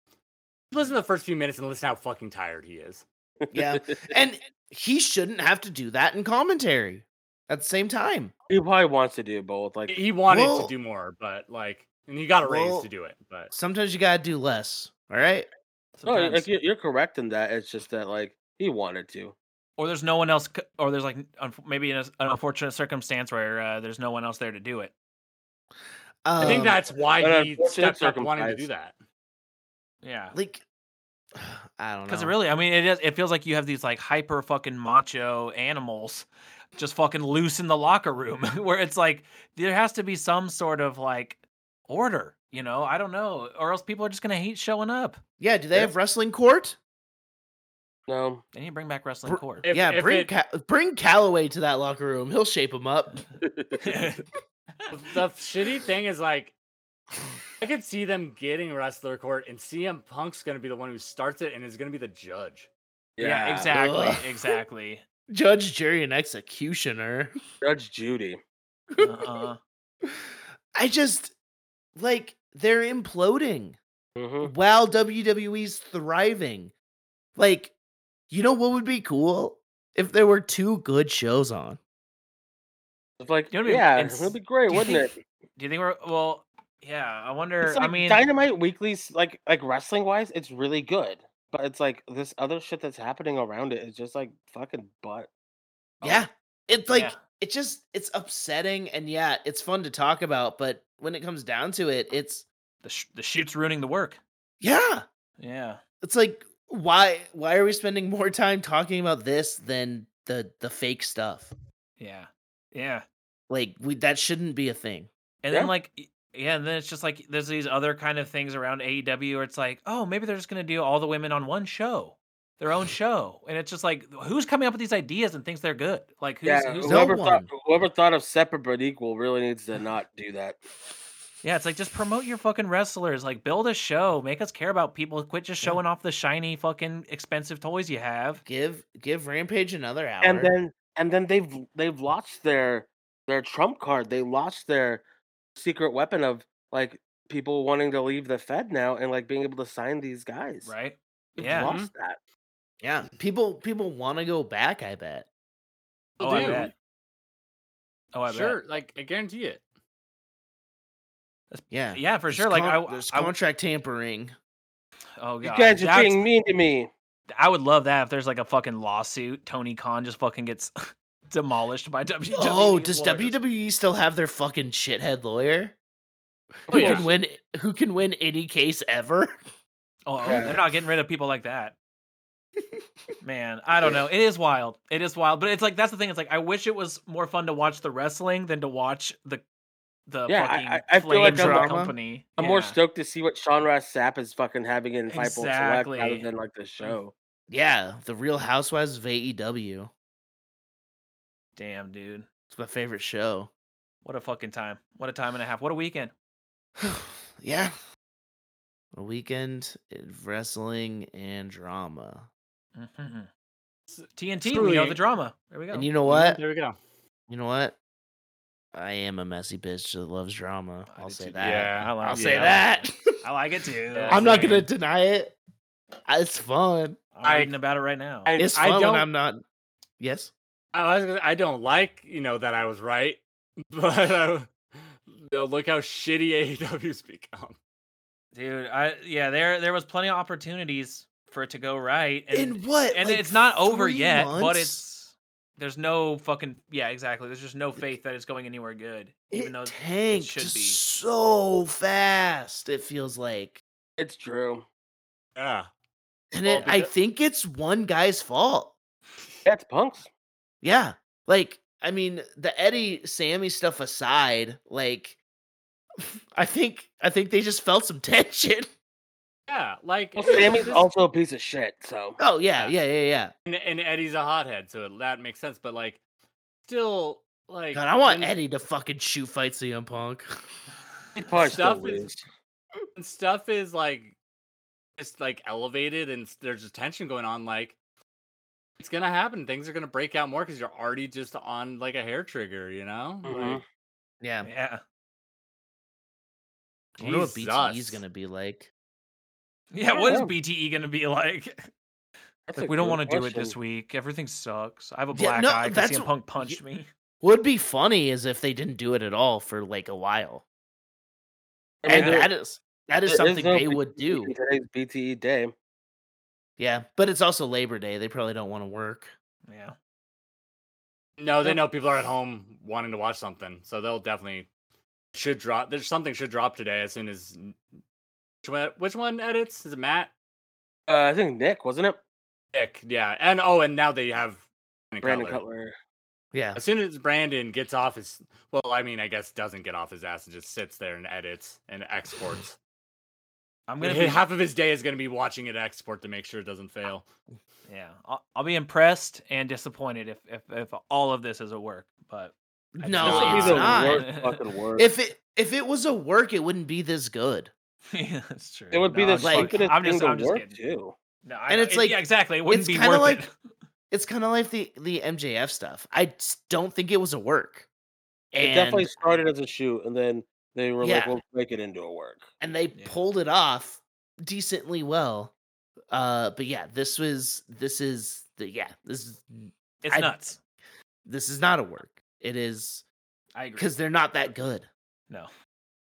Listen to the first few minutes and listen how fucking tired he is. Yeah. and he shouldn't have to do that in commentary at the same time. He probably wants to do both. Like, He wanted Well- to do more, but like and he got a raise Well- to do it, but Sometimes you gotta do less. All right. no, like Sometimes. you're, you're correct in that. It's just that like he wanted to. or there's no one else, c- or there's like un- maybe in a, an unfortunate circumstance where uh, there's no one else there to do it. I think Um, that's why an he unfortunate stepped up wanting to circumstance. do that. Yeah, Um, like I don't know. because it really, I mean, it is. It feels like you have these like hyper fucking macho animals just fucking loose in the locker room, where it's like there has to be some sort of like order. You know, I don't know, or else people are just gonna hate showing up. Yeah, do they Yeah. have wrestling court? No, They need to bring back wrestling Br- court. If- yeah, if bring it- Ca- bring Calloway to that locker room. He'll shape him up. the shitty thing is like I could see them getting wrestler court and CM Punk's gonna be the one who starts it and is gonna be the judge. yeah, Yeah. Ugh. exactly, exactly. Judge, jury, and executioner. Judge Judy. Uh-uh. I just like they're imploding Mm, hmm Mm. while WWE's thriving. Like, you know what would be cool if there were two good shows on. It's like, You know what I mean? yeah, It's- it would be great, do you wouldn't think- it? Do you think we're well? Yeah, I wonder. It's like I mean, Dynamite Weekly, like like wrestling wise, it's really good, but it's like this other shit that's happening around it is just like fucking butt. Oh. Yeah. It's like Yeah. it just it's upsetting and yeah, it's fun to talk about, but when it comes down to it, it's the sh- the shoot's ruining the work. yeah. Yeah, It's like why why are we spending more time talking about this than the the fake stuff? yeah, yeah. Like we that shouldn't be a thing. And Yeah. then like, y- yeah, and then it's just like there's these other kind of things around AEW where it's like, oh, maybe they're just gonna do all the women on one show, their own show, and it's just like, who's coming up with these ideas and thinks they're good? Like, who's, yeah, who's no whoever thought one. whoever thought of separate but equal really needs to not do that. Yeah, it's like just promote your fucking wrestlers. Like build a show, make us care about people. Quit just Yeah. showing off the shiny fucking expensive toys you have. Give give Rampage another hour. and then and then they've they've lost their their trump card. They lost their secret weapon of like people wanting to leave the Fed now and like being able to sign these guys. Right? They've Yeah. hmm. lost that. yeah, people people want to go back, I bet. They'll Oh, I do. bet. Oh, I bet. sure, like I guarantee it. Yeah. Yeah, for There's sure. Like con- I, w- there's I w- contract tampering. oh You god, guys are That's- being mean to me. I would love that if there's like a fucking lawsuit. Tony Khan just fucking gets demolished by E WWE. Oh, does lawyers. WWE still have their fucking shithead lawyer? Oh, Who yeah. can win who can win any case ever? Oh, oh, Yeah. they're not getting rid of people like that. Man, I don't know. It is wild. It is wild. But it's like that's the thing. It's like I wish it was more fun to watch the wrestling than to watch the the Yeah, I- fucking I- I feel like flames I'm of the more- company. I'm more Yeah. stoked to see what Sean Ross Sapp is fucking having in Fightful Select rather Exactly. Mm. than like the show. Yeah, the Real Housewives of E AEW. Damn, dude. It's my favorite show. What a fucking time. What a time and a half. What a weekend. yeah. A weekend of wrestling and drama. Mhm. TNT, we truly- know the drama. There we go. And you know what? There we go. You know what? I am a messy bitch that loves drama. I I'll did say too. that. Yeah, I like I'll it. say I like that. I like it too. Yeah. I'm not Same. gonna deny it. It's fun. I'm I- reading about it right now. I, It's I fun don't when I'm not. Yes. I was gonna, I don't like, you know, that I was right, but uh, you know, look how shitty AEW's become. Dude, I yeah, there there was plenty of opportunities for it to go right. And In what? and like, it's not over three yet, but months? it's there's no fucking yeah, exactly. There's just no faith that it's going anywhere good, even it though tanked should just be. so fast. It feels like, It's true. Yeah. and Well, it, I because- think it's one guy's fault. Yeah, it's punks. Yeah, like I mean, the Eddie Sammy stuff aside, like I think I think they just felt some tension. Yeah. Like, Well, it's Sammy's just- also a piece of shit, so Oh yeah, yeah, yeah, yeah. and, and Eddie's a hothead, so that makes sense. But like, still, Like, God, I want when Eddie to fucking shoot fight CM Punk. Punch the stuff wig. is when stuff is like it's like elevated and s- there's just tension going on like it's gonna happen things are gonna break out more because you're already just on like a hair trigger you know mm-hmm. Mhm. Like, yeah. Yeah. I wonder what BTE is Jesus. gonna be like. Yeah, don't what is know. BTE going to be like? That's Like, a we don't good want to do it question. this week. Everything sucks. I have a Yeah, black no, eye because that's CM what- Punk punched me. Would be funny is if they didn't do it at all for like a while. I mean, And there- that is that is there something no they would do. BTE Today's BTE day. Yeah, but it's also Labor Day. They probably don't want to work. Yeah. no they Yeah. know people are at home wanting to watch something so they'll definitely should drop there's something should drop today as soon as which one, which one edits is it matt Uh, I think Nick wasn't it? Nick, yeah and oh and now they have Brandon Cutler. Yeah. As soon as Brandon gets off his, well, I mean, I guess doesn't get off his ass and just sits there and edits and exports. I'm I mean, going to hey, be half of his day is going to be watching it export to make sure it doesn't fail. Yeah. I'll, I'll be impressed and disappointed if if, if all of this is a work, but I No, just- This would be it's the not. worst fucking word. If it if it was a work, it wouldn't be this good. yeah, that's true. it would be No, the I'm just fucking- stupidest I'm thing just, to I'm just work kidding. too. No, I, And know, it's it- like- yeah, exactly. It wouldn't it's be kinda worth like- it. It's kind of like the the MJF stuff. I s- don't think it was a work. And, it definitely started as a shoot, and then they were like, Yeah. "We'll make it into a work." and they Yeah. pulled it off decently well. Uh but yeah, this was this is the yeah, this is It's I- nuts. this is not a work. It is I agree. cuz they're not that good. No.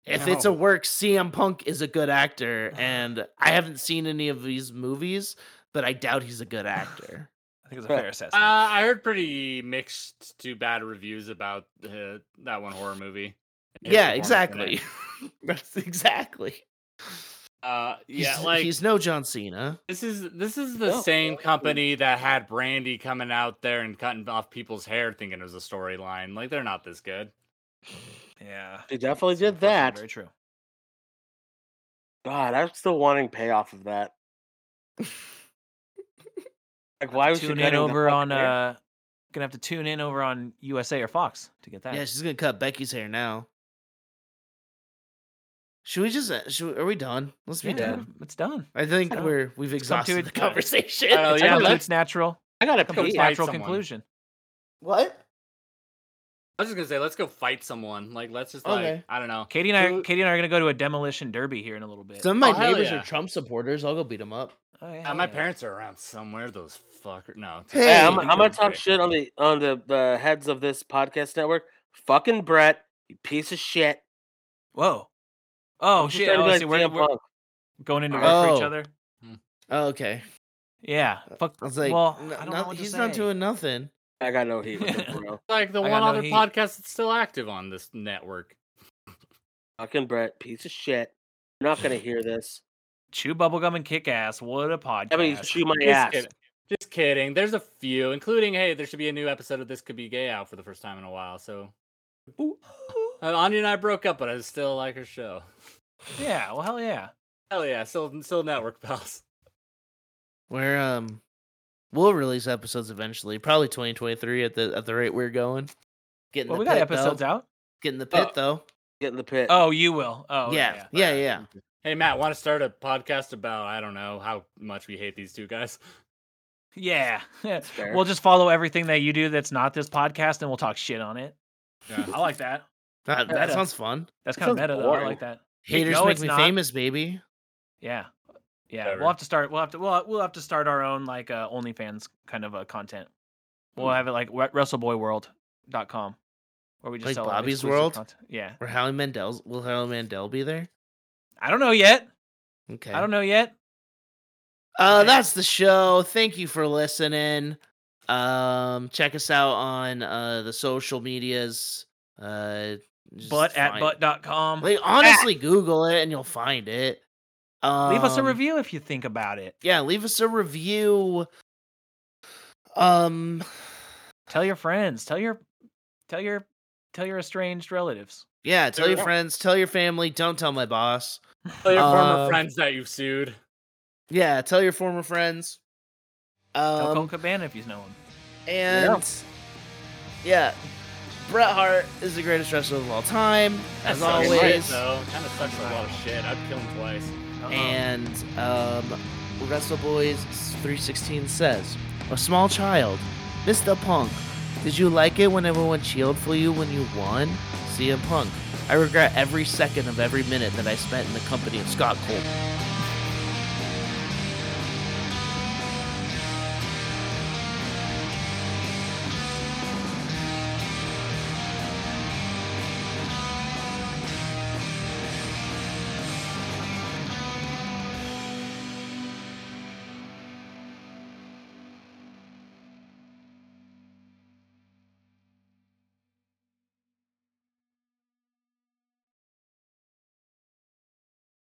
If it's a No. work, CM Punk is a good actor and I haven't seen any of these movies, but I doubt he's a good actor. I think it's a Right. fair assessment. Uh, I heard pretty mixed to bad reviews about uh, that one horror movie. and his yeah, performance in it. exactly. That's exactly. Uh, yeah, he's, like he's no John Cena. this is this is the No, same absolutely. company that had Brandy coming out there and cutting off people's hair, thinking it was a storyline. Like they're not this good. yeah. They definitely It's did unfortunately that. Very true. God, I'm still wanting payoff of that. Like, why was she tune in cutting the over on fucking hair? uh gonna have to tune in over on USA or Fox to get that. Yeah, she's gonna cut Becky's hair now. Should we just? uh, Should, we- are we done? Let's be Yeah, done. It's done. I think done. we're we've come to exhausted it. the conversation. Oh, It's yeah, complete- let's- it's natural. I gotta Come Complete pee. fight natural someone. conclusion. What? I was just gonna say, let's go fight someone. Like, let's just like, Okay. I don't know. Katie and I, Who- Katie and I are gonna go to a demolition derby here in a little bit. Some of my Oh, hell neighbors yeah. are Trump supporters. I'll go beat them up. Oh, yeah, Uh, my yeah. parents are around somewhere. Those fucker. No. it's- Hey, Hey, I'm, I'm I'm gonna joking. talk shit on the on the, the heads of this podcast network. Fucking Brett, you piece of shit. Whoa. Oh I'm just shit. trying to be Oh, like see, we're, CM we're Punk. going into work for each Oh. other. Oh, okay. Yeah. Fuck. I was like, well, "N- I don't know not- what to he's not say." doing nothing. I got no heat with him, bro. like the I got one no other heat. podcast that's still active on this network. Fucking Brett, piece of shit. You're not gonna hear this. Chew bubblegum and kick ass. What a podcast. I mean, chew my Just ass. kidding. Just kidding. There's a few, including hey, there should be a new episode of This Could Be Gay out for the first time in a while. So Ooh. uh, Anya and I broke up, but I still like her show. yeah. Well, hell yeah. Hell yeah, still still network pals. We're um, we'll release episodes eventually, probably 2023 at the at the rate we're going. Getting Well, the we got pit, episodes though. out. Getting the pit Oh. though. Get in the pit. Oh, you will. Oh, yeah, yeah, yeah, Hey Matt, want to start a podcast about I don't know how much we hate these two guys? Yeah. Yeah. That's fair. We'll just follow everything that you do that's not this podcast and we'll talk shit on it. I like that. That, that Meta. sounds fun. That's kind of sounds meta though. I boring. like that. Haters no, make it's me not. famous, baby. Yeah. Yeah. Whatever. We'll have to start we'll have to we'll, we'll have to start our own like uh OnlyFans kind of uh, content. We'll Hmm. have it like wre- WrestleBoyWorld.com where we just Like sell Bobby's exclusive World? content. Yeah. Or Howie Mandel's will Howie Mandel be there? I don't know yet. Okay. I don't know yet. Uh, that's the show. Thank you for listening. Um, check us out on uh the social medias. Uh, just But at Ah! find- butt.com. Like honestly, Google it and you'll find it. Um, Leave us a review if you think about it. Yeah, leave us a review. Um, Tell your friends. Tell your tell your tell your estranged relatives. yeah, tell There we your go. friends, tell your family. Don't tell my boss. Tell your Uh, former friends that you've sued. Yeah, tell your former friends. Tell Um, Cole Cabana if you know him. And yeah. Bret Hart is the greatest wrestler of all time, as That sucks. Right, always. though. Kind of sucks a lot of shit. I'd kill him twice. And um, WrestleBoys 316 says, A small child, Mr. Punk, did you like it when everyone cheered for you when you won? CM Punk, I regret every second of every minute that I spent in the company of Scott Cole.